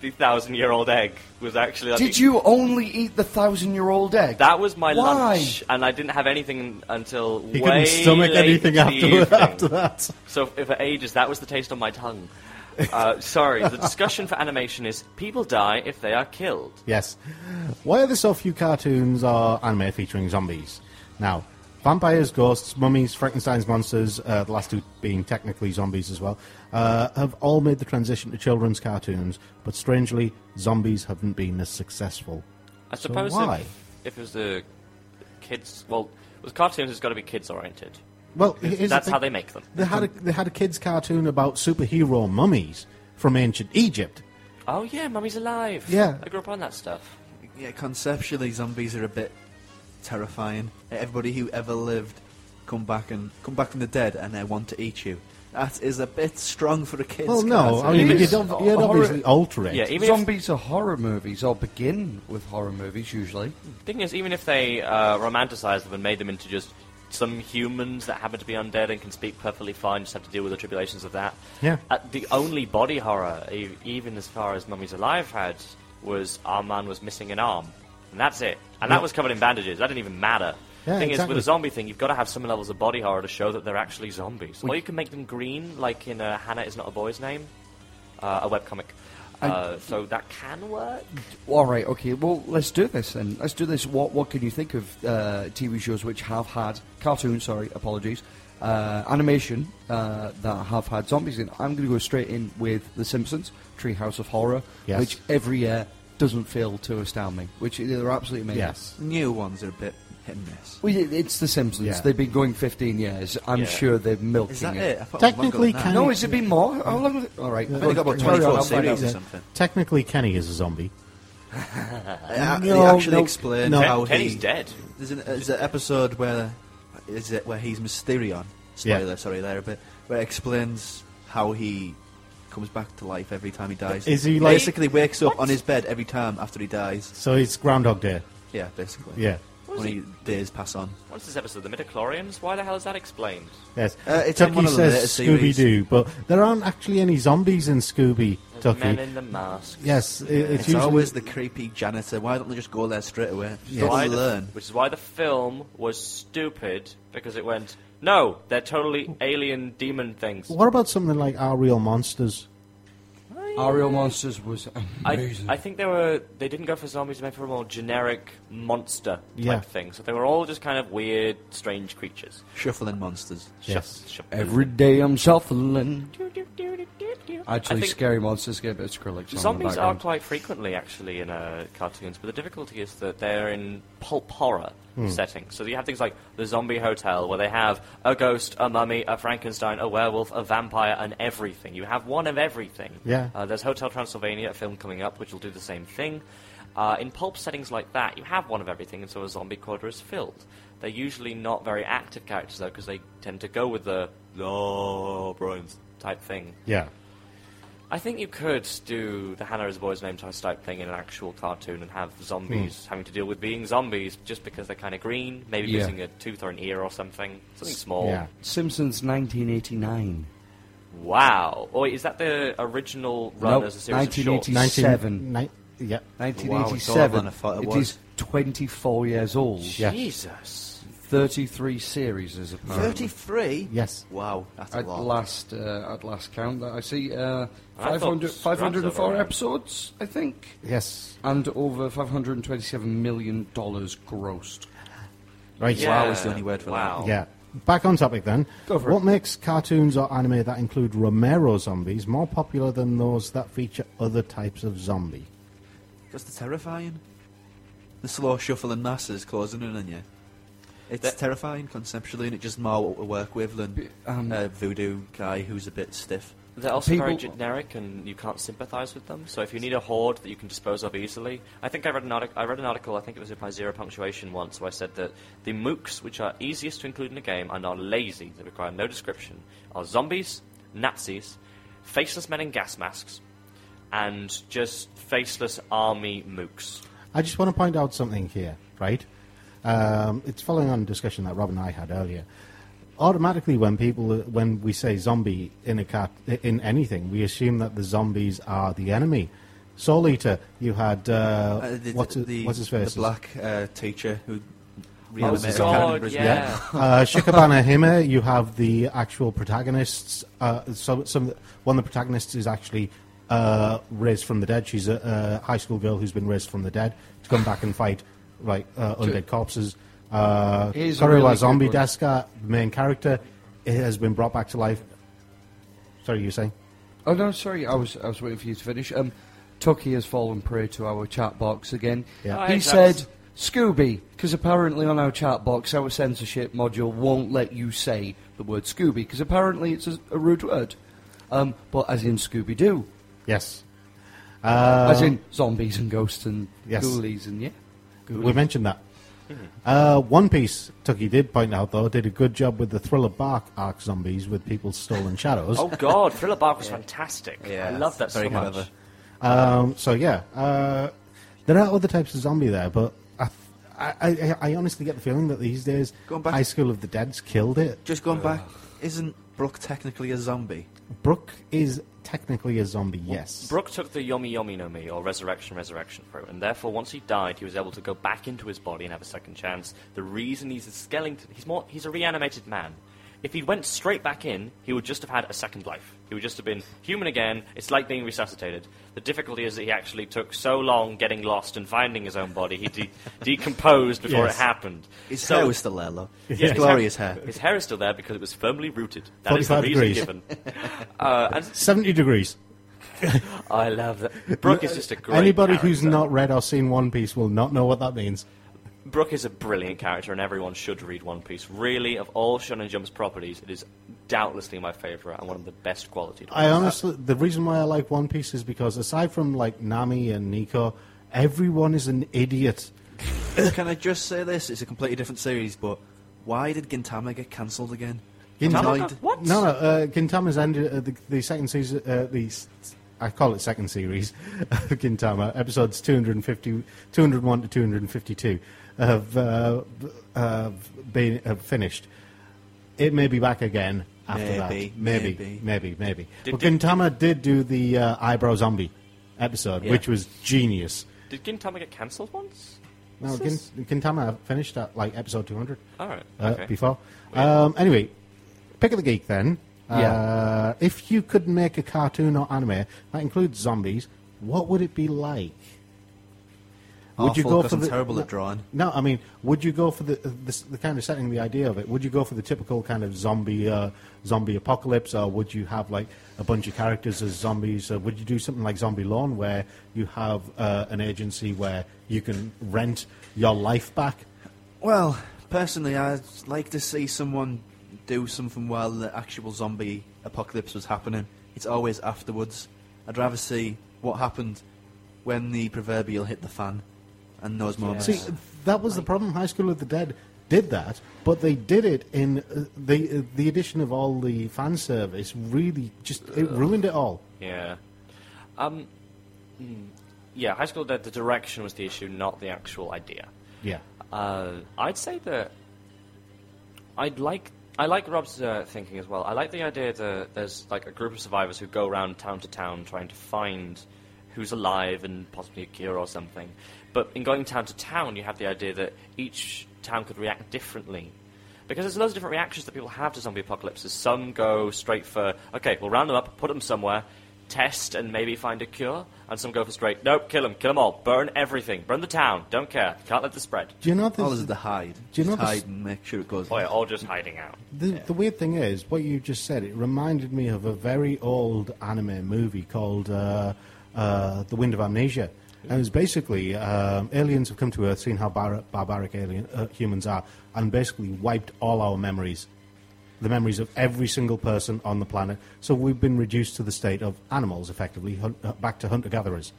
Speaker 3: The thousand year old egg was actually. Like
Speaker 2: Did
Speaker 3: the-
Speaker 2: you only eat the thousand year old egg?
Speaker 3: That was my
Speaker 2: Why?
Speaker 3: lunch, and I didn't have anything until
Speaker 5: He
Speaker 3: way
Speaker 5: couldn't stomach
Speaker 3: late
Speaker 5: anything
Speaker 3: in the
Speaker 5: after,
Speaker 3: evening.
Speaker 5: after that.
Speaker 3: So if for ages, that was the taste on my tongue. Uh, sorry, the discussion for animation is people die if they are killed.
Speaker 5: Yes. Why are there so few cartoons or anime featuring zombies? Now, vampires, ghosts, mummies, Frankenstein's monsters, uh, the last two being technically zombies as well, uh, have all made the transition to children's cartoons, but strangely, zombies haven't been as successful.
Speaker 3: I suppose
Speaker 5: why?
Speaker 3: if, if it was the kids, well, with cartoons, it's got to be kids oriented.
Speaker 5: Well, here's the
Speaker 3: That's
Speaker 5: thing.
Speaker 3: how they make them.
Speaker 5: They had, a, they had a kids' cartoon about superhero mummies from ancient Egypt.
Speaker 3: Oh yeah, mummy's alive.
Speaker 5: Yeah.
Speaker 3: I grew up on that stuff.
Speaker 4: Yeah, conceptually, zombies are a bit terrifying. Everybody who ever lived come back and come back from the dead, and they want to eat you. That is a bit strong for a kid.
Speaker 5: Well, no, I mean,
Speaker 2: It
Speaker 5: you'd,
Speaker 2: is
Speaker 5: ob- you'd obviously
Speaker 2: horrid.
Speaker 5: alter it.
Speaker 3: Yeah, even if
Speaker 2: Zombies are horror movies, or begin with horror movies usually.
Speaker 3: thing is, even if they uh, romanticized them and made them into just some humans that happen to be undead and can speak perfectly fine, just have to deal with the tribulations of that.
Speaker 5: Yeah.
Speaker 3: Uh, the only body horror, e- even as far as Mummies Alive had, was our man was missing an arm, and that's it. And that was covered in bandages. That didn't even matter.
Speaker 5: Yeah,
Speaker 3: thing is, with
Speaker 5: exactly.
Speaker 3: a zombie thing, you've got to have some levels of body horror to show that they're actually zombies. or you can make them green, like in uh, Hannah is Not a Boy's Name, uh, a webcomic. Uh, so that can work.
Speaker 2: All right, okay. Well, let's do this then. Let's do this. What What can you think of uh, TV shows which have had cartoons? Sorry, apologies. Uh, animation uh, that have had zombies in. I'm going to go straight in with The Simpsons, Treehouse of Horror,
Speaker 5: Yes.
Speaker 2: which every year doesn't fail to astound me. Which they're absolutely amazing.
Speaker 5: Yes.
Speaker 4: new ones are a bit hit and miss.
Speaker 2: Well, it- it's The Simpsons.
Speaker 5: Yeah.
Speaker 2: They've been going 15 years. I'm
Speaker 3: Yeah.
Speaker 2: sure they're milking
Speaker 4: Is that
Speaker 2: it.
Speaker 4: it? I thought
Speaker 5: Technically,
Speaker 4: it was longer than that.
Speaker 5: can-
Speaker 2: No, has it been more? How long? Has it? All right.
Speaker 4: I think about
Speaker 2: Carry on,
Speaker 4: 24
Speaker 2: I'll find out.
Speaker 4: series or something.
Speaker 5: Technically, Kenny is a zombie.
Speaker 4: Uh,
Speaker 2: No,
Speaker 4: they actually
Speaker 2: no.
Speaker 4: explain
Speaker 5: No.
Speaker 4: how
Speaker 3: Kenny's
Speaker 4: he,
Speaker 3: dead.
Speaker 4: There's an, there's an episode where is it where he's Mysterion? Spoiler,
Speaker 5: Yeah.
Speaker 4: sorry, there a bit. Where it explains how he comes back to life every time he dies.
Speaker 5: Is he like-
Speaker 4: basically wakes up on his bed every time after he dies?
Speaker 5: So it's Groundhog Day.
Speaker 4: Yeah, basically.
Speaker 5: Yeah.
Speaker 4: Only days pass on.
Speaker 3: What's this episode? The midichlorians? Why the hell is that explained?
Speaker 5: Yes.
Speaker 4: Uh, it's on
Speaker 5: Tucky
Speaker 4: one of the
Speaker 5: says
Speaker 4: latest
Speaker 5: Scooby
Speaker 4: series.
Speaker 5: Doo, but there aren't actually any zombies in Scooby
Speaker 3: The men
Speaker 5: Tucky.
Speaker 3: in the mask.
Speaker 5: Yes, i- it's,
Speaker 4: It's,
Speaker 5: usually
Speaker 4: always the creepy janitor. Why don't they just go there straight away?
Speaker 5: Yeah.
Speaker 4: Don't
Speaker 3: Why
Speaker 4: they
Speaker 3: the-
Speaker 4: learn.
Speaker 3: which is why the film was stupid because it went, no, they're totally alien demon things.
Speaker 5: What about something like Our Real Monsters?
Speaker 4: I
Speaker 2: Aerial Monsters was
Speaker 3: I,
Speaker 2: amazing.
Speaker 3: I think they were they didn't go for zombies they went for a more generic monster type
Speaker 2: Yeah.
Speaker 3: thing so they were all just kind of weird strange creatures
Speaker 4: Shuffling monsters.
Speaker 3: Yes.
Speaker 2: Every day I'm shuffling. Actually,
Speaker 3: I think-
Speaker 2: Scary Monsters gave it a Skrillex song in the
Speaker 3: Zombies are
Speaker 2: background.
Speaker 3: quite frequently, actually, in uh, cartoons, but the difficulty is that they're in pulp horror
Speaker 2: Hmm.
Speaker 3: settings. So you have things like the Zombie Hotel, where they have a ghost, a mummy, a Frankenstein, a werewolf, a vampire, and everything. You have one of everything.
Speaker 5: Yeah.
Speaker 3: Uh, there's Hotel Transylvania, a film coming up, which will do the same thing. Uh, in pulp settings like that, you have one of everything, and so a zombie quota is filled. They're usually not very active characters, though, because they tend to go with the oh, Brian's type thing.
Speaker 5: Yeah.
Speaker 3: I think you could do the Hannah is a boy's name type thing in an actual cartoon and have zombies having to deal with being zombies just because they're kind of green, maybe
Speaker 2: Hmm. Yeah.
Speaker 3: losing a tooth or an ear or something. Something small.
Speaker 2: Yeah. Simpsons 1989.
Speaker 3: Wow. Oh, wait, is that the original run
Speaker 2: Nope,
Speaker 3: as a series of shorts?
Speaker 2: 1987.
Speaker 5: Nin- yeah.
Speaker 2: 1987.
Speaker 4: Wow, it's all on a
Speaker 2: it
Speaker 4: photo,
Speaker 2: is 24 years old.
Speaker 3: Jesus.
Speaker 2: 33 series is apparently.
Speaker 4: 33?
Speaker 5: Yes.
Speaker 4: Wow, that's a
Speaker 2: At
Speaker 4: lot.
Speaker 2: last, uh, at last count, that I see uh,
Speaker 4: I thought
Speaker 2: 500,
Speaker 4: Scraps over
Speaker 2: 504
Speaker 4: around.
Speaker 2: episodes, I think.
Speaker 5: Yes.
Speaker 2: And over 527 million dollars grossed.
Speaker 5: Right.
Speaker 4: Wow is the only word for
Speaker 3: wow.
Speaker 5: Yeah. Back on topic then.
Speaker 2: Go for
Speaker 5: what
Speaker 2: it.
Speaker 5: makes cartoons or anime that include Romero zombies more popular than those that feature other types of zombie?
Speaker 4: Because they're terrifying. The slow shuffling masses closing in on you. It's terrifying conceptually, and it just more what we work with than a voodoo guy who's a bit stiff.
Speaker 3: They're also very
Speaker 4: People-
Speaker 3: generic, and you can't sympathise with them. So if you need a horde that you can dispose of easily, I think I read an article. I read an article. I think it was in my Zero Punctuation once, where I said that the moocs which are easiest to include in a game and are lazy, they require no description, are zombies, Nazis, faceless men in gas masks, and just faceless army moocs.
Speaker 5: I just want to point out something here, right? Um, it's following on a discussion that Rob and I had earlier. Automatically, when people when we say zombie in a cat in anything, we assume that the zombies are the enemy. Soul Eater, you had uh,
Speaker 4: Uh, the,
Speaker 5: what's,
Speaker 4: the,
Speaker 5: his- what's his face?
Speaker 4: The black uh, teacher who
Speaker 5: was
Speaker 4: reanimated
Speaker 5: his name?
Speaker 4: Karen Brisbane.
Speaker 3: Oh, yeah.
Speaker 5: uh, Shikabana Hime, you have the actual protagonists. Uh, so, some one of the protagonists is actually uh, raised from the dead. She's a, a high school girl who's been raised from the dead to come back and fight like uh, undead corpses. Uh,
Speaker 2: Here's a
Speaker 5: Korewa
Speaker 2: really good
Speaker 5: Zombie
Speaker 2: one.
Speaker 5: Deska, the main character, it has been brought back to life. Sorry, you were saying?
Speaker 2: Oh no, sorry, I was I was waiting for you to finish. Um, Tucky has fallen prey to our chat box again.
Speaker 5: Yeah.
Speaker 3: Oh,
Speaker 2: He
Speaker 3: hey,
Speaker 2: said
Speaker 3: Tucks.
Speaker 2: Scooby because apparently on our chat box our censorship module won't let you say the word Scooby because apparently it's a, a rude word. Um, but as in Scooby Doo,
Speaker 5: Yes.
Speaker 2: as in zombies and ghosts and
Speaker 5: Uh, Yes.
Speaker 2: ghoulies and yeah. Ghoulies.
Speaker 5: We mentioned that.
Speaker 2: Mm-hmm.
Speaker 5: Uh, One Piece, Tucky did point out, though, did a good job with the Thriller Bark arc zombies with people's stolen shadows.
Speaker 3: Oh God, Thriller Bark was fantastic. I love that
Speaker 4: very
Speaker 3: so much.
Speaker 4: clever.
Speaker 5: Um, so yeah, uh, there are other types of zombie there, but I, I, I, I honestly get the feeling that these days
Speaker 4: Going back-
Speaker 5: High School of the Dead's killed it.
Speaker 4: Just going back, isn't Brooke technically a zombie?
Speaker 5: Brooke is technically a zombie, yes.
Speaker 3: Brooke took the Yomi Yomi no Mi, or Resurrection Resurrection fruit, and therefore once he died, he was able to go back into his body and have a second chance. The reason he's a skeleton, he's more, he's a reanimated man. If he went straight back in, he would just have had a second life. He would just have been human again. It's like being resuscitated. The difficulty is that he actually took so long getting lost and finding his own body, he de- decomposed before
Speaker 5: Yes.
Speaker 3: it happened.
Speaker 4: His
Speaker 3: So-
Speaker 4: hair was still there, though.
Speaker 3: yeah,
Speaker 4: his glorious
Speaker 3: hair,
Speaker 4: hair.
Speaker 3: His hair is still there because it was firmly rooted. That is the
Speaker 5: 45
Speaker 3: reason
Speaker 5: degrees.
Speaker 3: given. Uh, and
Speaker 5: 70 degrees.
Speaker 3: I love that. Brooke is just a great.
Speaker 5: Anybody who's
Speaker 3: character.
Speaker 5: not read or seen One Piece will not know what that means.
Speaker 3: Brooke is a brilliant character, and everyone should read One Piece. Really, of all Shonen Jump's properties, it is doubtlessly my favourite and one of the best quality.
Speaker 5: I honestly, the reason why I like One Piece is because aside from like Nami and Nico, everyone is an idiot.
Speaker 4: Can I just say this? It's a completely different series, but why did Gintama get cancelled again? Annoyed.
Speaker 3: What?
Speaker 5: No, no. Uh, Gintama's ended uh, the, the second season. Uh, the s- I call it second series. of Gintama episodes 250, 201 to two hundred and fifty-two have uh, b- have been have finished. It may be back again after
Speaker 4: Maybe,
Speaker 5: that. Maybe,
Speaker 4: maybe.
Speaker 5: maybe, maybe.
Speaker 3: Did-
Speaker 5: but
Speaker 3: did-
Speaker 5: Gintama did do the uh, eyebrow zombie episode,
Speaker 3: Yeah.
Speaker 5: which was genius.
Speaker 3: Did Gintama get cancelled once?
Speaker 5: No,
Speaker 3: Is this-
Speaker 5: Gin- Gintama finished at like episode two hundred
Speaker 3: All right.
Speaker 5: uh,
Speaker 3: okay.
Speaker 5: before. Um, anyway, pick of the geek then. Uh, if you could make a cartoon or anime that includes zombies, what would it be like?
Speaker 4: Awful, 'cause I'm terrible at drawing.
Speaker 5: No, I mean, would you go for the, the the kind of setting, the idea of it? Would you go for the typical kind of zombie uh, zombie apocalypse, or would you have like a bunch of characters as zombies? Or would you do something like Zombie Lawn, where you have uh, an agency where you can rent your life back?
Speaker 4: Well, personally, I'd like to see someone do something while the actual zombie apocalypse was happening. It's always afterwards. I'd rather see what happened when the proverbial hit the fan and those moments.
Speaker 5: See, that was the problem. High School of the Dead did that, but they did it in uh, the uh, the addition of all the fan service. Really, just it ruined it all.
Speaker 3: Yeah. Um, mm, yeah, High School Dead, the direction was the issue, not the actual idea.
Speaker 5: Yeah.
Speaker 3: Uh, I'd say that I'd like I like Rob's uh, thinking as well. I like the idea that there's like a group of survivors who go around town to town trying to find who's alive and possibly a cure or something. But in going town to town, you have the idea that each town could react differently. Because there's loads of different reactions that people have to zombie apocalypses. Some go straight for, okay, we'll round them up, put them somewhere, test and maybe find a cure. And some go for straight, nope, kill them, kill them all, burn everything, burn the town, don't care, can't let this spread.
Speaker 5: Do you know
Speaker 4: All
Speaker 5: this-
Speaker 4: is the hide.
Speaker 5: Do you know
Speaker 4: Just
Speaker 5: this-
Speaker 4: hide and make sure it goes.
Speaker 3: Oh, yeah, all just hiding out.
Speaker 5: The, the weird thing is, what you just said, it reminded me of a very old anime movie called uh, uh, The Wind of Amnesia. And it's basically um, aliens have come to Earth, seen how bar- barbaric alien, uh, humans are, and basically wiped all our memories. The memories of every single person on the planet. So we've been reduced to the state of animals, effectively, hun- uh, back to hunter gatherers.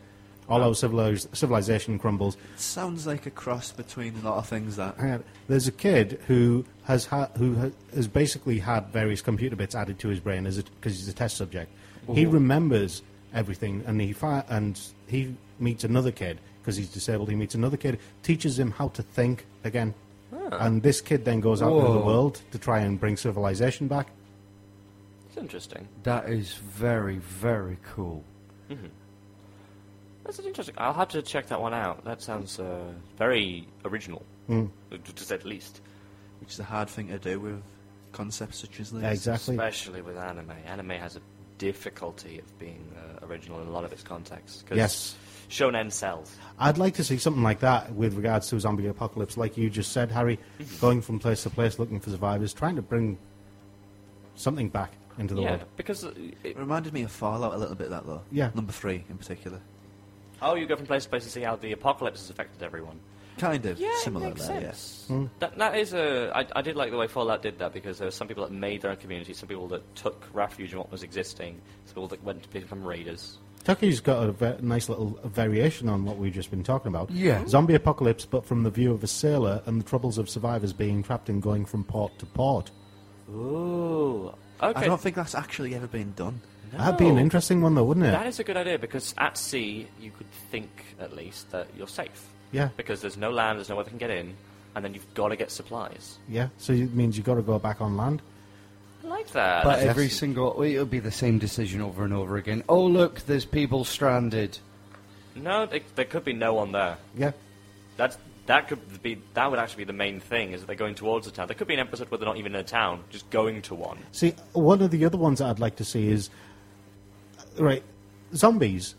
Speaker 5: All our civilis- civilization crumbles.
Speaker 4: Sounds like a cross between a lot of things that.
Speaker 5: Hang on. There's a kid who has ha- who ha- has basically had various computer bits added to his brain as because he's a test subject. He remembers everything, and he fi- and he meets another kid because he's disabled. He meets another kid, teaches him how to think again, and this kid then goes out into the
Speaker 2: Whoa.
Speaker 5: world to try and bring civilization back.
Speaker 3: It's interesting.
Speaker 2: That is very, very cool.
Speaker 3: That's an interesting. I'll have to check that one out. That sounds uh, very original, to to say the least.
Speaker 4: which is a hard thing to do with concepts such as this.
Speaker 5: Exactly.
Speaker 3: Especially with anime. Anime has a difficulty of being uh, original in a lot of its contexts. 'cause
Speaker 5: Yes.
Speaker 3: Shonen sells.
Speaker 5: I'd like to see something like that with regards to a zombie apocalypse, like you just said, Harry, going from place to place looking for survivors, trying to bring something back into the
Speaker 3: yeah,
Speaker 5: world.
Speaker 3: because. uh, It,
Speaker 4: It reminded me of Fallout a little bit, that though.
Speaker 5: Yeah.
Speaker 4: Number three in particular.
Speaker 3: oh, you go from place to place and see how the apocalypse has affected everyone.
Speaker 4: Kind of
Speaker 3: Yeah,
Speaker 4: similar
Speaker 3: it makes
Speaker 4: there,
Speaker 3: sense.
Speaker 5: Hmm.
Speaker 3: That, that is a. I, I did like the way Fallout did that because there were some people that made their own community, some people that took refuge in what was existing, some people that went to become raiders.
Speaker 5: Tucky's got a ve- nice little variation on what we've just been talking about.
Speaker 2: Yeah.
Speaker 5: Zombie apocalypse, but from the view of a sailor and the troubles of survivors being trapped and going from port to port.
Speaker 3: Ooh.
Speaker 4: yeah. I
Speaker 3: Okay.
Speaker 4: don't think that's actually ever been done.
Speaker 5: That'd be an interesting one, though, wouldn't it?
Speaker 3: Oh. That is a good idea because at sea you could think at least that you're safe.
Speaker 5: Yeah.
Speaker 3: Because there's no land, there's no way they can get in, and then you've got to get supplies.
Speaker 5: yeah, so it means you've got to go back on land.
Speaker 3: I like
Speaker 5: Uh,
Speaker 3: that.
Speaker 2: But every single, it'll be the same decision over and over again. Oh look, there's people stranded.
Speaker 3: no, they, there could be no one there.
Speaker 5: Yeah.
Speaker 3: That's that could be that would actually be the main thing is that they're going towards a town. There could be an episode where they're not even in a town, just going to one.
Speaker 5: See, one of the other ones that I'd like to see is right zombies.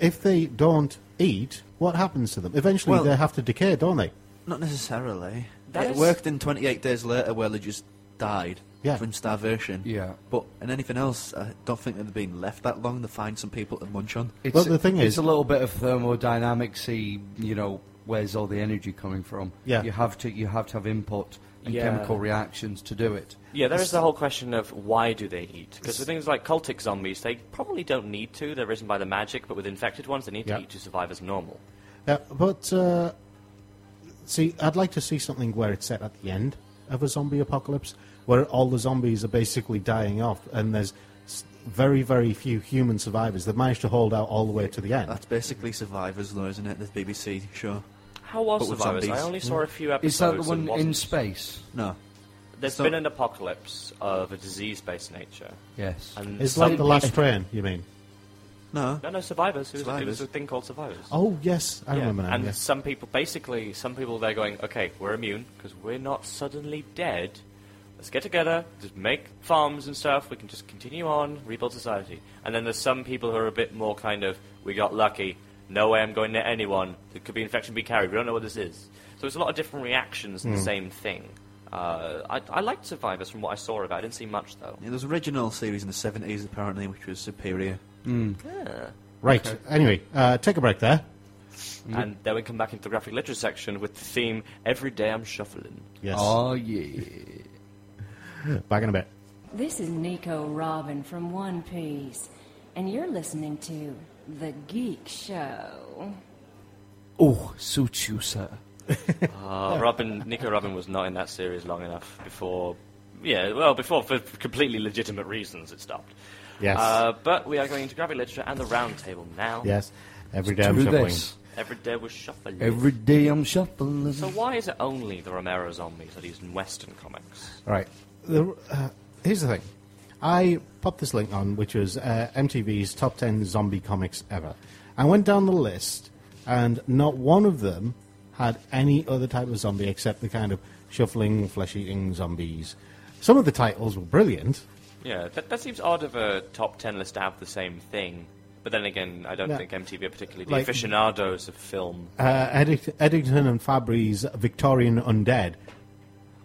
Speaker 5: If they don't eat, what happens to them? Eventually,
Speaker 4: Well-
Speaker 5: they have to decay, don't they?
Speaker 4: Not necessarily.
Speaker 3: That
Speaker 4: it
Speaker 3: is-
Speaker 4: worked in 28 Days Later where they just died
Speaker 5: Yeah.
Speaker 4: from starvation.
Speaker 2: Yeah.
Speaker 4: But in anything else, I don't think they've been left that long to find some people to munch on.
Speaker 2: It's,
Speaker 5: Well, the thing
Speaker 2: it's
Speaker 5: is-
Speaker 2: a little bit of thermodynamicsy. You know, where's all the energy coming from?
Speaker 5: Yeah.
Speaker 2: you have to you have to have input and
Speaker 3: Yeah.
Speaker 2: chemical reactions to do it.
Speaker 3: Yeah, there is the whole question of why do they eat? Because with things like cultic zombies, they probably don't need to. They're risen by the magic, but with infected ones, they need
Speaker 5: Yeah.
Speaker 3: to eat to survive as normal.
Speaker 5: Yeah, but uh, see, I'd like to see something where it's set at the end of a zombie apocalypse, where all the zombies are basically dying off, and there's s- very, very few human survivors that manage to hold out all the way to the end.
Speaker 4: That's basically Survivors, though, isn't it? The BBC show.
Speaker 3: How was
Speaker 4: But with
Speaker 3: Survivors? I
Speaker 4: zombies.
Speaker 3: only saw a few episodes.
Speaker 2: Is that the
Speaker 3: and
Speaker 2: one in
Speaker 3: wasn't-
Speaker 2: space?
Speaker 4: No.
Speaker 3: There's
Speaker 4: So-
Speaker 3: been an apocalypse of a disease-based nature.
Speaker 2: Yes.
Speaker 3: And
Speaker 5: It's
Speaker 3: some
Speaker 5: like the last train, you mean?
Speaker 4: No.
Speaker 3: No, no, survivors. It was, it was
Speaker 4: Survivors.
Speaker 3: a thing called survivors.
Speaker 5: Oh yes, I
Speaker 3: Yeah,
Speaker 5: remember now.
Speaker 3: And
Speaker 5: yeah.
Speaker 3: some people, basically, some people, they're going, okay, we're immune because we're not suddenly dead. Let's get together, just make farms and stuff. We can just continue on, rebuild society. And then there's some people who are a bit more kind of, we got lucky. No way I'm going near anyone. There could be infection be carried. We don't know what this is. So it's a lot of different reactions to the
Speaker 4: Hmm.
Speaker 3: same thing. Uh, I, I liked Survivors from what I saw of it. I didn't see much though.
Speaker 4: Yeah, there was an original series in the 70s, apparently, which was superior.
Speaker 3: Yeah.
Speaker 5: Right. Anyway, uh, take a break there. Mm-hmm.
Speaker 3: And then we come back into the graphic literature section with the theme Every Day I'm Shuffling.
Speaker 5: Yes.
Speaker 2: Oh, yeah.
Speaker 5: Back in a bit.
Speaker 11: This is Nico Robin from One Piece, and you're listening to The Geek Show.
Speaker 2: Oh, suits you, sir.
Speaker 5: Ah.
Speaker 3: Uh, Robin, Nico Robin was not in that series long enough before. Yeah, well, before for completely legitimate reasons it stopped.
Speaker 5: Yes.
Speaker 3: Uh, but we are going into graphic literature and the round table now.
Speaker 5: Yes. Every
Speaker 2: Let's
Speaker 5: day I'm
Speaker 2: do
Speaker 5: shuffling.
Speaker 2: this.
Speaker 3: Every day we're shuffling.
Speaker 2: Every day I'm shuffling.
Speaker 3: So why is it only the Romero zombies that are used in Western comics?
Speaker 5: All right. The, uh, here's the thing. I popped this link on, which was uh, MTV's top 10 zombie comics ever. I went down the list, and not one of them had any other type of zombie except the kind of shuffling, flesh eating zombies. Some of the titles were brilliant.
Speaker 3: Yeah, that, that seems odd of a top ten list to have the same thing. But then again, I don't
Speaker 5: No.
Speaker 3: think MTV are particularly the
Speaker 5: Like-
Speaker 3: aficionados of film.
Speaker 5: Uh, Eddict- Eddington and Fabry's Victorian Undead.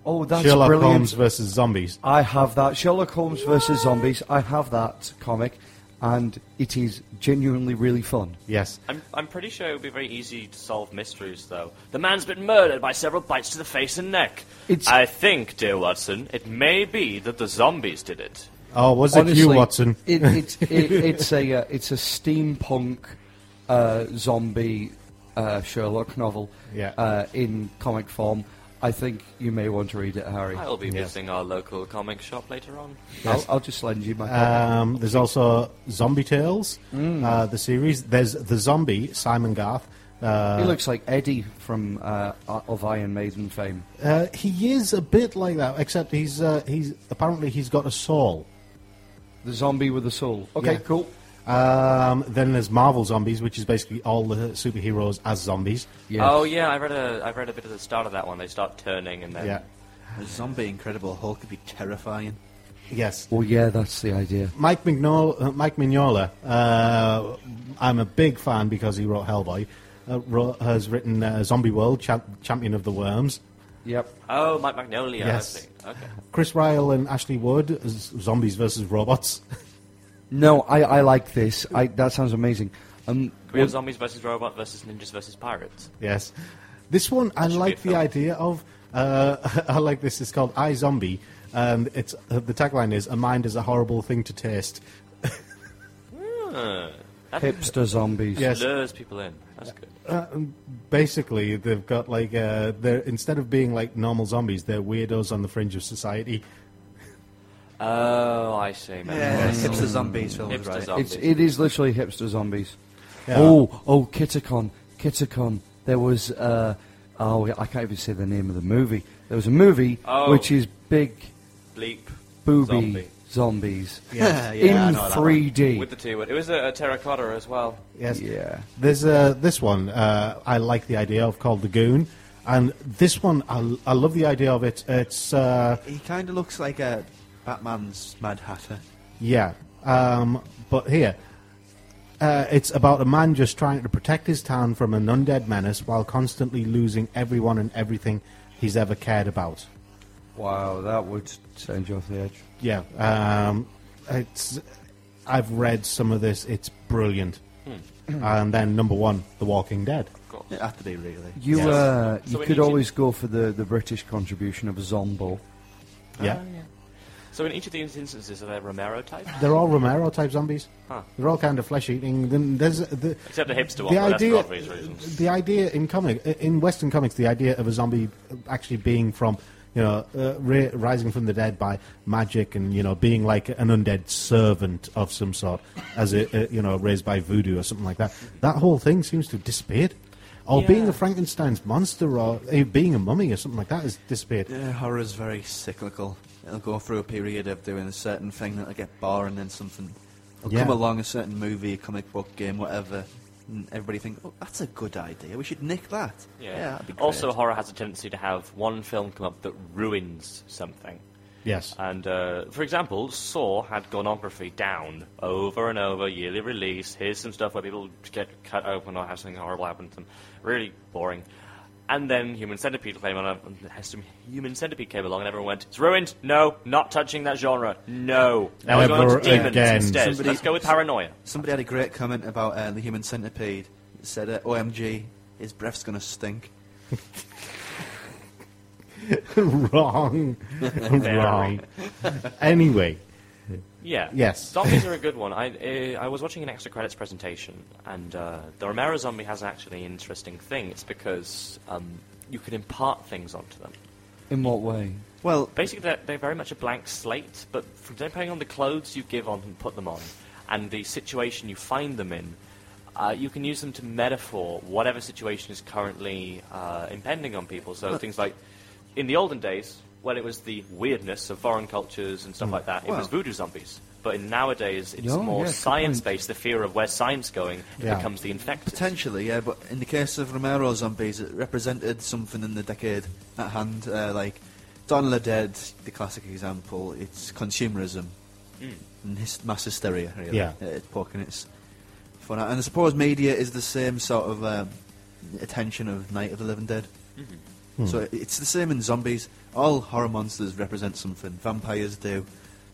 Speaker 2: Oh, that's
Speaker 5: Sherlock
Speaker 2: brilliant.
Speaker 5: Holmes versus zombies.
Speaker 2: I have that. Sherlock Holmes versus Zombies. I have that comic, and it is genuinely really fun.
Speaker 5: Yes.
Speaker 3: I'm, I'm pretty sure it would be very easy to solve mysteries, though. The man's been murdered by several bites to the face and neck.
Speaker 2: It's-
Speaker 3: I think, dear Watson, it may be that the zombies did it.
Speaker 5: Oh, was it you, Watson?
Speaker 2: It, it, it, it's a uh, it's a steampunk uh, zombie uh, Sherlock novel
Speaker 5: Yeah.
Speaker 2: uh, in comic form. I think you may want to read it, Harry.
Speaker 3: I'll be
Speaker 2: Yes.
Speaker 3: visiting our local comic shop later on.
Speaker 5: Yes.
Speaker 2: I'll, I'll just lend you my copy.
Speaker 5: Um, there's also Zombie Tales, uh, the series. There's the zombie Simon Garth. Uh,
Speaker 2: he looks like Eddie from uh, of Iron Maiden fame.
Speaker 5: Uh, he is a bit like that, except he's uh, he's apparently he's got a soul.
Speaker 2: The zombie with a soul. Okay,
Speaker 5: Yeah.
Speaker 2: cool.
Speaker 5: Um, then there's Marvel Zombies, which is basically all the superheroes as zombies.
Speaker 3: Oh yeah, I read a I read a bit of the start of that one. They start turning and then
Speaker 5: Yeah.
Speaker 4: A zombie Incredible Hulk could be terrifying.
Speaker 5: Yes.
Speaker 2: Well, yeah, that's the idea.
Speaker 5: Mike Mignola, uh, Mike Mignola uh, I'm a big fan because he wrote Hellboy. Uh, wrote, has written uh, Zombie World, Champ- Champion of the Worms.
Speaker 2: Yep.
Speaker 3: Oh, Mike Magnolia.
Speaker 5: Yes.
Speaker 3: I see. Okay.
Speaker 5: Chris Ryle and Ashley Wood, z- Zombies versus Robots.
Speaker 2: No, I, I like this. I, that sounds amazing. Um,
Speaker 3: Can we have zombies versus robot versus ninjas versus pirates?
Speaker 5: Yes. This one I like the idea of. Uh, I like this. It's called I Zombie, and it's uh, the tagline is "A mind is a horrible thing to taste."
Speaker 3: Hmm. That
Speaker 2: hipster zombies.
Speaker 5: Yes.
Speaker 3: lures people in. That's good.
Speaker 5: Uh, um, basically, they've got like uh, they're instead of being like normal zombies, they're weirdos on the fringe of society.
Speaker 3: Oh, I see. man.
Speaker 4: Yeah,
Speaker 3: Yes.
Speaker 4: hipster zombies film,
Speaker 3: Hipster
Speaker 4: right.
Speaker 3: zombies.
Speaker 2: It's, it is literally hipster zombies.
Speaker 5: Yeah.
Speaker 2: Oh, oh, Kitacon, Kitacon. There was, uh, oh, I can't even say the name of the movie. There was a movie
Speaker 3: Oh.
Speaker 2: which is big
Speaker 3: Bleep.
Speaker 2: booby
Speaker 3: Zombie.
Speaker 2: zombies
Speaker 4: Yeah,
Speaker 2: in
Speaker 4: yeah, I know that one.
Speaker 2: 3D.
Speaker 3: With the T word. It was a, a terracotta as well.
Speaker 5: Yes.
Speaker 2: Yeah.
Speaker 5: There's uh, this one uh, I like the idea of called the Goon, and this one I, I love the idea of it. It's uh,
Speaker 4: He kind of looks like a Batman's Mad Hatter.
Speaker 5: Yeah, um, but here, uh, it's about a man just trying to protect his town from an undead menace while constantly losing everyone and everything he's ever cared about.
Speaker 2: wow, that would send you off the edge.
Speaker 5: Yeah, um, it's. I've read some of this. It's brilliant. And then number one, The Walking Dead.
Speaker 4: It had to be, really.
Speaker 2: You,
Speaker 5: Yes.
Speaker 2: uh,
Speaker 3: So
Speaker 2: you
Speaker 3: we need
Speaker 2: could
Speaker 3: to-
Speaker 2: always go for the, the British contribution of Zombo.
Speaker 5: Yeah,
Speaker 3: So in each of these instances, are there Romero types?
Speaker 5: they're all Romero type zombies.
Speaker 3: Huh.
Speaker 5: They're all kind of flesh eating. Then there's the,
Speaker 3: Except the hipster one, but that's for obvious reasons.
Speaker 5: The idea in comic, in Western comics, the idea of a zombie actually being from, you know, uh, ri rising from the dead by magic and you know being like an undead servant of some sort, as a, uh you know raised by voodoo or something like that. That whole thing seems to have disappeared. Or being
Speaker 3: Yeah.
Speaker 5: a Frankenstein's monster, or uh, being a mummy, or something like that, has disappeared.
Speaker 4: Yeah, horror's very cyclical. It'll go through a period of doing a certain thing that'll get boring, then something will
Speaker 5: Yeah.
Speaker 4: come along, a certain movie, a comic book game, whatever, and everybody think, oh, that's a good idea, we should nick that. that'd be great.
Speaker 3: Also, horror has a tendency to have one film come up that ruins something.
Speaker 5: Yes.
Speaker 3: And uh, for example, Saw had gonography down over and over, yearly release. Here's some stuff where people get cut open or have something horrible happen to them. Really boring. And then Human Centipede came on. uh, Human Centipede came along, and everyone went, "It's ruined. No, not touching that genre. No, now we're going
Speaker 5: Never
Speaker 3: to demons
Speaker 5: again.
Speaker 3: instead.
Speaker 5: Somebody-
Speaker 3: Let's go with paranoia."
Speaker 4: Somebody had a great comment about uh, the human centipede. It said, uh, "OMG, his breath's gonna stink."
Speaker 5: Wrong.
Speaker 3: Very.
Speaker 5: Wrong. Anyway.
Speaker 3: Yeah.
Speaker 5: Yes.
Speaker 3: Zombies are a good one. I uh, I was watching an extra credits presentation, and uh, the Romero zombie has an actually interesting thing. It's because um, you can impart things onto them.
Speaker 2: In what way?
Speaker 4: Well,
Speaker 3: basically, they're, they're very much a blank slate, but from, depending on the clothes you give on and put them on, and the situation you find them in, uh, you can use them to metaphor whatever situation is currently uh, impending on people. So
Speaker 4: Well-
Speaker 3: things like, in the olden days, when it was the weirdness of foreign cultures and stuff like that, it was
Speaker 4: Hmm. Well-
Speaker 3: voodoo zombies. But in nowadays, it's
Speaker 4: Yeah,
Speaker 3: more
Speaker 4: yeah, good
Speaker 3: science-based. The fear of where science going it
Speaker 4: Yeah.
Speaker 3: becomes the infected.
Speaker 4: Potentially, yeah, but in the case of Romero zombies, it represented something in the decade at hand, uh, like Dawn of the Dead, the classic example. It's consumerism
Speaker 3: Mm.
Speaker 4: and hys- mass hysteria, really.
Speaker 5: Yeah.
Speaker 4: At its poking its fun out. And I suppose media is the same sort of um, attention of Night of the Living Dead.
Speaker 5: Hmm.
Speaker 4: So it- it's the same in zombies. All horror monsters represent something. Vampires do,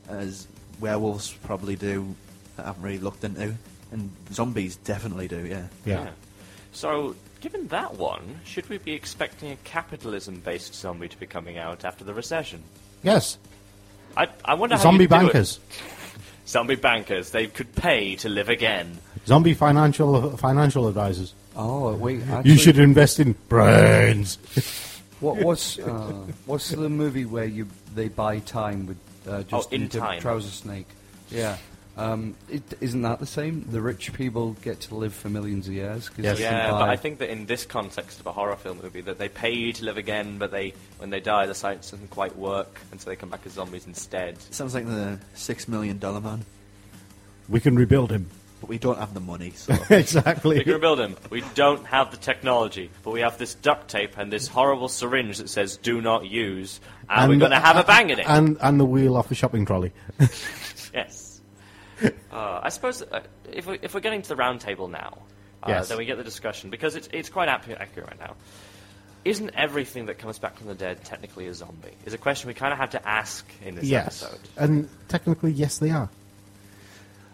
Speaker 4: as werewolves probably do. that I haven't really looked into, and zombies definitely do. Yeah.
Speaker 3: Yeah. So, given that one, should we be expecting a capitalism-based zombie to be coming out after the recession?
Speaker 5: Yes.
Speaker 3: I, I wonder how
Speaker 5: Zombie
Speaker 3: you'd do it.
Speaker 5: bankers.
Speaker 3: Zombie bankers. They could pay to live again.
Speaker 5: Zombie financial financial advisors.
Speaker 2: Oh, wait.
Speaker 5: you
Speaker 2: actually-
Speaker 5: should invest in brains.
Speaker 2: What, what's uh, what's the movie where you they buy time with uh, just
Speaker 3: Oh, In
Speaker 2: the
Speaker 3: Time.
Speaker 2: trouser snake? Yeah. Um, it, isn't that the same? The rich people get to live for millions of years. 'cause they can
Speaker 3: Yeah, but
Speaker 2: buy-
Speaker 3: I think that in this context of a horror film movie, that they pay to live again, but they when they die, the science doesn't quite work, and so they come back as zombies instead.
Speaker 4: Sounds like the six million dollar man,
Speaker 5: We can rebuild him.
Speaker 4: but we don't have the money. So
Speaker 5: exactly.
Speaker 3: We can rebuild them. We don't have the technology, but we have this duct tape and this horrible syringe that says "Do not use," and, we're going to have a bang at it.
Speaker 5: And and the wheel off the shopping trolley.
Speaker 3: Yes. uh, I suppose uh, if, we, if we're getting to the round table now, uh,
Speaker 5: Yes.
Speaker 3: then we get the discussion, because it's, it's quite ap- accurate right now. Isn't everything that comes back from the dead technically a zombie? Is a question we kind of have to ask in this
Speaker 5: yes.
Speaker 3: episode.
Speaker 5: And technically, yes, they are.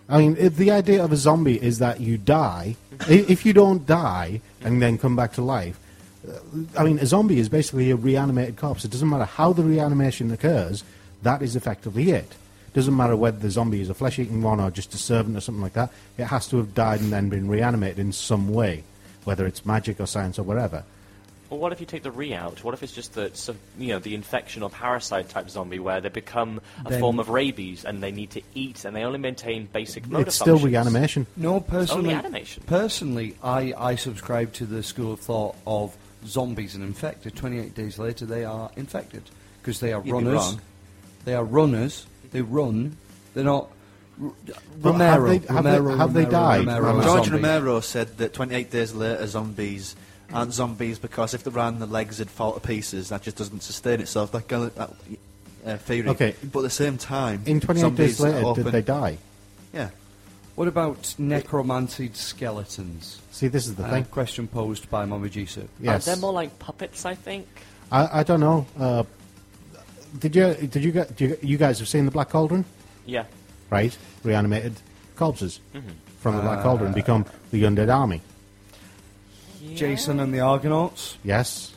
Speaker 5: I mean, if the idea of a zombie is that you die. i- if you don't die and then come back to life, uh, I mean, a zombie is basically a reanimated corpse. It doesn't matter how the reanimation occurs, that is effectively it. Doesn't matter whether the zombie is a flesh eating one or just a servant or something like that, it has to have died and then been reanimated in some way, whether it's magic or science or whatever.
Speaker 3: Well, what if you take the re out? What if it's just the so- you know the infection or parasite type zombie where they become a
Speaker 2: Then-
Speaker 3: form of rabies and they need to eat and they only maintain basic motor
Speaker 5: it's still
Speaker 3: functions?
Speaker 5: reanimation.
Speaker 2: No, personally,
Speaker 3: animation.
Speaker 2: Personally, I, I subscribe to the school of thought of zombies and infected. Twenty-eight days later, they are infected because they are
Speaker 4: You'd be
Speaker 2: runners.
Speaker 4: wrong.
Speaker 2: They are runners. They run. They're not. R-
Speaker 5: But
Speaker 2: Romero,
Speaker 5: have they- have they-
Speaker 2: Romero,
Speaker 5: have they
Speaker 2: Romero,
Speaker 5: died?
Speaker 2: Romero,
Speaker 5: Romero.
Speaker 4: George
Speaker 2: zombies.
Speaker 4: Romero said that 28 days later, zombies aren't zombies because if they ran, the legs would fall to pieces. That just doesn't sustain itself. That, gal- that uh, theory.
Speaker 5: Okay.
Speaker 4: But at the same time,
Speaker 5: In 28
Speaker 4: zombies
Speaker 5: days later,
Speaker 4: are
Speaker 5: did
Speaker 4: often-
Speaker 5: they die?
Speaker 4: Yeah.
Speaker 2: What about necromantic skeletons?
Speaker 5: See, this is the
Speaker 2: Uh,
Speaker 5: thing.
Speaker 2: Question posed by Mama Jisoo. Uh,
Speaker 5: Yes.
Speaker 3: They're more like puppets, I think.
Speaker 5: I, I don't know. Uh, did you did you, gu- do you you guys have seen the Black Cauldron?
Speaker 3: Yeah.
Speaker 5: Right, reanimated corpses
Speaker 3: Mhm.
Speaker 5: from the Black
Speaker 2: Uh,
Speaker 5: Cauldron become the undead army.
Speaker 2: Jason and the Argonauts.
Speaker 5: Yes,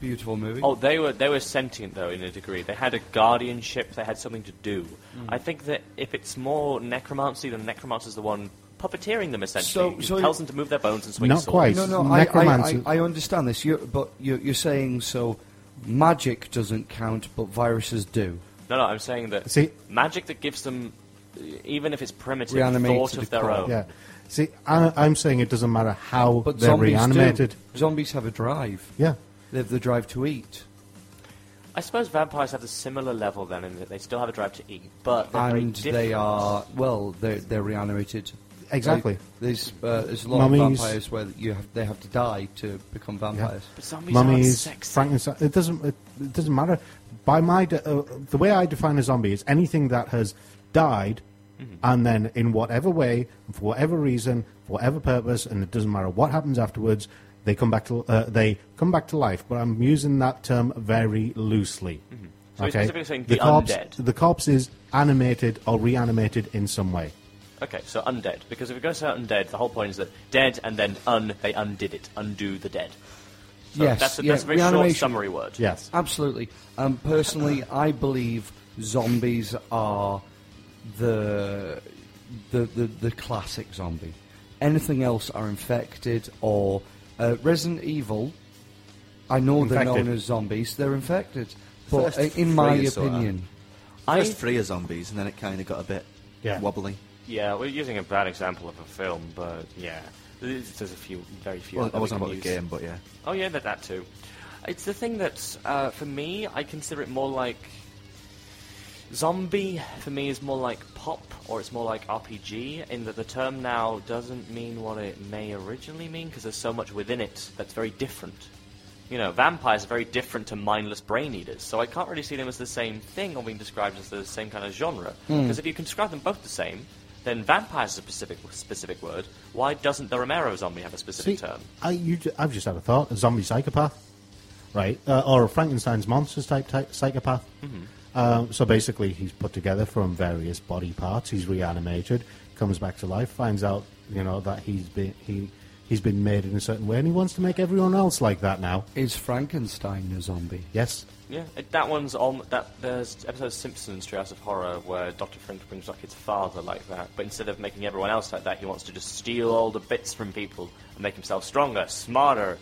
Speaker 2: Beautiful movie.
Speaker 3: Oh, they were they were sentient though in a degree. They had a guardianship. They had something to do. I think that if it's more necromancy, then the necromancer's the one puppeteering them essentially.
Speaker 2: So-
Speaker 3: He
Speaker 2: so
Speaker 3: tells
Speaker 2: you-
Speaker 3: them to move their bones and swing
Speaker 5: Not
Speaker 3: swords.
Speaker 5: quite.
Speaker 2: No, no, I, I,
Speaker 5: Necromancy-
Speaker 2: I, I understand this, you but you're, you're saying so magic doesn't count, but viruses do.
Speaker 3: No, no. I'm saying that
Speaker 5: See-
Speaker 3: magic that gives them, uh, even if it's primitive,
Speaker 2: Reanimated
Speaker 3: thought of their
Speaker 2: decor.
Speaker 3: own.
Speaker 5: yeah. See, I, I'm saying it doesn't matter how
Speaker 2: But
Speaker 5: they're
Speaker 2: zombies
Speaker 5: reanimated.
Speaker 2: do. Zombies have a drive.
Speaker 5: Yeah,
Speaker 2: They have the drive to eat.
Speaker 3: I suppose vampires have a similar level then, in that they still have a drive to eat, but they're very
Speaker 2: And
Speaker 3: different.
Speaker 2: they are, well, they're, they're reanimated.
Speaker 5: Exactly.
Speaker 2: They- there's, uh, there's a lot of
Speaker 5: Mummies.
Speaker 2: vampires where you have, they have to die to become vampires.
Speaker 3: But zombies aren't
Speaker 5: mummies,
Speaker 3: sexy.
Speaker 5: Frankenstein. It doesn't. It, it doesn't matter. By my de- uh, the way I define a zombie is anything that has died,
Speaker 3: Mm-hmm.
Speaker 12: Mhm.
Speaker 5: and then in whatever way, for whatever reason, for whatever purpose, and it doesn't matter what happens afterwards, they come back to uh, they come back to life. But I'm using that term very loosely.
Speaker 3: Mm-hmm. So you're specifically saying the
Speaker 5: corpse,
Speaker 3: undead.
Speaker 5: the corpse is animated or reanimated in some way.
Speaker 3: Okay, so undead. Because if it goes to undead, the whole point is that dead and then un, they undid it, undo the dead. So
Speaker 2: yes,
Speaker 3: that's a,
Speaker 2: yeah,
Speaker 3: that's a very short
Speaker 2: reanimation.
Speaker 3: summary word.
Speaker 2: absolutely. Um, personally, I believe zombies are the the the, the classic zombie. Anything else are infected or uh, Resident Evil. I know they're
Speaker 4: Infected.
Speaker 2: known as zombies. They're infected, but
Speaker 4: First
Speaker 2: uh, in my
Speaker 4: three are sorta-
Speaker 2: opinion,
Speaker 4: First three are zombies, and then it kind of got a bit wobbly.
Speaker 3: Yeah, we're using a bad example of a film, but yeah, there's there's a few, very few.
Speaker 4: Well,
Speaker 3: that
Speaker 4: I
Speaker 3: we
Speaker 4: wasn't
Speaker 3: can
Speaker 4: about the
Speaker 3: use.
Speaker 4: game, but yeah.
Speaker 3: Oh yeah, that that too. It's the thing that uh, for me, I consider it more like zombie. For me, is more like pop, or it's more like RPG. In that the term now doesn't mean what it may originally mean, because there's so much within it that's very different. You know, vampires are very different to mindless brain eaters, so I can't really see them as the same thing or being described as the same kind of genre.
Speaker 13: Mm.
Speaker 3: Because if you can describe them both the same, then vampires is a specific specific word. Why doesn't the Romero zombie have a specific term?
Speaker 5: I, you, ju- I've just had a thought: a zombie psychopath, right, uh, or a Frankenstein's monsters type, type psychopath.
Speaker 12: Mhm.
Speaker 3: Mm-hmm.
Speaker 5: Um, so basically, he's put together from various body parts. He's reanimated, comes back to life, finds out you know that he's been he he's been made in a certain way, and he wants to make everyone else like that now.
Speaker 2: Is Frankenstein a zombie?
Speaker 5: Yes.
Speaker 3: Yeah, it, that one's on that. There's episode of Simpsons Treehouse of Horror where Doctor Fringe brings back his father like that, but instead of making everyone else like that, he wants to just steal all the bits from people and make himself stronger, smarter,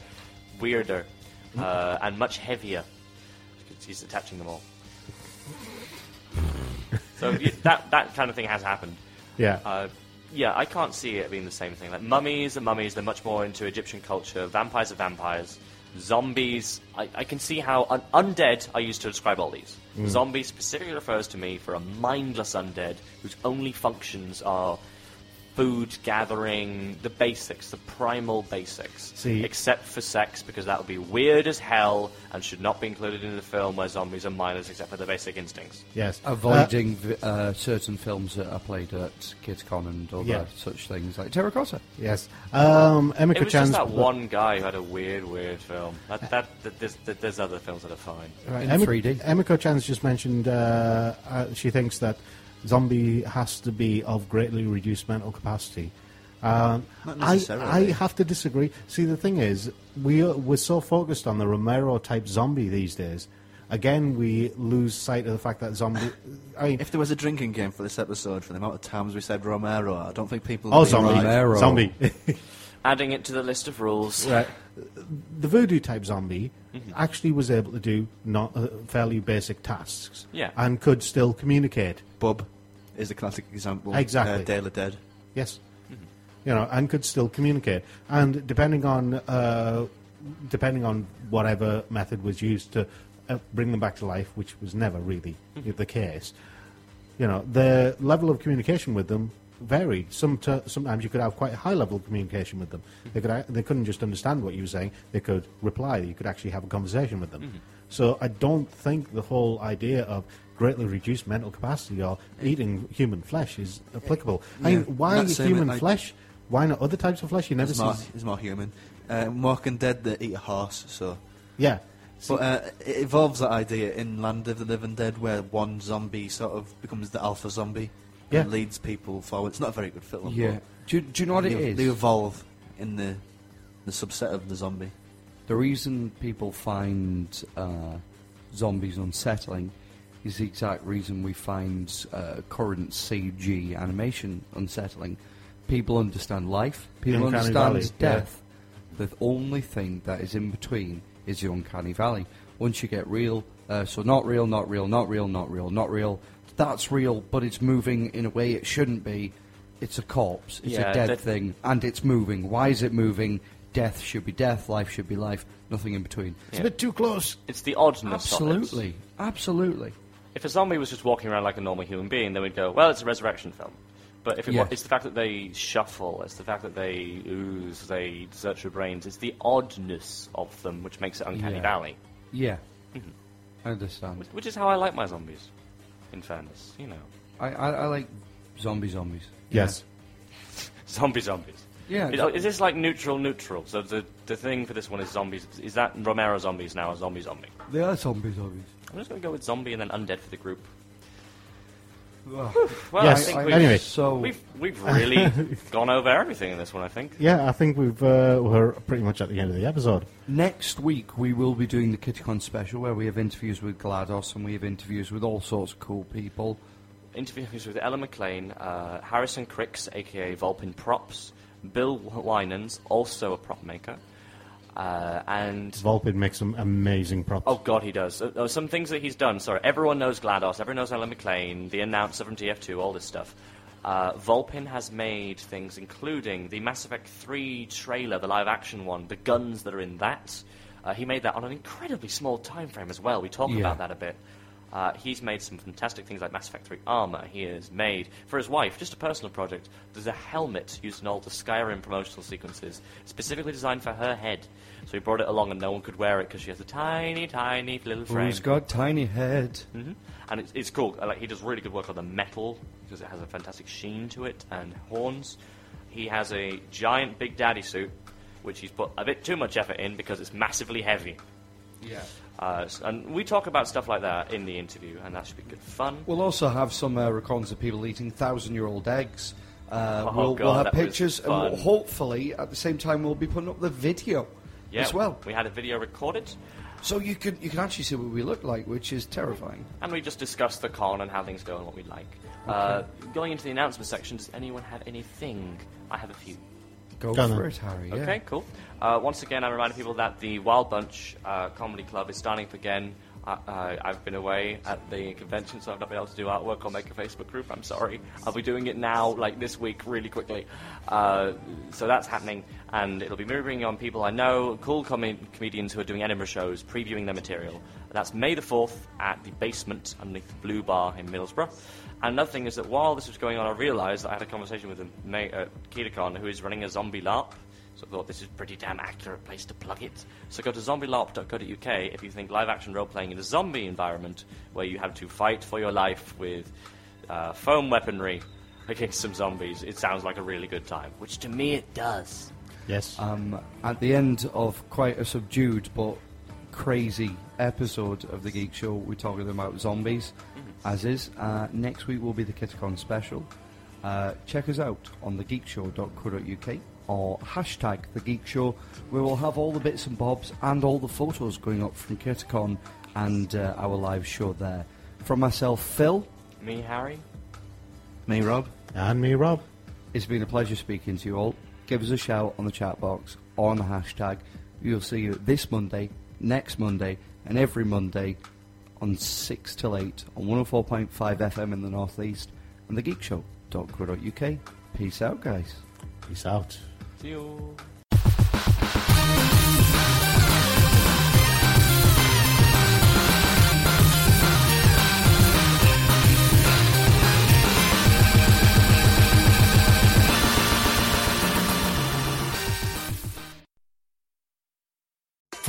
Speaker 3: weirder, uh, and much heavier. Because he's attaching them all. so y- that that kind of thing has happened.
Speaker 5: Yeah.
Speaker 3: Uh, yeah, I can't see it being the same thing. Like mummies are mummies; they're much more into Egyptian culture. Vampires are vampires. Zombies, I, I can see how un- undead I used to describe all these.
Speaker 12: Mm.
Speaker 3: Zombie specifically refers to me for a mindless undead whose only functions are food gathering, the basics, the primal basics.
Speaker 5: See-
Speaker 3: Except for sex, because that would be weird as hell and should not be included in the film where zombies are mindless except for their basic instincts.
Speaker 5: Yes.
Speaker 2: avoiding vi- uh, certain films that are played at KidCon and other
Speaker 5: Yeah.
Speaker 2: such things like Terracotta.
Speaker 5: Uh, Yes. Um, Emeka
Speaker 3: it was
Speaker 5: Chan's
Speaker 3: just that
Speaker 5: book-
Speaker 3: one guy who had a weird, weird film. That, that, that, there's, that, there's other films that are fine.
Speaker 5: Emi- Emiko Chan's just mentioned uh, uh, she thinks that zombie has to be of greatly reduced mental capacity. Um,
Speaker 4: Not
Speaker 5: I- I,
Speaker 4: necessarily.
Speaker 5: have to disagree. See, the thing is, we are, we're so focused on the Romero type zombie these days. Again, we lose sight of the fact that zombie. I mean,
Speaker 4: if there was a drinking game for this episode, for the amount of times we said Romero, I don't think people.
Speaker 5: Oh,
Speaker 4: would be
Speaker 5: zombie.
Speaker 4: right.
Speaker 5: Romero. Zombie.
Speaker 3: Adding it to the list of rules.
Speaker 5: Right. The voodoo type zombie
Speaker 4: Mm-hmm.
Speaker 5: actually was able to do not uh, fairly basic tasks.
Speaker 4: Yeah.
Speaker 5: And could still communicate.
Speaker 4: Bub is a classic example.
Speaker 5: Exactly.
Speaker 4: Uh, Day of the Dead.
Speaker 5: Yes.
Speaker 4: Mm-hmm.
Speaker 5: You know, and could still communicate. And depending on uh, depending on whatever method was used to uh, bring them back to life, which was never really the case, you know, the level of communication with them varied. Some t- sometimes you could have quite a high level of communication with them. They could a- they couldn't just understand what you were saying. They could reply. You could actually have a conversation with them. So I don't think the whole idea of greatly reduced mental capacity or eating human flesh is applicable. I mean,
Speaker 4: Yeah,
Speaker 5: why
Speaker 4: that's, um,
Speaker 5: human
Speaker 4: like-
Speaker 5: flesh? Why not other types of flesh? You never
Speaker 4: Is
Speaker 5: see.
Speaker 4: more, is more human. Uh, Walking Dead, they eat a horse, so.
Speaker 5: Yeah.
Speaker 4: But uh, it evolves that idea in Land of the Living Dead, where one zombie sort of becomes the alpha zombie
Speaker 2: Yeah.
Speaker 4: and leads people forward. It's not a very good film.
Speaker 2: Yeah.
Speaker 4: but
Speaker 2: Do, do you know what it
Speaker 4: they,
Speaker 2: is?
Speaker 4: They evolve in the the subset of the zombie.
Speaker 2: The reason people find uh, zombies unsettling is the exact reason we find uh, current CG animation unsettling. People understand life, people
Speaker 5: Uncanny
Speaker 2: understand
Speaker 5: Valley, yeah.
Speaker 2: death. The only thing that is in between is the uncanny valley. Once you get real, uh, so not real, not real, not real, not real, not real. That's real, but it's moving in a way it shouldn't be. It's a corpse. It's
Speaker 3: Yeah,
Speaker 2: a dead
Speaker 3: that-
Speaker 2: thing, and it's moving. Why is it moving? Death should be death. Life should be life. Nothing in between.
Speaker 3: Yeah. bit
Speaker 5: too close.
Speaker 3: It's the oddness of
Speaker 2: Absolutely,
Speaker 3: it.
Speaker 2: absolutely.
Speaker 3: If a zombie was just walking around like a normal human being, then we'd go, well, it's a resurrection film. But if it wa-
Speaker 2: Yeah.
Speaker 3: it's the fact that they shuffle, it's the fact that they ooze, they search for brains, it's the oddness of them which makes it Uncanny
Speaker 2: Yeah.
Speaker 3: Valley.
Speaker 2: Yeah. I understand.
Speaker 3: Which is how I like my zombies, in fairness, you know.
Speaker 2: I, I, I like zombie zombies.
Speaker 5: Yes.
Speaker 3: Zombie zombies.
Speaker 2: Yeah,
Speaker 3: Is,
Speaker 2: exactly.
Speaker 3: is this like neutral neutral? So the, the thing for this one is zombies. Is that Romero zombies now a zombie zombie?
Speaker 2: They are zombie zombies.
Speaker 3: I'm just going to go with zombie and then undead for the group.
Speaker 2: Well,
Speaker 3: Well,
Speaker 5: Yes,
Speaker 3: I think we've,
Speaker 5: anyway.
Speaker 2: So-
Speaker 3: we've, we've really gone over everything in this one, I think.
Speaker 5: Yeah, I think we've uh, we're pretty much at the end of the episode.
Speaker 2: Next week we will be doing the Kittycon special where we have interviews with GLaDOS and we have interviews with all sorts of cool people.
Speaker 3: Interviews with Ella McLean, uh, Harrison Cricks, aka Volpin Props, Bill Winans, also a prop maker, uh, and
Speaker 5: Volpid makes some amazing props.
Speaker 3: Oh God, he does. Uh, uh, some things that he's done. Sorry, everyone knows Glados. Everyone knows Alan McLean, the announcer from TF2, all this stuff. Uh, Volpin has made things, including the Mass Effect 3 trailer, the live-action one, the guns that are in that. Uh, he made that on an incredibly small time frame as well. We talk
Speaker 2: Yeah.
Speaker 3: about that a bit. Uh, he's made some fantastic things like Mass Effect 3 armor. He has made, for his wife, just a personal project, there's a helmet used in all the Skyrim promotional sequences, specifically designed for her head. So he brought it along and no one could wear it because she has a tiny, tiny little frame.
Speaker 2: Who's got tiny head?
Speaker 3: hmm And it's, it's cool. Uh, Like, he does really good work on the metal because it has a fantastic sheen to it and horns. He has a giant Big Daddy suit, which he's put a bit too much effort in because it's massively heavy.
Speaker 2: Yeah.
Speaker 3: Uh, s- and we talk about stuff like that in the interview, and that should be good fun.
Speaker 2: We'll also have some uh, records of people eating thousand-year-old eggs. Uh,
Speaker 3: Oh,
Speaker 2: we'll,
Speaker 3: God,
Speaker 2: we'll have
Speaker 3: that was
Speaker 2: pictures, and we'll,
Speaker 3: fun.
Speaker 2: hopefully, at the same time, we'll be putting up the video
Speaker 3: Yeah,
Speaker 2: as well,
Speaker 3: We had a video recorded,
Speaker 2: so you can you can actually see what we look like, which is terrifying.
Speaker 3: and we just discussed the con and how things go and what we like. Uh, going into the announcement section, does anyone have anything? I have a few.
Speaker 2: Go
Speaker 5: Go on
Speaker 2: for
Speaker 5: then.
Speaker 2: it, Harry. yeah.
Speaker 3: Okay, cool. Uh, once again, I'm reminding people that the Wild Bunch uh, Comedy Club is starting up again. Uh, uh, I've been away at the convention, so I've not been able to do artwork or make a Facebook group. I'm sorry. I'll be doing it now, like this week, really quickly. Uh, so that's happening, and it'll be moving on people I know, cool com- comedians who are doing Edinburgh shows, previewing their material. That's May the 4th at the basement underneath the Blue Bar in Middlesbrough. And Another thing is that while this was going on, I realised that I had a conversation with a mate at Kitakon who is running a zombie LARP. So I thought this is a pretty damn accurate place to plug it. So go to zombielarp.co.uk if you think live action role playing in a zombie environment where you have to fight for your life with uh, foam weaponry against some zombies. It sounds like a really good time, which to me it does.
Speaker 5: Yes.
Speaker 2: Um, at the end of quite a subdued but crazy episode of the Geek Show, we're talking about zombies, as is. Uh, next week will be the Kitacon special. Uh, check us out on thegeekshow.co.uk or hashtag thegeekshow, where we'll have all the bits and bobs and all the photos going up from Kitacon and uh, our live show there. From myself, Phil,
Speaker 3: Me, Harry?
Speaker 4: Me, Rob.
Speaker 5: And me, Rob.
Speaker 2: it's been a pleasure speaking to you all. Give us a shout on the chat box or on the hashtag. We'll see you this Monday, next Monday, and every Monday on 6 till 8 on 104.5 FM in the Northeast and thegeekshow.co.uk. Peace out, guys.
Speaker 5: Peace out.
Speaker 3: See you.